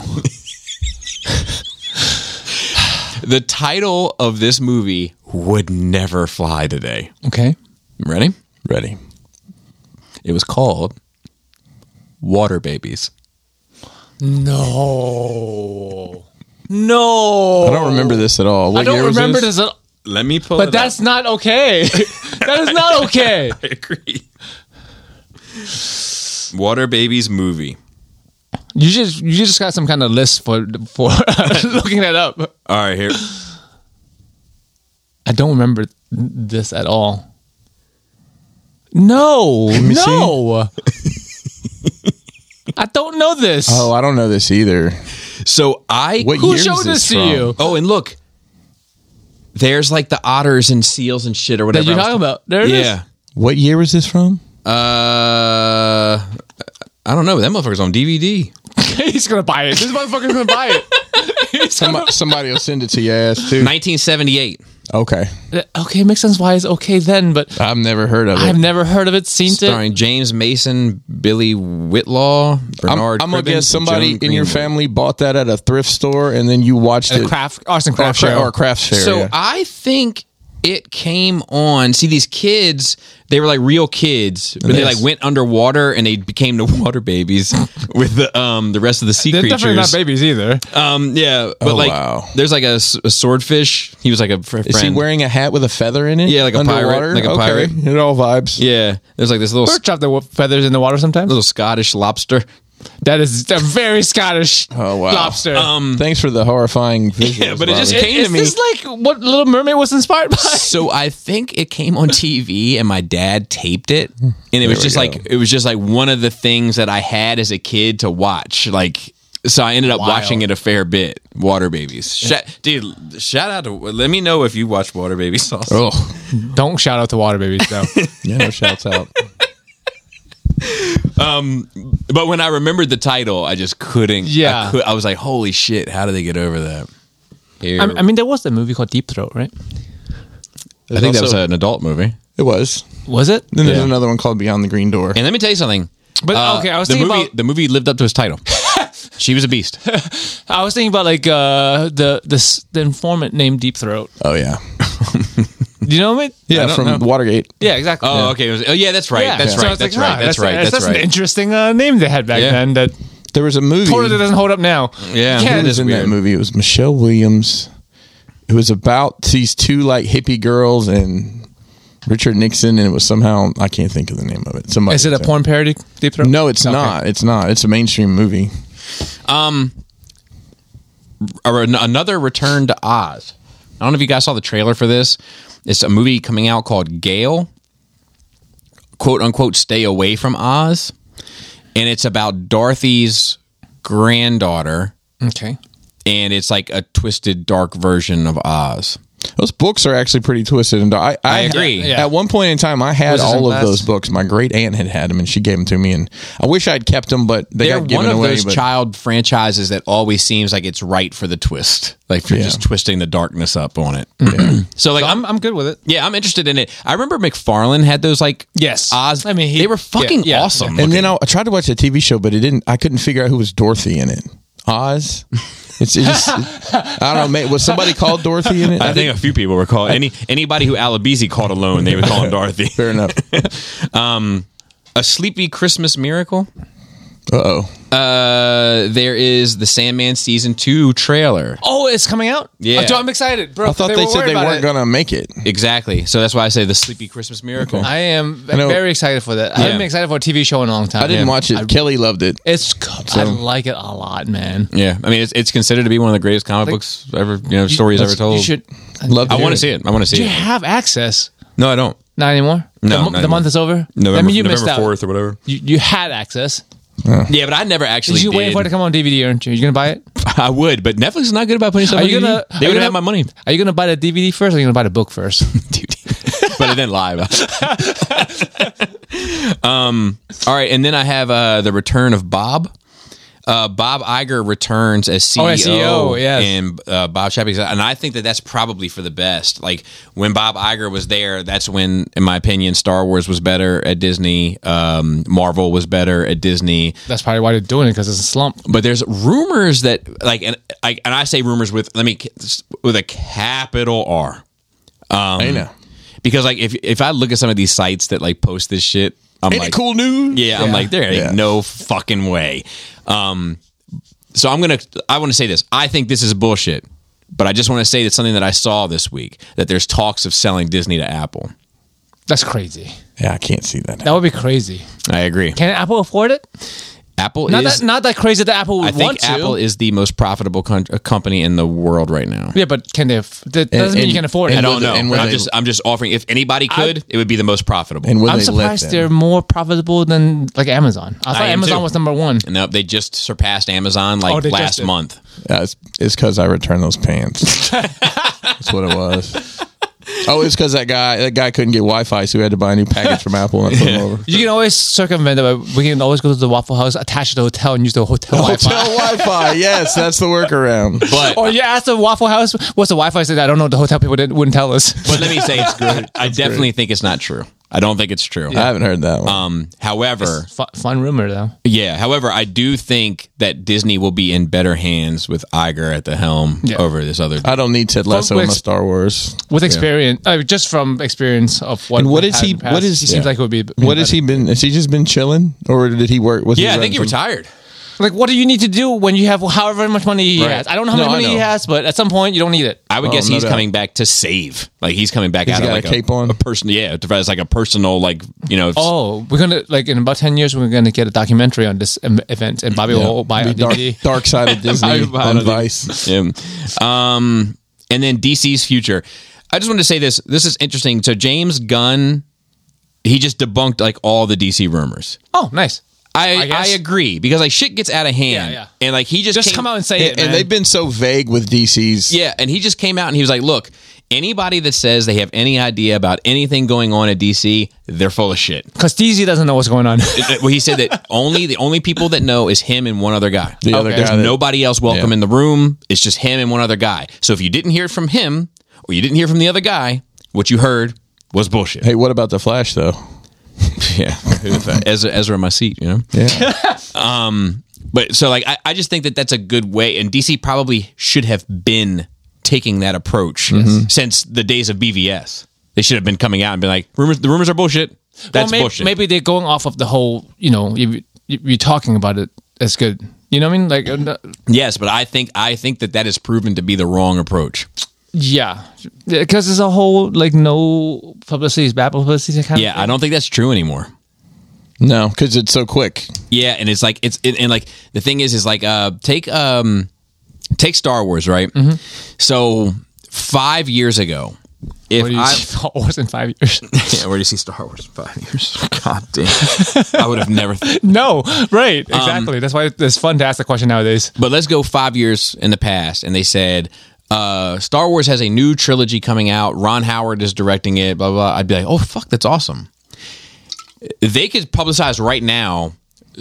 Speaker 1: The title of this movie would never fly today.
Speaker 3: okay.
Speaker 1: Ready?
Speaker 2: it. Ready?
Speaker 1: It was called Water Babies.
Speaker 3: No.
Speaker 2: I
Speaker 3: No.
Speaker 2: don't remember this at all. What
Speaker 3: I don't
Speaker 2: year was
Speaker 3: remember
Speaker 2: this.
Speaker 3: this. at-
Speaker 1: Let me pull
Speaker 3: But that's not okay. that is not okay.
Speaker 1: I agree. Water Babies movie.
Speaker 3: You just you just got some kind of list for for looking that up.
Speaker 1: All right, here.
Speaker 3: I don't remember this at all. No, no. I don't know this.
Speaker 2: Oh, I don't know this either.
Speaker 1: So I
Speaker 2: What
Speaker 3: Who
Speaker 2: year is
Speaker 3: showed
Speaker 2: this
Speaker 3: this to
Speaker 2: from?
Speaker 3: you?
Speaker 1: Oh, and look. There's like the otters and seals and shit or whatever.
Speaker 3: That you're
Speaker 1: I was
Speaker 3: talking about. There it is.
Speaker 1: Yeah.
Speaker 2: What year was this from?
Speaker 1: Uh I don't know. That motherfucker's on DVD.
Speaker 3: He's gonna buy it. This motherfucker's gonna buy it. He's gonna-
Speaker 2: Some- somebody will send it to your ass too.
Speaker 1: 1978.
Speaker 2: Okay,
Speaker 3: uh, okay, makes sense why it's okay then, but
Speaker 2: I've never heard of it.
Speaker 3: I've never heard of it, seen it.
Speaker 1: starring James Mason, Billy Whitlaw,
Speaker 2: I'm,
Speaker 1: Bernard.
Speaker 2: I'm gonna
Speaker 1: Cribbins,
Speaker 2: guess somebody
Speaker 1: Joan
Speaker 2: in your
Speaker 1: Greenwood.
Speaker 2: family bought that at a thrift store, and then you watched it
Speaker 3: Craft arts and
Speaker 2: or, a
Speaker 3: craft
Speaker 2: cra-
Speaker 3: show.
Speaker 2: or a craft fair.
Speaker 1: So
Speaker 2: yeah.
Speaker 1: I think it came on. See, these kids, they were like real kids, but they
Speaker 2: Yes.
Speaker 1: like went underwater and they became the water babies with the um the rest of the sea
Speaker 3: They're
Speaker 1: creatures.
Speaker 3: definitely not babies either.
Speaker 1: Um, yeah, but
Speaker 2: Oh,
Speaker 1: like,
Speaker 2: wow.
Speaker 1: there's like a, s- a swordfish. He was like a fr- friend.
Speaker 2: Is he wearing a hat with a feather in it?
Speaker 1: Yeah, like a pirate,
Speaker 2: Underwater?
Speaker 1: like a
Speaker 2: okay.
Speaker 1: pirate.
Speaker 2: It all vibes.
Speaker 1: yeah, there's like this little
Speaker 3: Birds drop their wa- feathers in the water sometimes.
Speaker 1: little Scottish lobster.
Speaker 3: That is a very Scottish
Speaker 2: Oh, wow.
Speaker 3: lobster.
Speaker 1: Um,
Speaker 2: Thanks for the horrifying visuals.
Speaker 1: Yeah, but it just
Speaker 2: Bobby.
Speaker 1: came
Speaker 3: is
Speaker 1: to me.
Speaker 3: this like what Little Mermaid was inspired by?
Speaker 1: so I think it came on TV and my dad taped it and it was
Speaker 2: we
Speaker 1: just
Speaker 2: go.
Speaker 1: like it was just like one of the things that I had as a kid to watch like so I ended up watching it a fair bit Water Babies Shout- dude shout out to let me know if you watch Water Babies also
Speaker 2: Oh,
Speaker 3: Don't shout out to water babies though.
Speaker 2: yeah, no shouts out.
Speaker 1: but when I remembered the title I just couldn't I
Speaker 3: Yeah.
Speaker 1: cou- I, was like holy shit how do they get over that Here.
Speaker 3: I, I mean, there was that movie called Deep Throat, right?
Speaker 1: I think that was
Speaker 2: also-
Speaker 1: an adult movie
Speaker 2: It was.
Speaker 3: Was it?
Speaker 2: Then there's another one called Beyond the Green Door.
Speaker 1: and let me tell you something Uh,
Speaker 3: But okay, I was
Speaker 1: the
Speaker 3: thinking
Speaker 1: movie
Speaker 3: about
Speaker 1: the movie lived up to its title she was a beast
Speaker 3: I was thinking about like uh, the the s- the informant named Deep Throat.
Speaker 2: Oh yeah,
Speaker 3: Do you know what I mean?
Speaker 2: yeah, from Watergate.
Speaker 3: Yeah, exactly.
Speaker 1: Oh, okay. It was- oh, yeah, that's right. That's
Speaker 3: So I
Speaker 1: right.
Speaker 3: was
Speaker 1: That's
Speaker 3: like,
Speaker 1: right.
Speaker 3: ah,
Speaker 1: That's right. That's,
Speaker 3: That's an
Speaker 1: right.
Speaker 3: interesting uh, name they had back
Speaker 1: Yeah.
Speaker 3: then. That
Speaker 2: There was a movie.
Speaker 3: totally doesn't hold up now.
Speaker 1: Yeah.
Speaker 3: You
Speaker 2: Who
Speaker 3: can't-
Speaker 1: It
Speaker 2: was
Speaker 1: is
Speaker 2: in
Speaker 1: weird.
Speaker 2: that movie? It was Michelle Williams. It was about these two like hippie girls and Richard Nixon, and it was somehow I can't think of the name of it. Somebody
Speaker 3: Is it a
Speaker 2: said-
Speaker 3: porn parody? Deep Throat?
Speaker 2: No, it's not. It's not. It's a mainstream movie.
Speaker 1: Or an- another Return to Oz. I don't know if you guys saw the trailer for this. It's a movie coming out called Gale. Quote unquote, stay away from Oz. And it's about Dorothy's granddaughter.
Speaker 3: Okay.
Speaker 1: And it's like a twisted, dark version of Oz.
Speaker 2: Those books are actually pretty twisted, and I, I,
Speaker 1: agree.
Speaker 3: Yeah.
Speaker 2: At one point in time, I had
Speaker 3: Was this in
Speaker 2: all of
Speaker 3: class?
Speaker 2: those books. My great aunt had had them, and she gave them to me, and I wish I'd kept them, but they
Speaker 1: They're
Speaker 2: got
Speaker 1: one
Speaker 2: given
Speaker 1: of
Speaker 2: away.
Speaker 1: those
Speaker 2: but
Speaker 1: child franchises that always seems like it's right for the twist. Like you're
Speaker 2: Yeah. Hmm.
Speaker 1: just twisting the darkness up on it. so like I'm
Speaker 3: I'm, I'm good with it.
Speaker 1: Yeah, I'm interested in it. I remember McFarlane had those like
Speaker 3: Yes.
Speaker 1: Oz.
Speaker 3: I mean, he-
Speaker 1: they were fucking
Speaker 3: yeah, yeah.
Speaker 1: awesome.
Speaker 2: and then I, I tried to watch a TV show, but it didn't. I couldn't figure out who was Dorothy in it. Oz. It's it just I don't know. Mate, was somebody called Dorothy in it?
Speaker 1: I think a few people were called any anybody who Alabisi called alone. They were calling Dorothy.
Speaker 2: fair enough. Uh
Speaker 1: a sleepy Christmas miracle.
Speaker 2: oh.
Speaker 1: Uh, there is the Sandman season two trailer.
Speaker 3: Oh, it's coming out.
Speaker 1: Yeah.
Speaker 3: Oh, dude, I'm excited, bro.
Speaker 2: I thought they, said they weren't
Speaker 3: going.
Speaker 2: gonna make it.
Speaker 1: Exactly. So that's why I say the sleepy Christmas miracle.
Speaker 3: I am
Speaker 2: know.
Speaker 3: very excited for that. I haven't been excited for a TV show in a long time.
Speaker 2: I didn't watch it. Kelly loved it.
Speaker 3: It's co- I like it a lot, man.
Speaker 1: yeah, I mean it's, it's considered to be one of the greatest comic books ever, you know, stories ever told.
Speaker 3: You should.
Speaker 2: Loved
Speaker 1: I
Speaker 2: hear
Speaker 1: want
Speaker 2: it.
Speaker 1: to see it. I want to
Speaker 3: Do
Speaker 1: see
Speaker 3: you
Speaker 1: it.
Speaker 3: have access?
Speaker 1: No, I don't.
Speaker 3: Not anymore.
Speaker 1: No,
Speaker 3: the,
Speaker 1: not
Speaker 3: mo- the
Speaker 1: anymore.
Speaker 3: month is over.
Speaker 1: November,
Speaker 3: I mean, you missed
Speaker 5: November
Speaker 3: out.
Speaker 5: fourth or whatever.
Speaker 3: You, you had access.
Speaker 1: Yeah, but I never actually.
Speaker 3: Did you
Speaker 1: did.
Speaker 3: wait for it to come on DVD, aren't you? You gonna buy it?
Speaker 1: I would, but Netflix is not good about putting stuff.
Speaker 3: Are
Speaker 1: on
Speaker 3: you
Speaker 1: DVD.
Speaker 3: gonna- are
Speaker 1: They
Speaker 3: you
Speaker 1: would
Speaker 3: gonna-
Speaker 1: have my money,
Speaker 3: Are you gonna buy the DVD first, or are you gonna buy the book first?
Speaker 1: dude. but it didn't live. um. All right, and then I have uh, the return of Bob. Uh, Bob Iger returns as CEO,
Speaker 3: Oh, as CEO, yes.
Speaker 1: and uh, Bob Chapek, and I think that that's probably for the best. Like when Bob Iger was there, that's when, in my opinion, Star Wars was better at Disney, um, Marvel was better at Disney,
Speaker 3: That's probably why they're doing it because it's a slump.
Speaker 1: but there's rumors that like and I, and I say rumors with let me with a capital R
Speaker 2: I know.
Speaker 1: because like if if I look at some of these sites that like post this shit, I'm
Speaker 2: Ain't
Speaker 1: like
Speaker 2: it cool news?
Speaker 1: yeah, I'm like there ain't
Speaker 2: Yeah.
Speaker 1: no fucking way. Um, so I'm gonna I want to say this. I think this is bullshit, but I just want to say that something that I saw this week that there's talks of selling Disney to Apple.
Speaker 3: That's crazy.
Speaker 2: Yeah, I can't see that.
Speaker 3: That would be crazy.
Speaker 1: I agree.
Speaker 3: Can Apple afford it?
Speaker 1: Apple
Speaker 3: Not
Speaker 1: is
Speaker 3: that not that crazy that Apple would
Speaker 1: I think
Speaker 3: want to.
Speaker 1: Apple is the most profitable con- uh, company in the world right now.
Speaker 3: yeah, but can they? aff- That doesn't mean
Speaker 2: and-
Speaker 3: you can afford it.
Speaker 2: and
Speaker 1: I don't
Speaker 2: would-
Speaker 1: know.
Speaker 2: and would
Speaker 1: I'm
Speaker 2: they-
Speaker 1: just I'm just offering. If anybody could, it would be the most profitable.
Speaker 2: And will
Speaker 3: I'm
Speaker 2: they
Speaker 3: surprised
Speaker 2: let
Speaker 3: they're
Speaker 2: them?
Speaker 3: more profitable than like Amazon. I thought
Speaker 1: am
Speaker 3: Amazon
Speaker 1: too.
Speaker 3: was number one.
Speaker 1: no, they just surpassed Amazon like
Speaker 3: Oh, they just
Speaker 1: last
Speaker 3: did.
Speaker 1: month.
Speaker 2: Yeah, it's it's because I returned those pants. That's what it was. Oh, it's because that guy that guy couldn't get Wi-Fi, so he had to buy a new package from Apple and I put him over.
Speaker 3: You can always circumvent it. but We can always go to the Waffle House, attach to the hotel, and use the hotel
Speaker 2: Hotel
Speaker 3: Wi-Fi.
Speaker 2: Wi-Fi, yes, that's the workaround.
Speaker 1: But
Speaker 3: Or you ask the Waffle House, what's the Wi-Fi? Said I don't know. The hotel people didn't, wouldn't tell us.
Speaker 1: but let me say it's great. I definitely think it's not true. I don't think it's true.
Speaker 2: I haven't heard that one.
Speaker 1: Um, however,
Speaker 3: Fun, fun rumor though.
Speaker 1: yeah. However, I do think that Disney will be in better hands with Iger at the helm
Speaker 3: Yeah.
Speaker 1: over this other.
Speaker 2: I don't need Ted Lasso in my
Speaker 3: Wix-
Speaker 2: Star Wars.
Speaker 3: With experience, uh, just from experience of what.
Speaker 2: And what
Speaker 3: we've
Speaker 2: is
Speaker 3: had
Speaker 2: he-
Speaker 3: in the past,
Speaker 2: what is-
Speaker 3: he seems
Speaker 2: yeah.
Speaker 3: like it would be. be
Speaker 2: What has he been? Has he just been chilling, or did he work? Was
Speaker 1: yeah, I
Speaker 2: running
Speaker 1: think he
Speaker 2: some-
Speaker 1: retired.
Speaker 3: Like, what do you need to do when you have however much money he
Speaker 1: Right.
Speaker 3: has? I don't know how
Speaker 2: No,
Speaker 3: much
Speaker 2: I
Speaker 3: money he
Speaker 2: know.
Speaker 3: has, but at some point you don't need it.
Speaker 1: I would
Speaker 2: Oh,
Speaker 1: guess
Speaker 2: no
Speaker 1: he's
Speaker 2: doubt.
Speaker 1: coming back to save. Like he's coming back out
Speaker 2: got
Speaker 1: of
Speaker 2: a
Speaker 1: like
Speaker 2: cape on?
Speaker 1: a person. Yeah, to- as like a personal like you know.
Speaker 3: Oh, we're gonna like in about ten years we're gonna get a documentary on this em- event, and Bobby
Speaker 1: Oh,
Speaker 3: will buy
Speaker 2: Be
Speaker 3: a
Speaker 2: dark,
Speaker 3: DVD.
Speaker 2: dark side of Disney
Speaker 1: Bobby-
Speaker 2: on Vice.
Speaker 1: Yeah. Um, and then DC's future. I just wanted to say this. This is interesting. So James Gunn, he just debunked like all the DC rumors.
Speaker 3: Oh, nice.
Speaker 1: I
Speaker 3: I
Speaker 1: I,
Speaker 3: guess.
Speaker 1: agree because like shit gets out of hand,
Speaker 3: Yeah, yeah.
Speaker 1: and like he just
Speaker 3: Just
Speaker 1: came-
Speaker 3: come out and say it,
Speaker 2: And,
Speaker 3: man.
Speaker 2: and they've been so vague with DC's.
Speaker 1: Yeah, and he just came out and he was like, "Look, anybody that says they have any idea about anything going on at DC, they're full of shit."
Speaker 3: Because DZ doesn't know what's going on.
Speaker 1: well, he said that only the only people that know is him and one other guy.
Speaker 2: The other
Speaker 3: Okay.
Speaker 2: guy.
Speaker 1: There's
Speaker 2: that-
Speaker 1: nobody else welcome
Speaker 2: Yeah.
Speaker 1: in the room. It's just him and one other guy. So if you didn't hear it from him or you didn't hear from the other guy, what you heard was bullshit.
Speaker 2: Hey, what about the Flash though?
Speaker 1: Yeah, Ezra, Ezra in my seat, you know.
Speaker 2: Yeah,
Speaker 1: But so like I, I just think that that's a good way, and DC probably should have been taking that approach since the days of BVS. They should have been coming out and been like, rumors. The rumors are bullshit. That's
Speaker 3: may-
Speaker 1: bullshit.
Speaker 3: Maybe they're going off of the whole, you know, you, you, you're talking about it. That's good. You know what I mean? Like, uh, no-
Speaker 1: yes, but I think I think that that is proven to be the wrong approach.
Speaker 3: yeah, because it's a whole like no publicity is bad publicity kind
Speaker 1: Yeah,
Speaker 3: of.
Speaker 1: I don't think that's true anymore.
Speaker 2: no, because it's so quick.
Speaker 1: Yeah, and it's like it's and, and like the thing is is like uh take um take Star Wars right. So five years ago, if
Speaker 3: What do you
Speaker 1: I,
Speaker 3: see Star Wars in five years?
Speaker 1: Yeah, where do you see Star Wars in five years? God damn. I would have never.
Speaker 3: no, right? Exactly. That's why it's fun to ask the question nowadays.
Speaker 1: But let's go five years in the past, and they said uh, Star Wars has a new trilogy coming out. Ron Howard is directing it. Blah blah. I'd be like, oh fuck, that's awesome. They could publicize right now.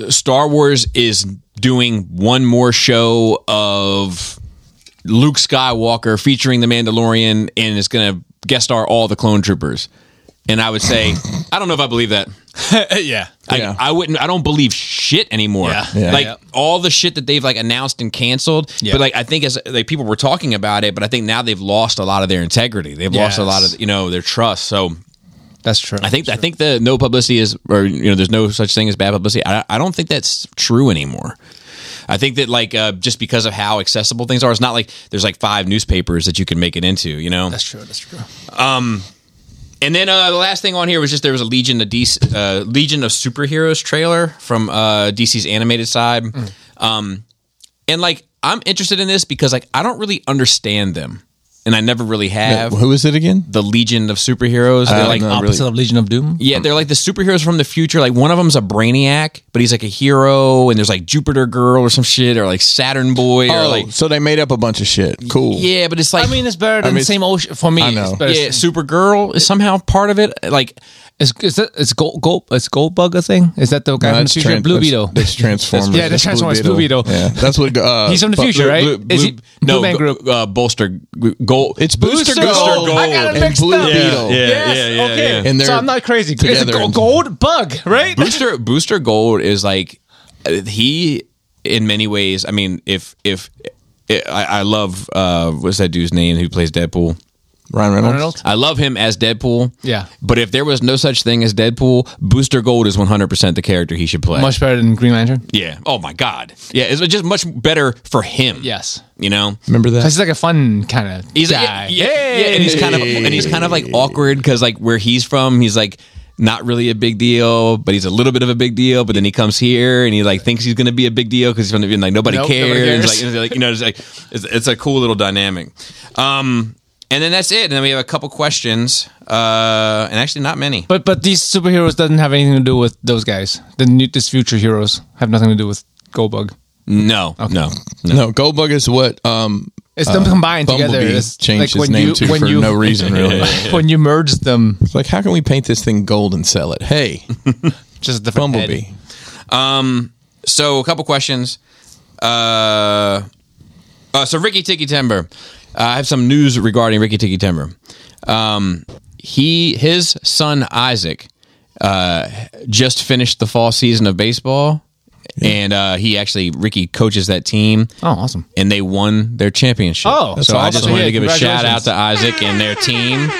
Speaker 1: Star Wars is doing one more show of Luke Skywalker featuring the Mandalorian, and it's going to guest star all the clone troopers. And I would say, I don't know if I believe that.
Speaker 5: yeah.
Speaker 1: I,
Speaker 2: Yeah.
Speaker 1: I wouldn't. I don't believe shit anymore.
Speaker 5: Yeah. Yeah.
Speaker 1: Like
Speaker 5: Yeah.
Speaker 1: all the shit that they've like announced and canceled.
Speaker 5: Yeah.
Speaker 1: But like I think as like people were talking about it, but I think now they've lost a lot of their integrity. They've lost a lot
Speaker 5: Yes.
Speaker 1: of you know their trust. So
Speaker 3: That's true.
Speaker 1: I think I think the no publicity is or you know there's no such thing as bad publicity. I, I don't think that's true anymore. I think that like uh, just because of how accessible things are, it's not like there's like five newspapers that you can make it into. You know.
Speaker 3: that's true. That's true.
Speaker 1: And then uh, the last thing on here was just there was a Legion of DC, uh, Legion of Superheroes trailer from uh, DC's animated side,
Speaker 3: Mm.
Speaker 1: um, and like I'm interested in this because like I don't really understand them, and I never really have.
Speaker 2: Who is it again?
Speaker 1: The Legion of Superheroes, they're like
Speaker 2: no, really.
Speaker 3: Opposite
Speaker 2: Mm.
Speaker 3: of Legion of Doom.
Speaker 1: yeah, they're like the superheroes from the future. Like one of them's a brainiac, but he's like a hero, and there's like Jupiter Girl or some shit, or like Saturn Boy, or
Speaker 2: Oh,
Speaker 1: like
Speaker 2: so they made up a bunch of shit. Cool.
Speaker 1: yeah, but it's like
Speaker 3: I mean, it's better than
Speaker 2: mean, it's-
Speaker 3: same ocean for me.
Speaker 2: I know.
Speaker 3: It's better.
Speaker 1: yeah, Supergirl is somehow part of it. Like
Speaker 3: It's it's it's gold, gold it's Goldbug a thing? Is that the guy
Speaker 2: No,
Speaker 3: from the
Speaker 2: that's
Speaker 3: future?
Speaker 2: tran-
Speaker 3: Blue
Speaker 2: that's-
Speaker 3: Beetle.
Speaker 2: That's Transformers.
Speaker 3: Yeah, that's Transformers, Blue Beetle.
Speaker 2: Yeah, that's what. Uh,
Speaker 3: He's from the
Speaker 2: but-
Speaker 3: future, right?
Speaker 2: Blue-
Speaker 3: Is
Speaker 2: Blue-
Speaker 3: he Blue Man
Speaker 1: go-
Speaker 3: Group?
Speaker 1: uh, bolster G- gold.
Speaker 2: It's Booster,
Speaker 3: Booster
Speaker 2: Gold.
Speaker 3: Gold. I got it
Speaker 2: and
Speaker 3: mixed
Speaker 2: Blue
Speaker 3: up.
Speaker 5: Yeah.
Speaker 2: Beetle.
Speaker 5: Yeah.
Speaker 3: Yes,
Speaker 5: yeah,
Speaker 3: okay.
Speaker 5: yeah.
Speaker 2: And
Speaker 3: so
Speaker 2: they're
Speaker 3: I'm not crazy. It's a
Speaker 2: together
Speaker 3: go-
Speaker 2: and-
Speaker 3: gold bug, right?
Speaker 1: Booster Booster Gold is like uh, he in many ways. I mean, if if eh, I, I love uh, what's that dude's name who plays Deadpool?
Speaker 2: Ryan Reynolds.
Speaker 3: Reynolds?
Speaker 1: I love him as Deadpool.
Speaker 3: Yeah.
Speaker 1: but if there was no such thing as Deadpool, Booster Gold is 100 percent the character he should play.
Speaker 3: Much better than Green Lantern.
Speaker 1: yeah. Oh my God. Yeah, it's just much better for him.
Speaker 3: Yes.
Speaker 1: You know,
Speaker 2: Remember that?
Speaker 3: He's like a fun kind of
Speaker 1: he's
Speaker 3: guy.
Speaker 1: yeah, yeah, yeah, and he's kind of and he's kind of like awkward because like where he's from, he's like not really a big deal, but he's a little bit of a big deal. But then he comes here and he like thinks he's gonna be a big deal because he's from the like nobody
Speaker 3: Nope,
Speaker 1: cares.
Speaker 3: nobody
Speaker 1: Like,
Speaker 3: cares.
Speaker 1: it's like, you know, it's like it's, it's a cool little dynamic. Um, and then that's it. And then we have a couple questions, uh, and actually not many.
Speaker 3: But but these superheroes doesn't have anything to do with those guys. The new these future heroes have nothing to do with Goldbug.
Speaker 1: No, no, no.
Speaker 2: no, Goldbug is what. Um,
Speaker 3: It's them combined
Speaker 2: Bumblebee
Speaker 3: together. It's
Speaker 2: changed his name to for no reason, really. It's
Speaker 3: when you merge them,
Speaker 2: like, how can we paint this thing gold and sell it? Hey,
Speaker 3: just the
Speaker 2: Bumblebee.
Speaker 1: So a couple questions. Uh, uh, so Ricky Tiki Timber, uh, I have some news regarding Ricky Tiki Timber. Um, he his son Isaac uh, just finished the fall season of baseball, and uh, he actually Ricky coaches that team.
Speaker 3: Oh, awesome.
Speaker 1: And they won their championship.
Speaker 3: Oh, that's
Speaker 1: so I just
Speaker 3: awesome.
Speaker 1: wanted
Speaker 3: Yeah,
Speaker 1: to give a shout out
Speaker 3: congratulations.
Speaker 1: to Isaac and their team.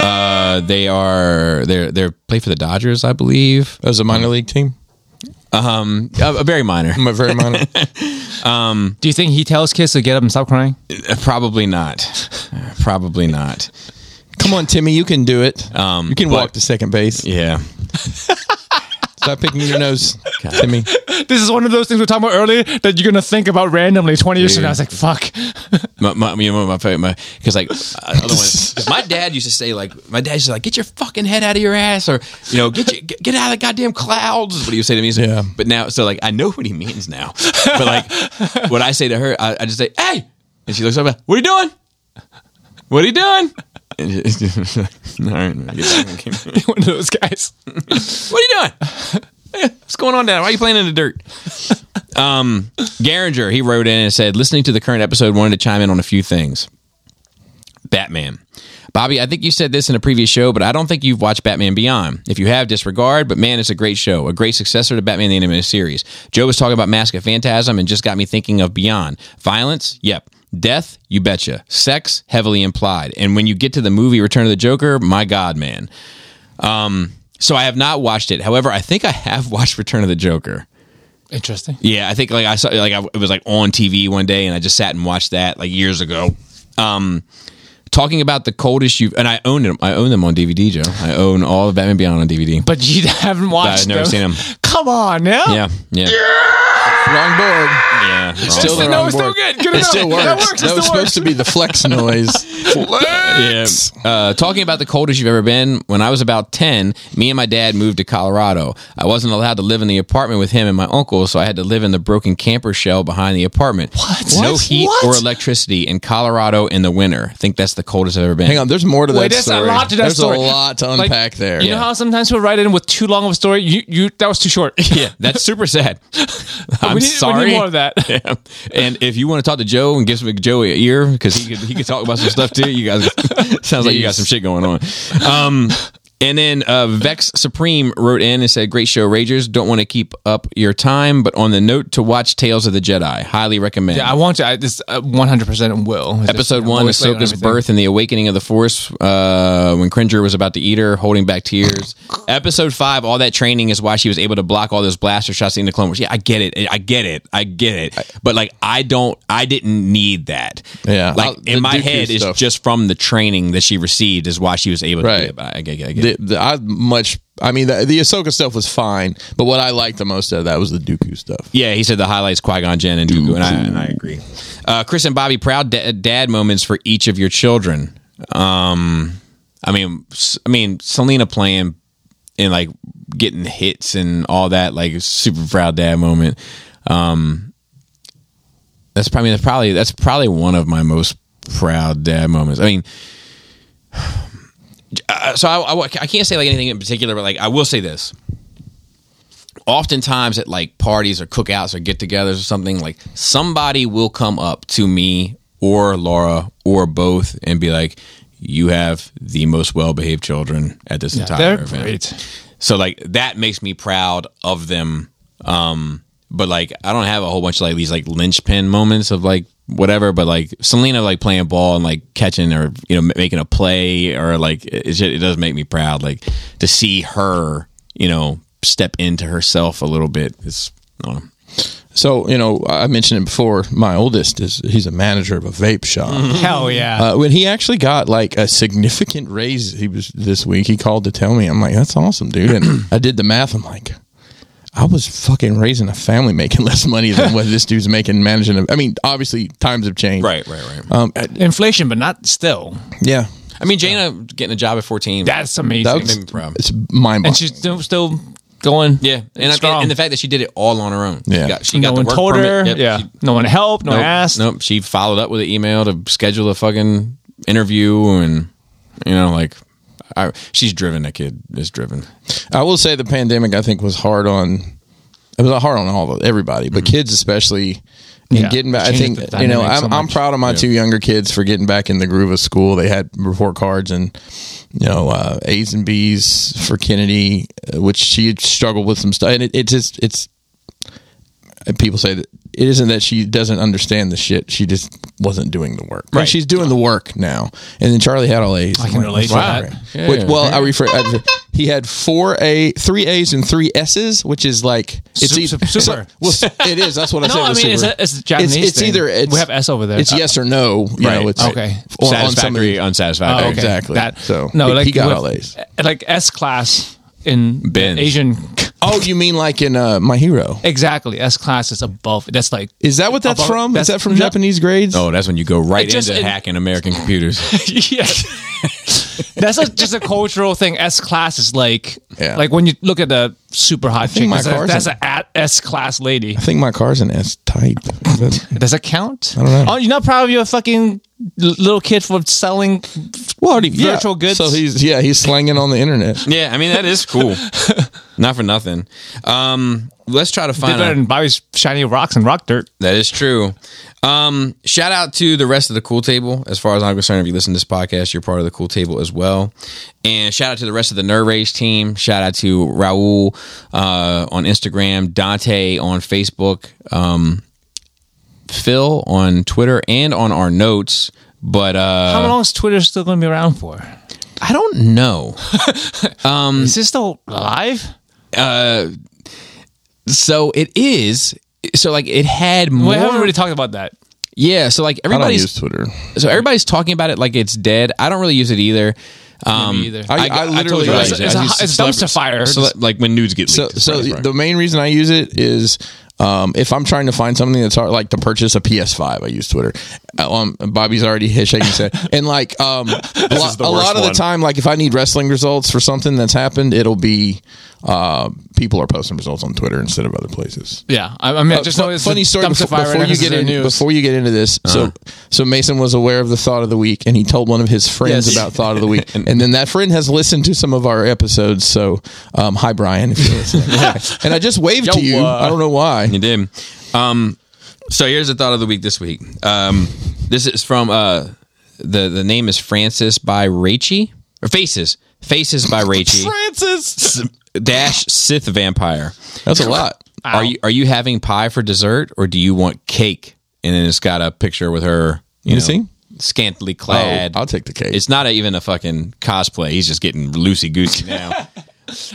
Speaker 1: Uh, they are they're they're play for the Dodgers, I believe.
Speaker 2: That was a minor league team.
Speaker 1: Uh, very minor.
Speaker 2: My very minor.
Speaker 3: Do you think he tells kids to get up and stop crying?
Speaker 1: Probably not. Probably not.
Speaker 2: Come on, Timmy, you can do it.
Speaker 1: Um,
Speaker 2: you can
Speaker 1: but-
Speaker 2: walk to second base.
Speaker 1: Yeah.
Speaker 2: Stop picking your nose, Timmy.
Speaker 3: This is one of those things we were talking about earlier that you're gonna think about randomly 20 years from now. I was like, fuck.
Speaker 1: My, my, you know, my, favorite- my, cause like, uh, otherwise, my dad used to say like, my dad used to like, get your fucking head out of your ass or, you know, get, your, get, get out of the goddamn clouds is what he would say to me.
Speaker 2: Yeah.
Speaker 1: But now, so like, I know what he means now, but like what I say to her, I, I just say, Hey, and she looks up, what are you doing? What are you doing? And it's just, all right, man, get back in the game."
Speaker 3: one of those guys.
Speaker 1: what are you doing? Eh, What's going on down? there? Why are you playing in the dirt? Um, Garinger, he wrote in and said, listening to the current episode, wanted to chime in on a few things. Batman. Bobby, I think you said this in a previous show, but I don't think you've watched Batman Beyond. If you have, disregard, but man, it's a great show, a great successor to Batman the Animated Series. Joe was talking about Mask of Phantasm and just got me thinking of Beyond. Violence? Yep. Death? You betcha. Sex? Heavily implied. And when you get to the movie Return of the Joker, my God, man. So I have not watched it. However, I think I have watched Return of the Joker.
Speaker 3: Interesting.
Speaker 1: Yeah, I think like I saw like I, it was like on TV one day, and I just sat and watched that like years ago. Um, talking about the coldest you've and I own them. I own them on DVD, Joe. I own all of Batman Beyond on DVD.
Speaker 3: But you haven't watched
Speaker 1: I've never
Speaker 3: them.
Speaker 1: seen him.
Speaker 3: Come on now.
Speaker 1: yeah, yeah,
Speaker 2: Wrong board.
Speaker 1: yeah.
Speaker 2: Still the
Speaker 3: No,
Speaker 2: wrong
Speaker 3: it's still
Speaker 2: board.
Speaker 3: good. Good
Speaker 2: It
Speaker 3: enough.
Speaker 2: still
Speaker 3: That
Speaker 2: works. That
Speaker 3: works. That
Speaker 2: was
Speaker 3: still
Speaker 2: supposed
Speaker 3: works.
Speaker 2: to be the flex noise.
Speaker 1: Yeah. Uh, talking about the coldest you've ever been, when I was about 10, me and my dad moved to Colorado. I wasn't allowed to live in the apartment with him and my uncle, so I had to live in the broken camper shell behind the apartment. What? No
Speaker 3: What?
Speaker 1: heat
Speaker 3: What?
Speaker 1: or electricity in Colorado in the winter. I think that's the coldest I've ever been.
Speaker 2: Hang on, there's more to that
Speaker 3: Wait, there's a
Speaker 2: story.
Speaker 3: lot to that
Speaker 2: there's
Speaker 3: story.
Speaker 2: a lot to
Speaker 3: Like,
Speaker 2: unpack there.
Speaker 3: You know how sometimes we write in with too long of a story. You, you that was too short.
Speaker 1: Yeah, that's super sad. I'm
Speaker 3: we need,
Speaker 1: sorry.
Speaker 3: We need more of that.
Speaker 1: Yeah. And if you want to talk to Joe and give some Joey an ear because he could he could talk about some stuff too. You guys sounds like you got some shit going on. Um, And then uh, Vex Supreme wrote in and said, "Great show, Ragers. Don't want to keep up your time, but on the note to watch Tales of the Jedi. Highly recommend.
Speaker 3: Yeah, I want to. I just one hundred percent will. It's just-
Speaker 1: Episode
Speaker 3: I'm
Speaker 1: one,
Speaker 3: always late on
Speaker 1: Ahsoka's
Speaker 3: everything.
Speaker 1: birth and the awakening of the Force, uh, when Cringer was about to eat her, holding back tears. Episode five, all that training is why she was able to block all those blaster shots in the Clone Wars. Yeah, I get it, I get it, I get it. But like, I don't, I didn't need that.
Speaker 2: Yeah.
Speaker 1: like
Speaker 2: Uh, the
Speaker 1: in my
Speaker 2: Dooku
Speaker 1: head, it's
Speaker 2: stuff.
Speaker 1: just from the training that she received is why she was able to.
Speaker 2: Right.
Speaker 1: Do it. But I, I get, I get
Speaker 2: The, the, I much. I mean, the, the Ahsoka stuff was fine, but what I liked the most out of that was the Dooku stuff.
Speaker 1: Yeah, he said the highlights Qui Gon Jinn and Dooku, and I, and I agree. Uh, Chris and Bobby, proud da- dad moments for each of your children. Um, I mean, s- I mean, Selena playing and like getting hits and all that, like super proud dad moment. Um, that's probably that's probably that's probably one of my most proud dad moments. I mean, uh, so I, I wa- I can't say like anything in particular, but like I will say this oftentimes at like parties or cookouts or get-togethers or something like somebody will come up to me or Laura or both and be like you have the most well-behaved children at this entire
Speaker 3: they're
Speaker 1: event
Speaker 3: great.
Speaker 1: so like that makes me proud of them um but like i don't have a whole bunch of like these like linchpin moments of like whatever but like selena like playing ball and like catching or you know ma- making a play or like it, it ju- it does make me proud like to see her you know step into herself a little bit it's I don't know.
Speaker 2: So you know, I mentioned it before. My oldest is he's a manager of a vape shop.
Speaker 3: Hell yeah.
Speaker 2: Uh, when he actually got like a significant raise, he was this week. He called to tell me. I'm like, that's awesome, dude. And I did the math. I'm like, I was fucking raising a family making less money than what this dude's making managing. A, I mean, obviously times have changed.
Speaker 1: right right right
Speaker 2: Um,
Speaker 3: Inflation, but not still.
Speaker 2: yeah.
Speaker 1: i mean jana getting a job at 14
Speaker 3: That's amazing.
Speaker 2: That
Speaker 1: made me proud.
Speaker 2: was, it's mind
Speaker 3: Um, and
Speaker 2: blowing.
Speaker 3: she's still, still going.
Speaker 1: yeah and, I,
Speaker 3: strong.
Speaker 1: and the fact that she did it all on her own
Speaker 2: Yeah.
Speaker 1: she got, she
Speaker 3: no
Speaker 1: got
Speaker 3: one
Speaker 1: the work
Speaker 3: told her.
Speaker 1: permit. Yep,
Speaker 3: yeah.
Speaker 1: she-
Speaker 3: no one helped. No one asked.
Speaker 1: Nope. She followed up with an email to schedule a fucking interview, and you know, like, I, she's driven. That kid is driven.
Speaker 2: I will say the pandemic, I think, was hard on. It was hard on all of everybody, but kids especially. And
Speaker 3: Mm-hmm. Yeah.
Speaker 2: getting back, I
Speaker 3: Changed
Speaker 2: think
Speaker 3: the
Speaker 2: you know
Speaker 3: dynamic
Speaker 2: I'm,
Speaker 3: so
Speaker 2: I'm
Speaker 3: much.
Speaker 2: proud of my two younger kids for getting back in the groove of school. They had report cards and you know uh, A's and B's for Kennedy, uh, which she had struggled with some stuff. And it, it just it's and people say that it isn't that she doesn't understand the shit. She just wasn't doing the work. Right. She's doing the work now. And then Charlie had all A's. I
Speaker 3: can relate to that.
Speaker 1: Yeah.
Speaker 2: Which, well, I refer. I, he had four A, three A's and three S's, which is like it's
Speaker 3: Sup-
Speaker 2: either
Speaker 3: sup- super.
Speaker 2: well, it is. That's what I
Speaker 3: No,
Speaker 2: said.
Speaker 3: I
Speaker 2: was
Speaker 3: mean, it's
Speaker 2: super.
Speaker 3: a- it's a Japanese
Speaker 2: It's, it's
Speaker 3: thing.
Speaker 2: either
Speaker 3: We
Speaker 2: it's,
Speaker 3: have S over there.
Speaker 2: It's yes or no. You
Speaker 1: Right,
Speaker 2: know, it's
Speaker 3: okay.
Speaker 2: or on some of
Speaker 1: satisfactory,
Speaker 2: these-
Speaker 1: unsatisfactory.
Speaker 3: Oh,
Speaker 1: Exactly.
Speaker 2: Exactly.
Speaker 3: That,
Speaker 2: So,
Speaker 3: no,
Speaker 2: he-
Speaker 3: like
Speaker 2: he got
Speaker 3: with-
Speaker 2: all A's.
Speaker 3: uh, Like S class in
Speaker 1: Bins.
Speaker 3: Asian.
Speaker 2: Oh, you mean like in uh, My Hero?
Speaker 3: Exactly. S class is above. That's like
Speaker 2: Is that what that's
Speaker 3: Above-
Speaker 2: from?
Speaker 3: that's-
Speaker 2: is that from
Speaker 3: no.
Speaker 2: Japanese grades?
Speaker 1: Oh, that's when you go right
Speaker 3: It just-
Speaker 1: into
Speaker 3: it-
Speaker 1: hacking American computers.
Speaker 3: yeah. That's a, just a cultural thing. S class is like,
Speaker 2: Yeah.
Speaker 3: like when you look at the super hot chick,
Speaker 2: think my
Speaker 3: that's, a,
Speaker 2: car's
Speaker 3: that's
Speaker 2: in-
Speaker 3: a at S class lady.
Speaker 2: I think my car's an S type. That's-
Speaker 3: Does that count? I
Speaker 2: don't know.
Speaker 3: Oh, you're not proud of your fucking l- little kid for selling
Speaker 2: Well, already
Speaker 3: Virtual
Speaker 2: yeah.
Speaker 3: goods.
Speaker 2: So he's yeah, he's slanging on the internet.
Speaker 1: yeah, I mean that is cool. Not for nothing. Um, let's try to find.
Speaker 3: better
Speaker 1: out-
Speaker 3: than Bobby's shiny rocks and rock dirt.
Speaker 1: That is true. Um, shout out to the rest of the cool table. As far as I'm concerned, if you listen to this podcast, you're part of the cool table as well. And shout out to the rest of the Nerd Rage team. Shout out to Raul uh, on Instagram, Dante on Facebook, um, Phil on Twitter, and on our notes. But
Speaker 3: How
Speaker 1: uh,
Speaker 3: long is Twitter still going to be around for?
Speaker 1: I don't know.
Speaker 2: mm.
Speaker 3: is this still alive?
Speaker 1: So it is. So like it had more.
Speaker 3: We haven't really talked about that.
Speaker 1: yeah. So like
Speaker 2: I don't
Speaker 1: everybody's.
Speaker 2: use Twitter.
Speaker 1: so everybody's talking about it like it's dead. I don't really use it either. Um,
Speaker 3: Me either.
Speaker 2: I, I,
Speaker 1: I told
Speaker 2: literally
Speaker 1: you
Speaker 2: like,
Speaker 1: I-
Speaker 3: it's, it's a,
Speaker 1: I
Speaker 3: it's
Speaker 1: used
Speaker 3: a dumpster fire.
Speaker 1: So
Speaker 3: Just-
Speaker 1: that- like when nudes get
Speaker 2: so.
Speaker 1: leaked.
Speaker 2: So the main reason I use it is um, if I'm trying to find something that's hard, like to purchase a PS5, I use Twitter. Um, Bobby's already his shaking his head, and like um, a, lot-
Speaker 5: is the
Speaker 2: a lot
Speaker 5: worst
Speaker 2: of the
Speaker 5: one.
Speaker 2: time, like if I need wrestling results for something that's happened, it'll be uh, people are posting results on Twitter instead of other places.
Speaker 3: yeah, I, I mean, I just
Speaker 2: Uh,
Speaker 3: know
Speaker 2: Fu-
Speaker 3: it's
Speaker 2: funny
Speaker 3: a
Speaker 2: story
Speaker 3: dumpster
Speaker 2: before,
Speaker 3: fire right
Speaker 2: before you
Speaker 3: now 'cause
Speaker 2: get
Speaker 3: it's
Speaker 2: in,
Speaker 3: the news. Uh-huh.
Speaker 2: before you get into this. So so Mason was aware of the thought of the week, and he told one of his friends
Speaker 3: Yes.
Speaker 2: about thought of the week, and then that friend has listened to some of our episodes. So um, hi Brian, if you're listening, and I just waved to you.
Speaker 3: uh,
Speaker 2: I don't know why.
Speaker 1: You did. Um, so here's the thought of the week this week. Um, this is from uh, the the name is Francis by Rachy or Faces Faces by Reichi.
Speaker 3: Francis.
Speaker 1: Dash Sith Vampire.
Speaker 2: That's a lot.
Speaker 1: Are you are you having pie for dessert or do you want cake? And then it's got a picture with her. You know,
Speaker 2: see?
Speaker 1: Scantily clad.
Speaker 2: Oh, I'll take the cake.
Speaker 1: It's not a, even a fucking cosplay. He's just getting loosey goosey now.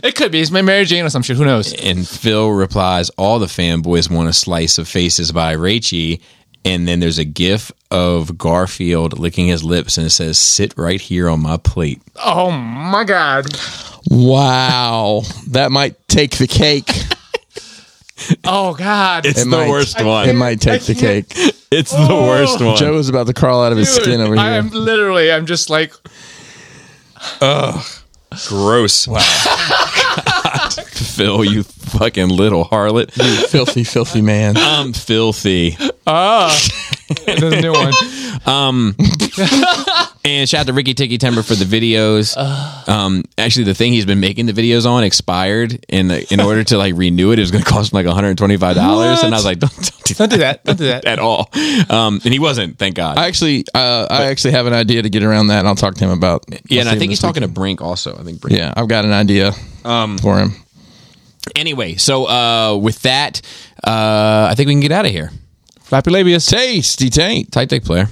Speaker 3: It could be. It's my Mary Jane or some shit. Who knows?
Speaker 1: and Phil replies, "All the fanboys want a slice of Faces by Raichi." And then there's a gif of Garfield licking his lips, and it says, "Sit right here on my plate."
Speaker 3: Oh my god.
Speaker 2: wow, that might take the cake.
Speaker 3: Oh god.
Speaker 5: It's
Speaker 2: It
Speaker 5: the
Speaker 2: might-
Speaker 5: worst
Speaker 2: It
Speaker 5: one.
Speaker 2: might take the cake.
Speaker 5: it's the worst one.
Speaker 2: Joe is about to crawl out of his skin over here.
Speaker 3: I am literally. I'm just like.
Speaker 5: Gross.
Speaker 1: Phil, you fucking little harlot.
Speaker 2: You filthy, filthy man.
Speaker 1: I'm filthy.
Speaker 3: ah. There's a new one.
Speaker 1: And shout out to Ricky Tiki Timber for the videos. Um, actually, the thing he's been making the videos on expired, and uh, in order to like renew it, it was going to cost him like one hundred twenty five dollars. And I was like, don't, don't do that
Speaker 3: Don't do that. Don't do that.
Speaker 1: at all. Um, and he wasn't, thank God.
Speaker 2: I actually, uh, I actually have an idea to get around that, and I'll talk to him about.
Speaker 1: yeah, and I
Speaker 2: I'll see him
Speaker 1: think he's
Speaker 2: this
Speaker 1: talking
Speaker 2: week.
Speaker 1: to Brink also. I think Brink.
Speaker 2: Yeah, I've got an idea
Speaker 1: Um,
Speaker 2: for him.
Speaker 1: Anyway, so uh, with that, uh, I think we can get out of here.
Speaker 3: Flappy labius.
Speaker 2: Tasty taint.
Speaker 1: Tight dick player.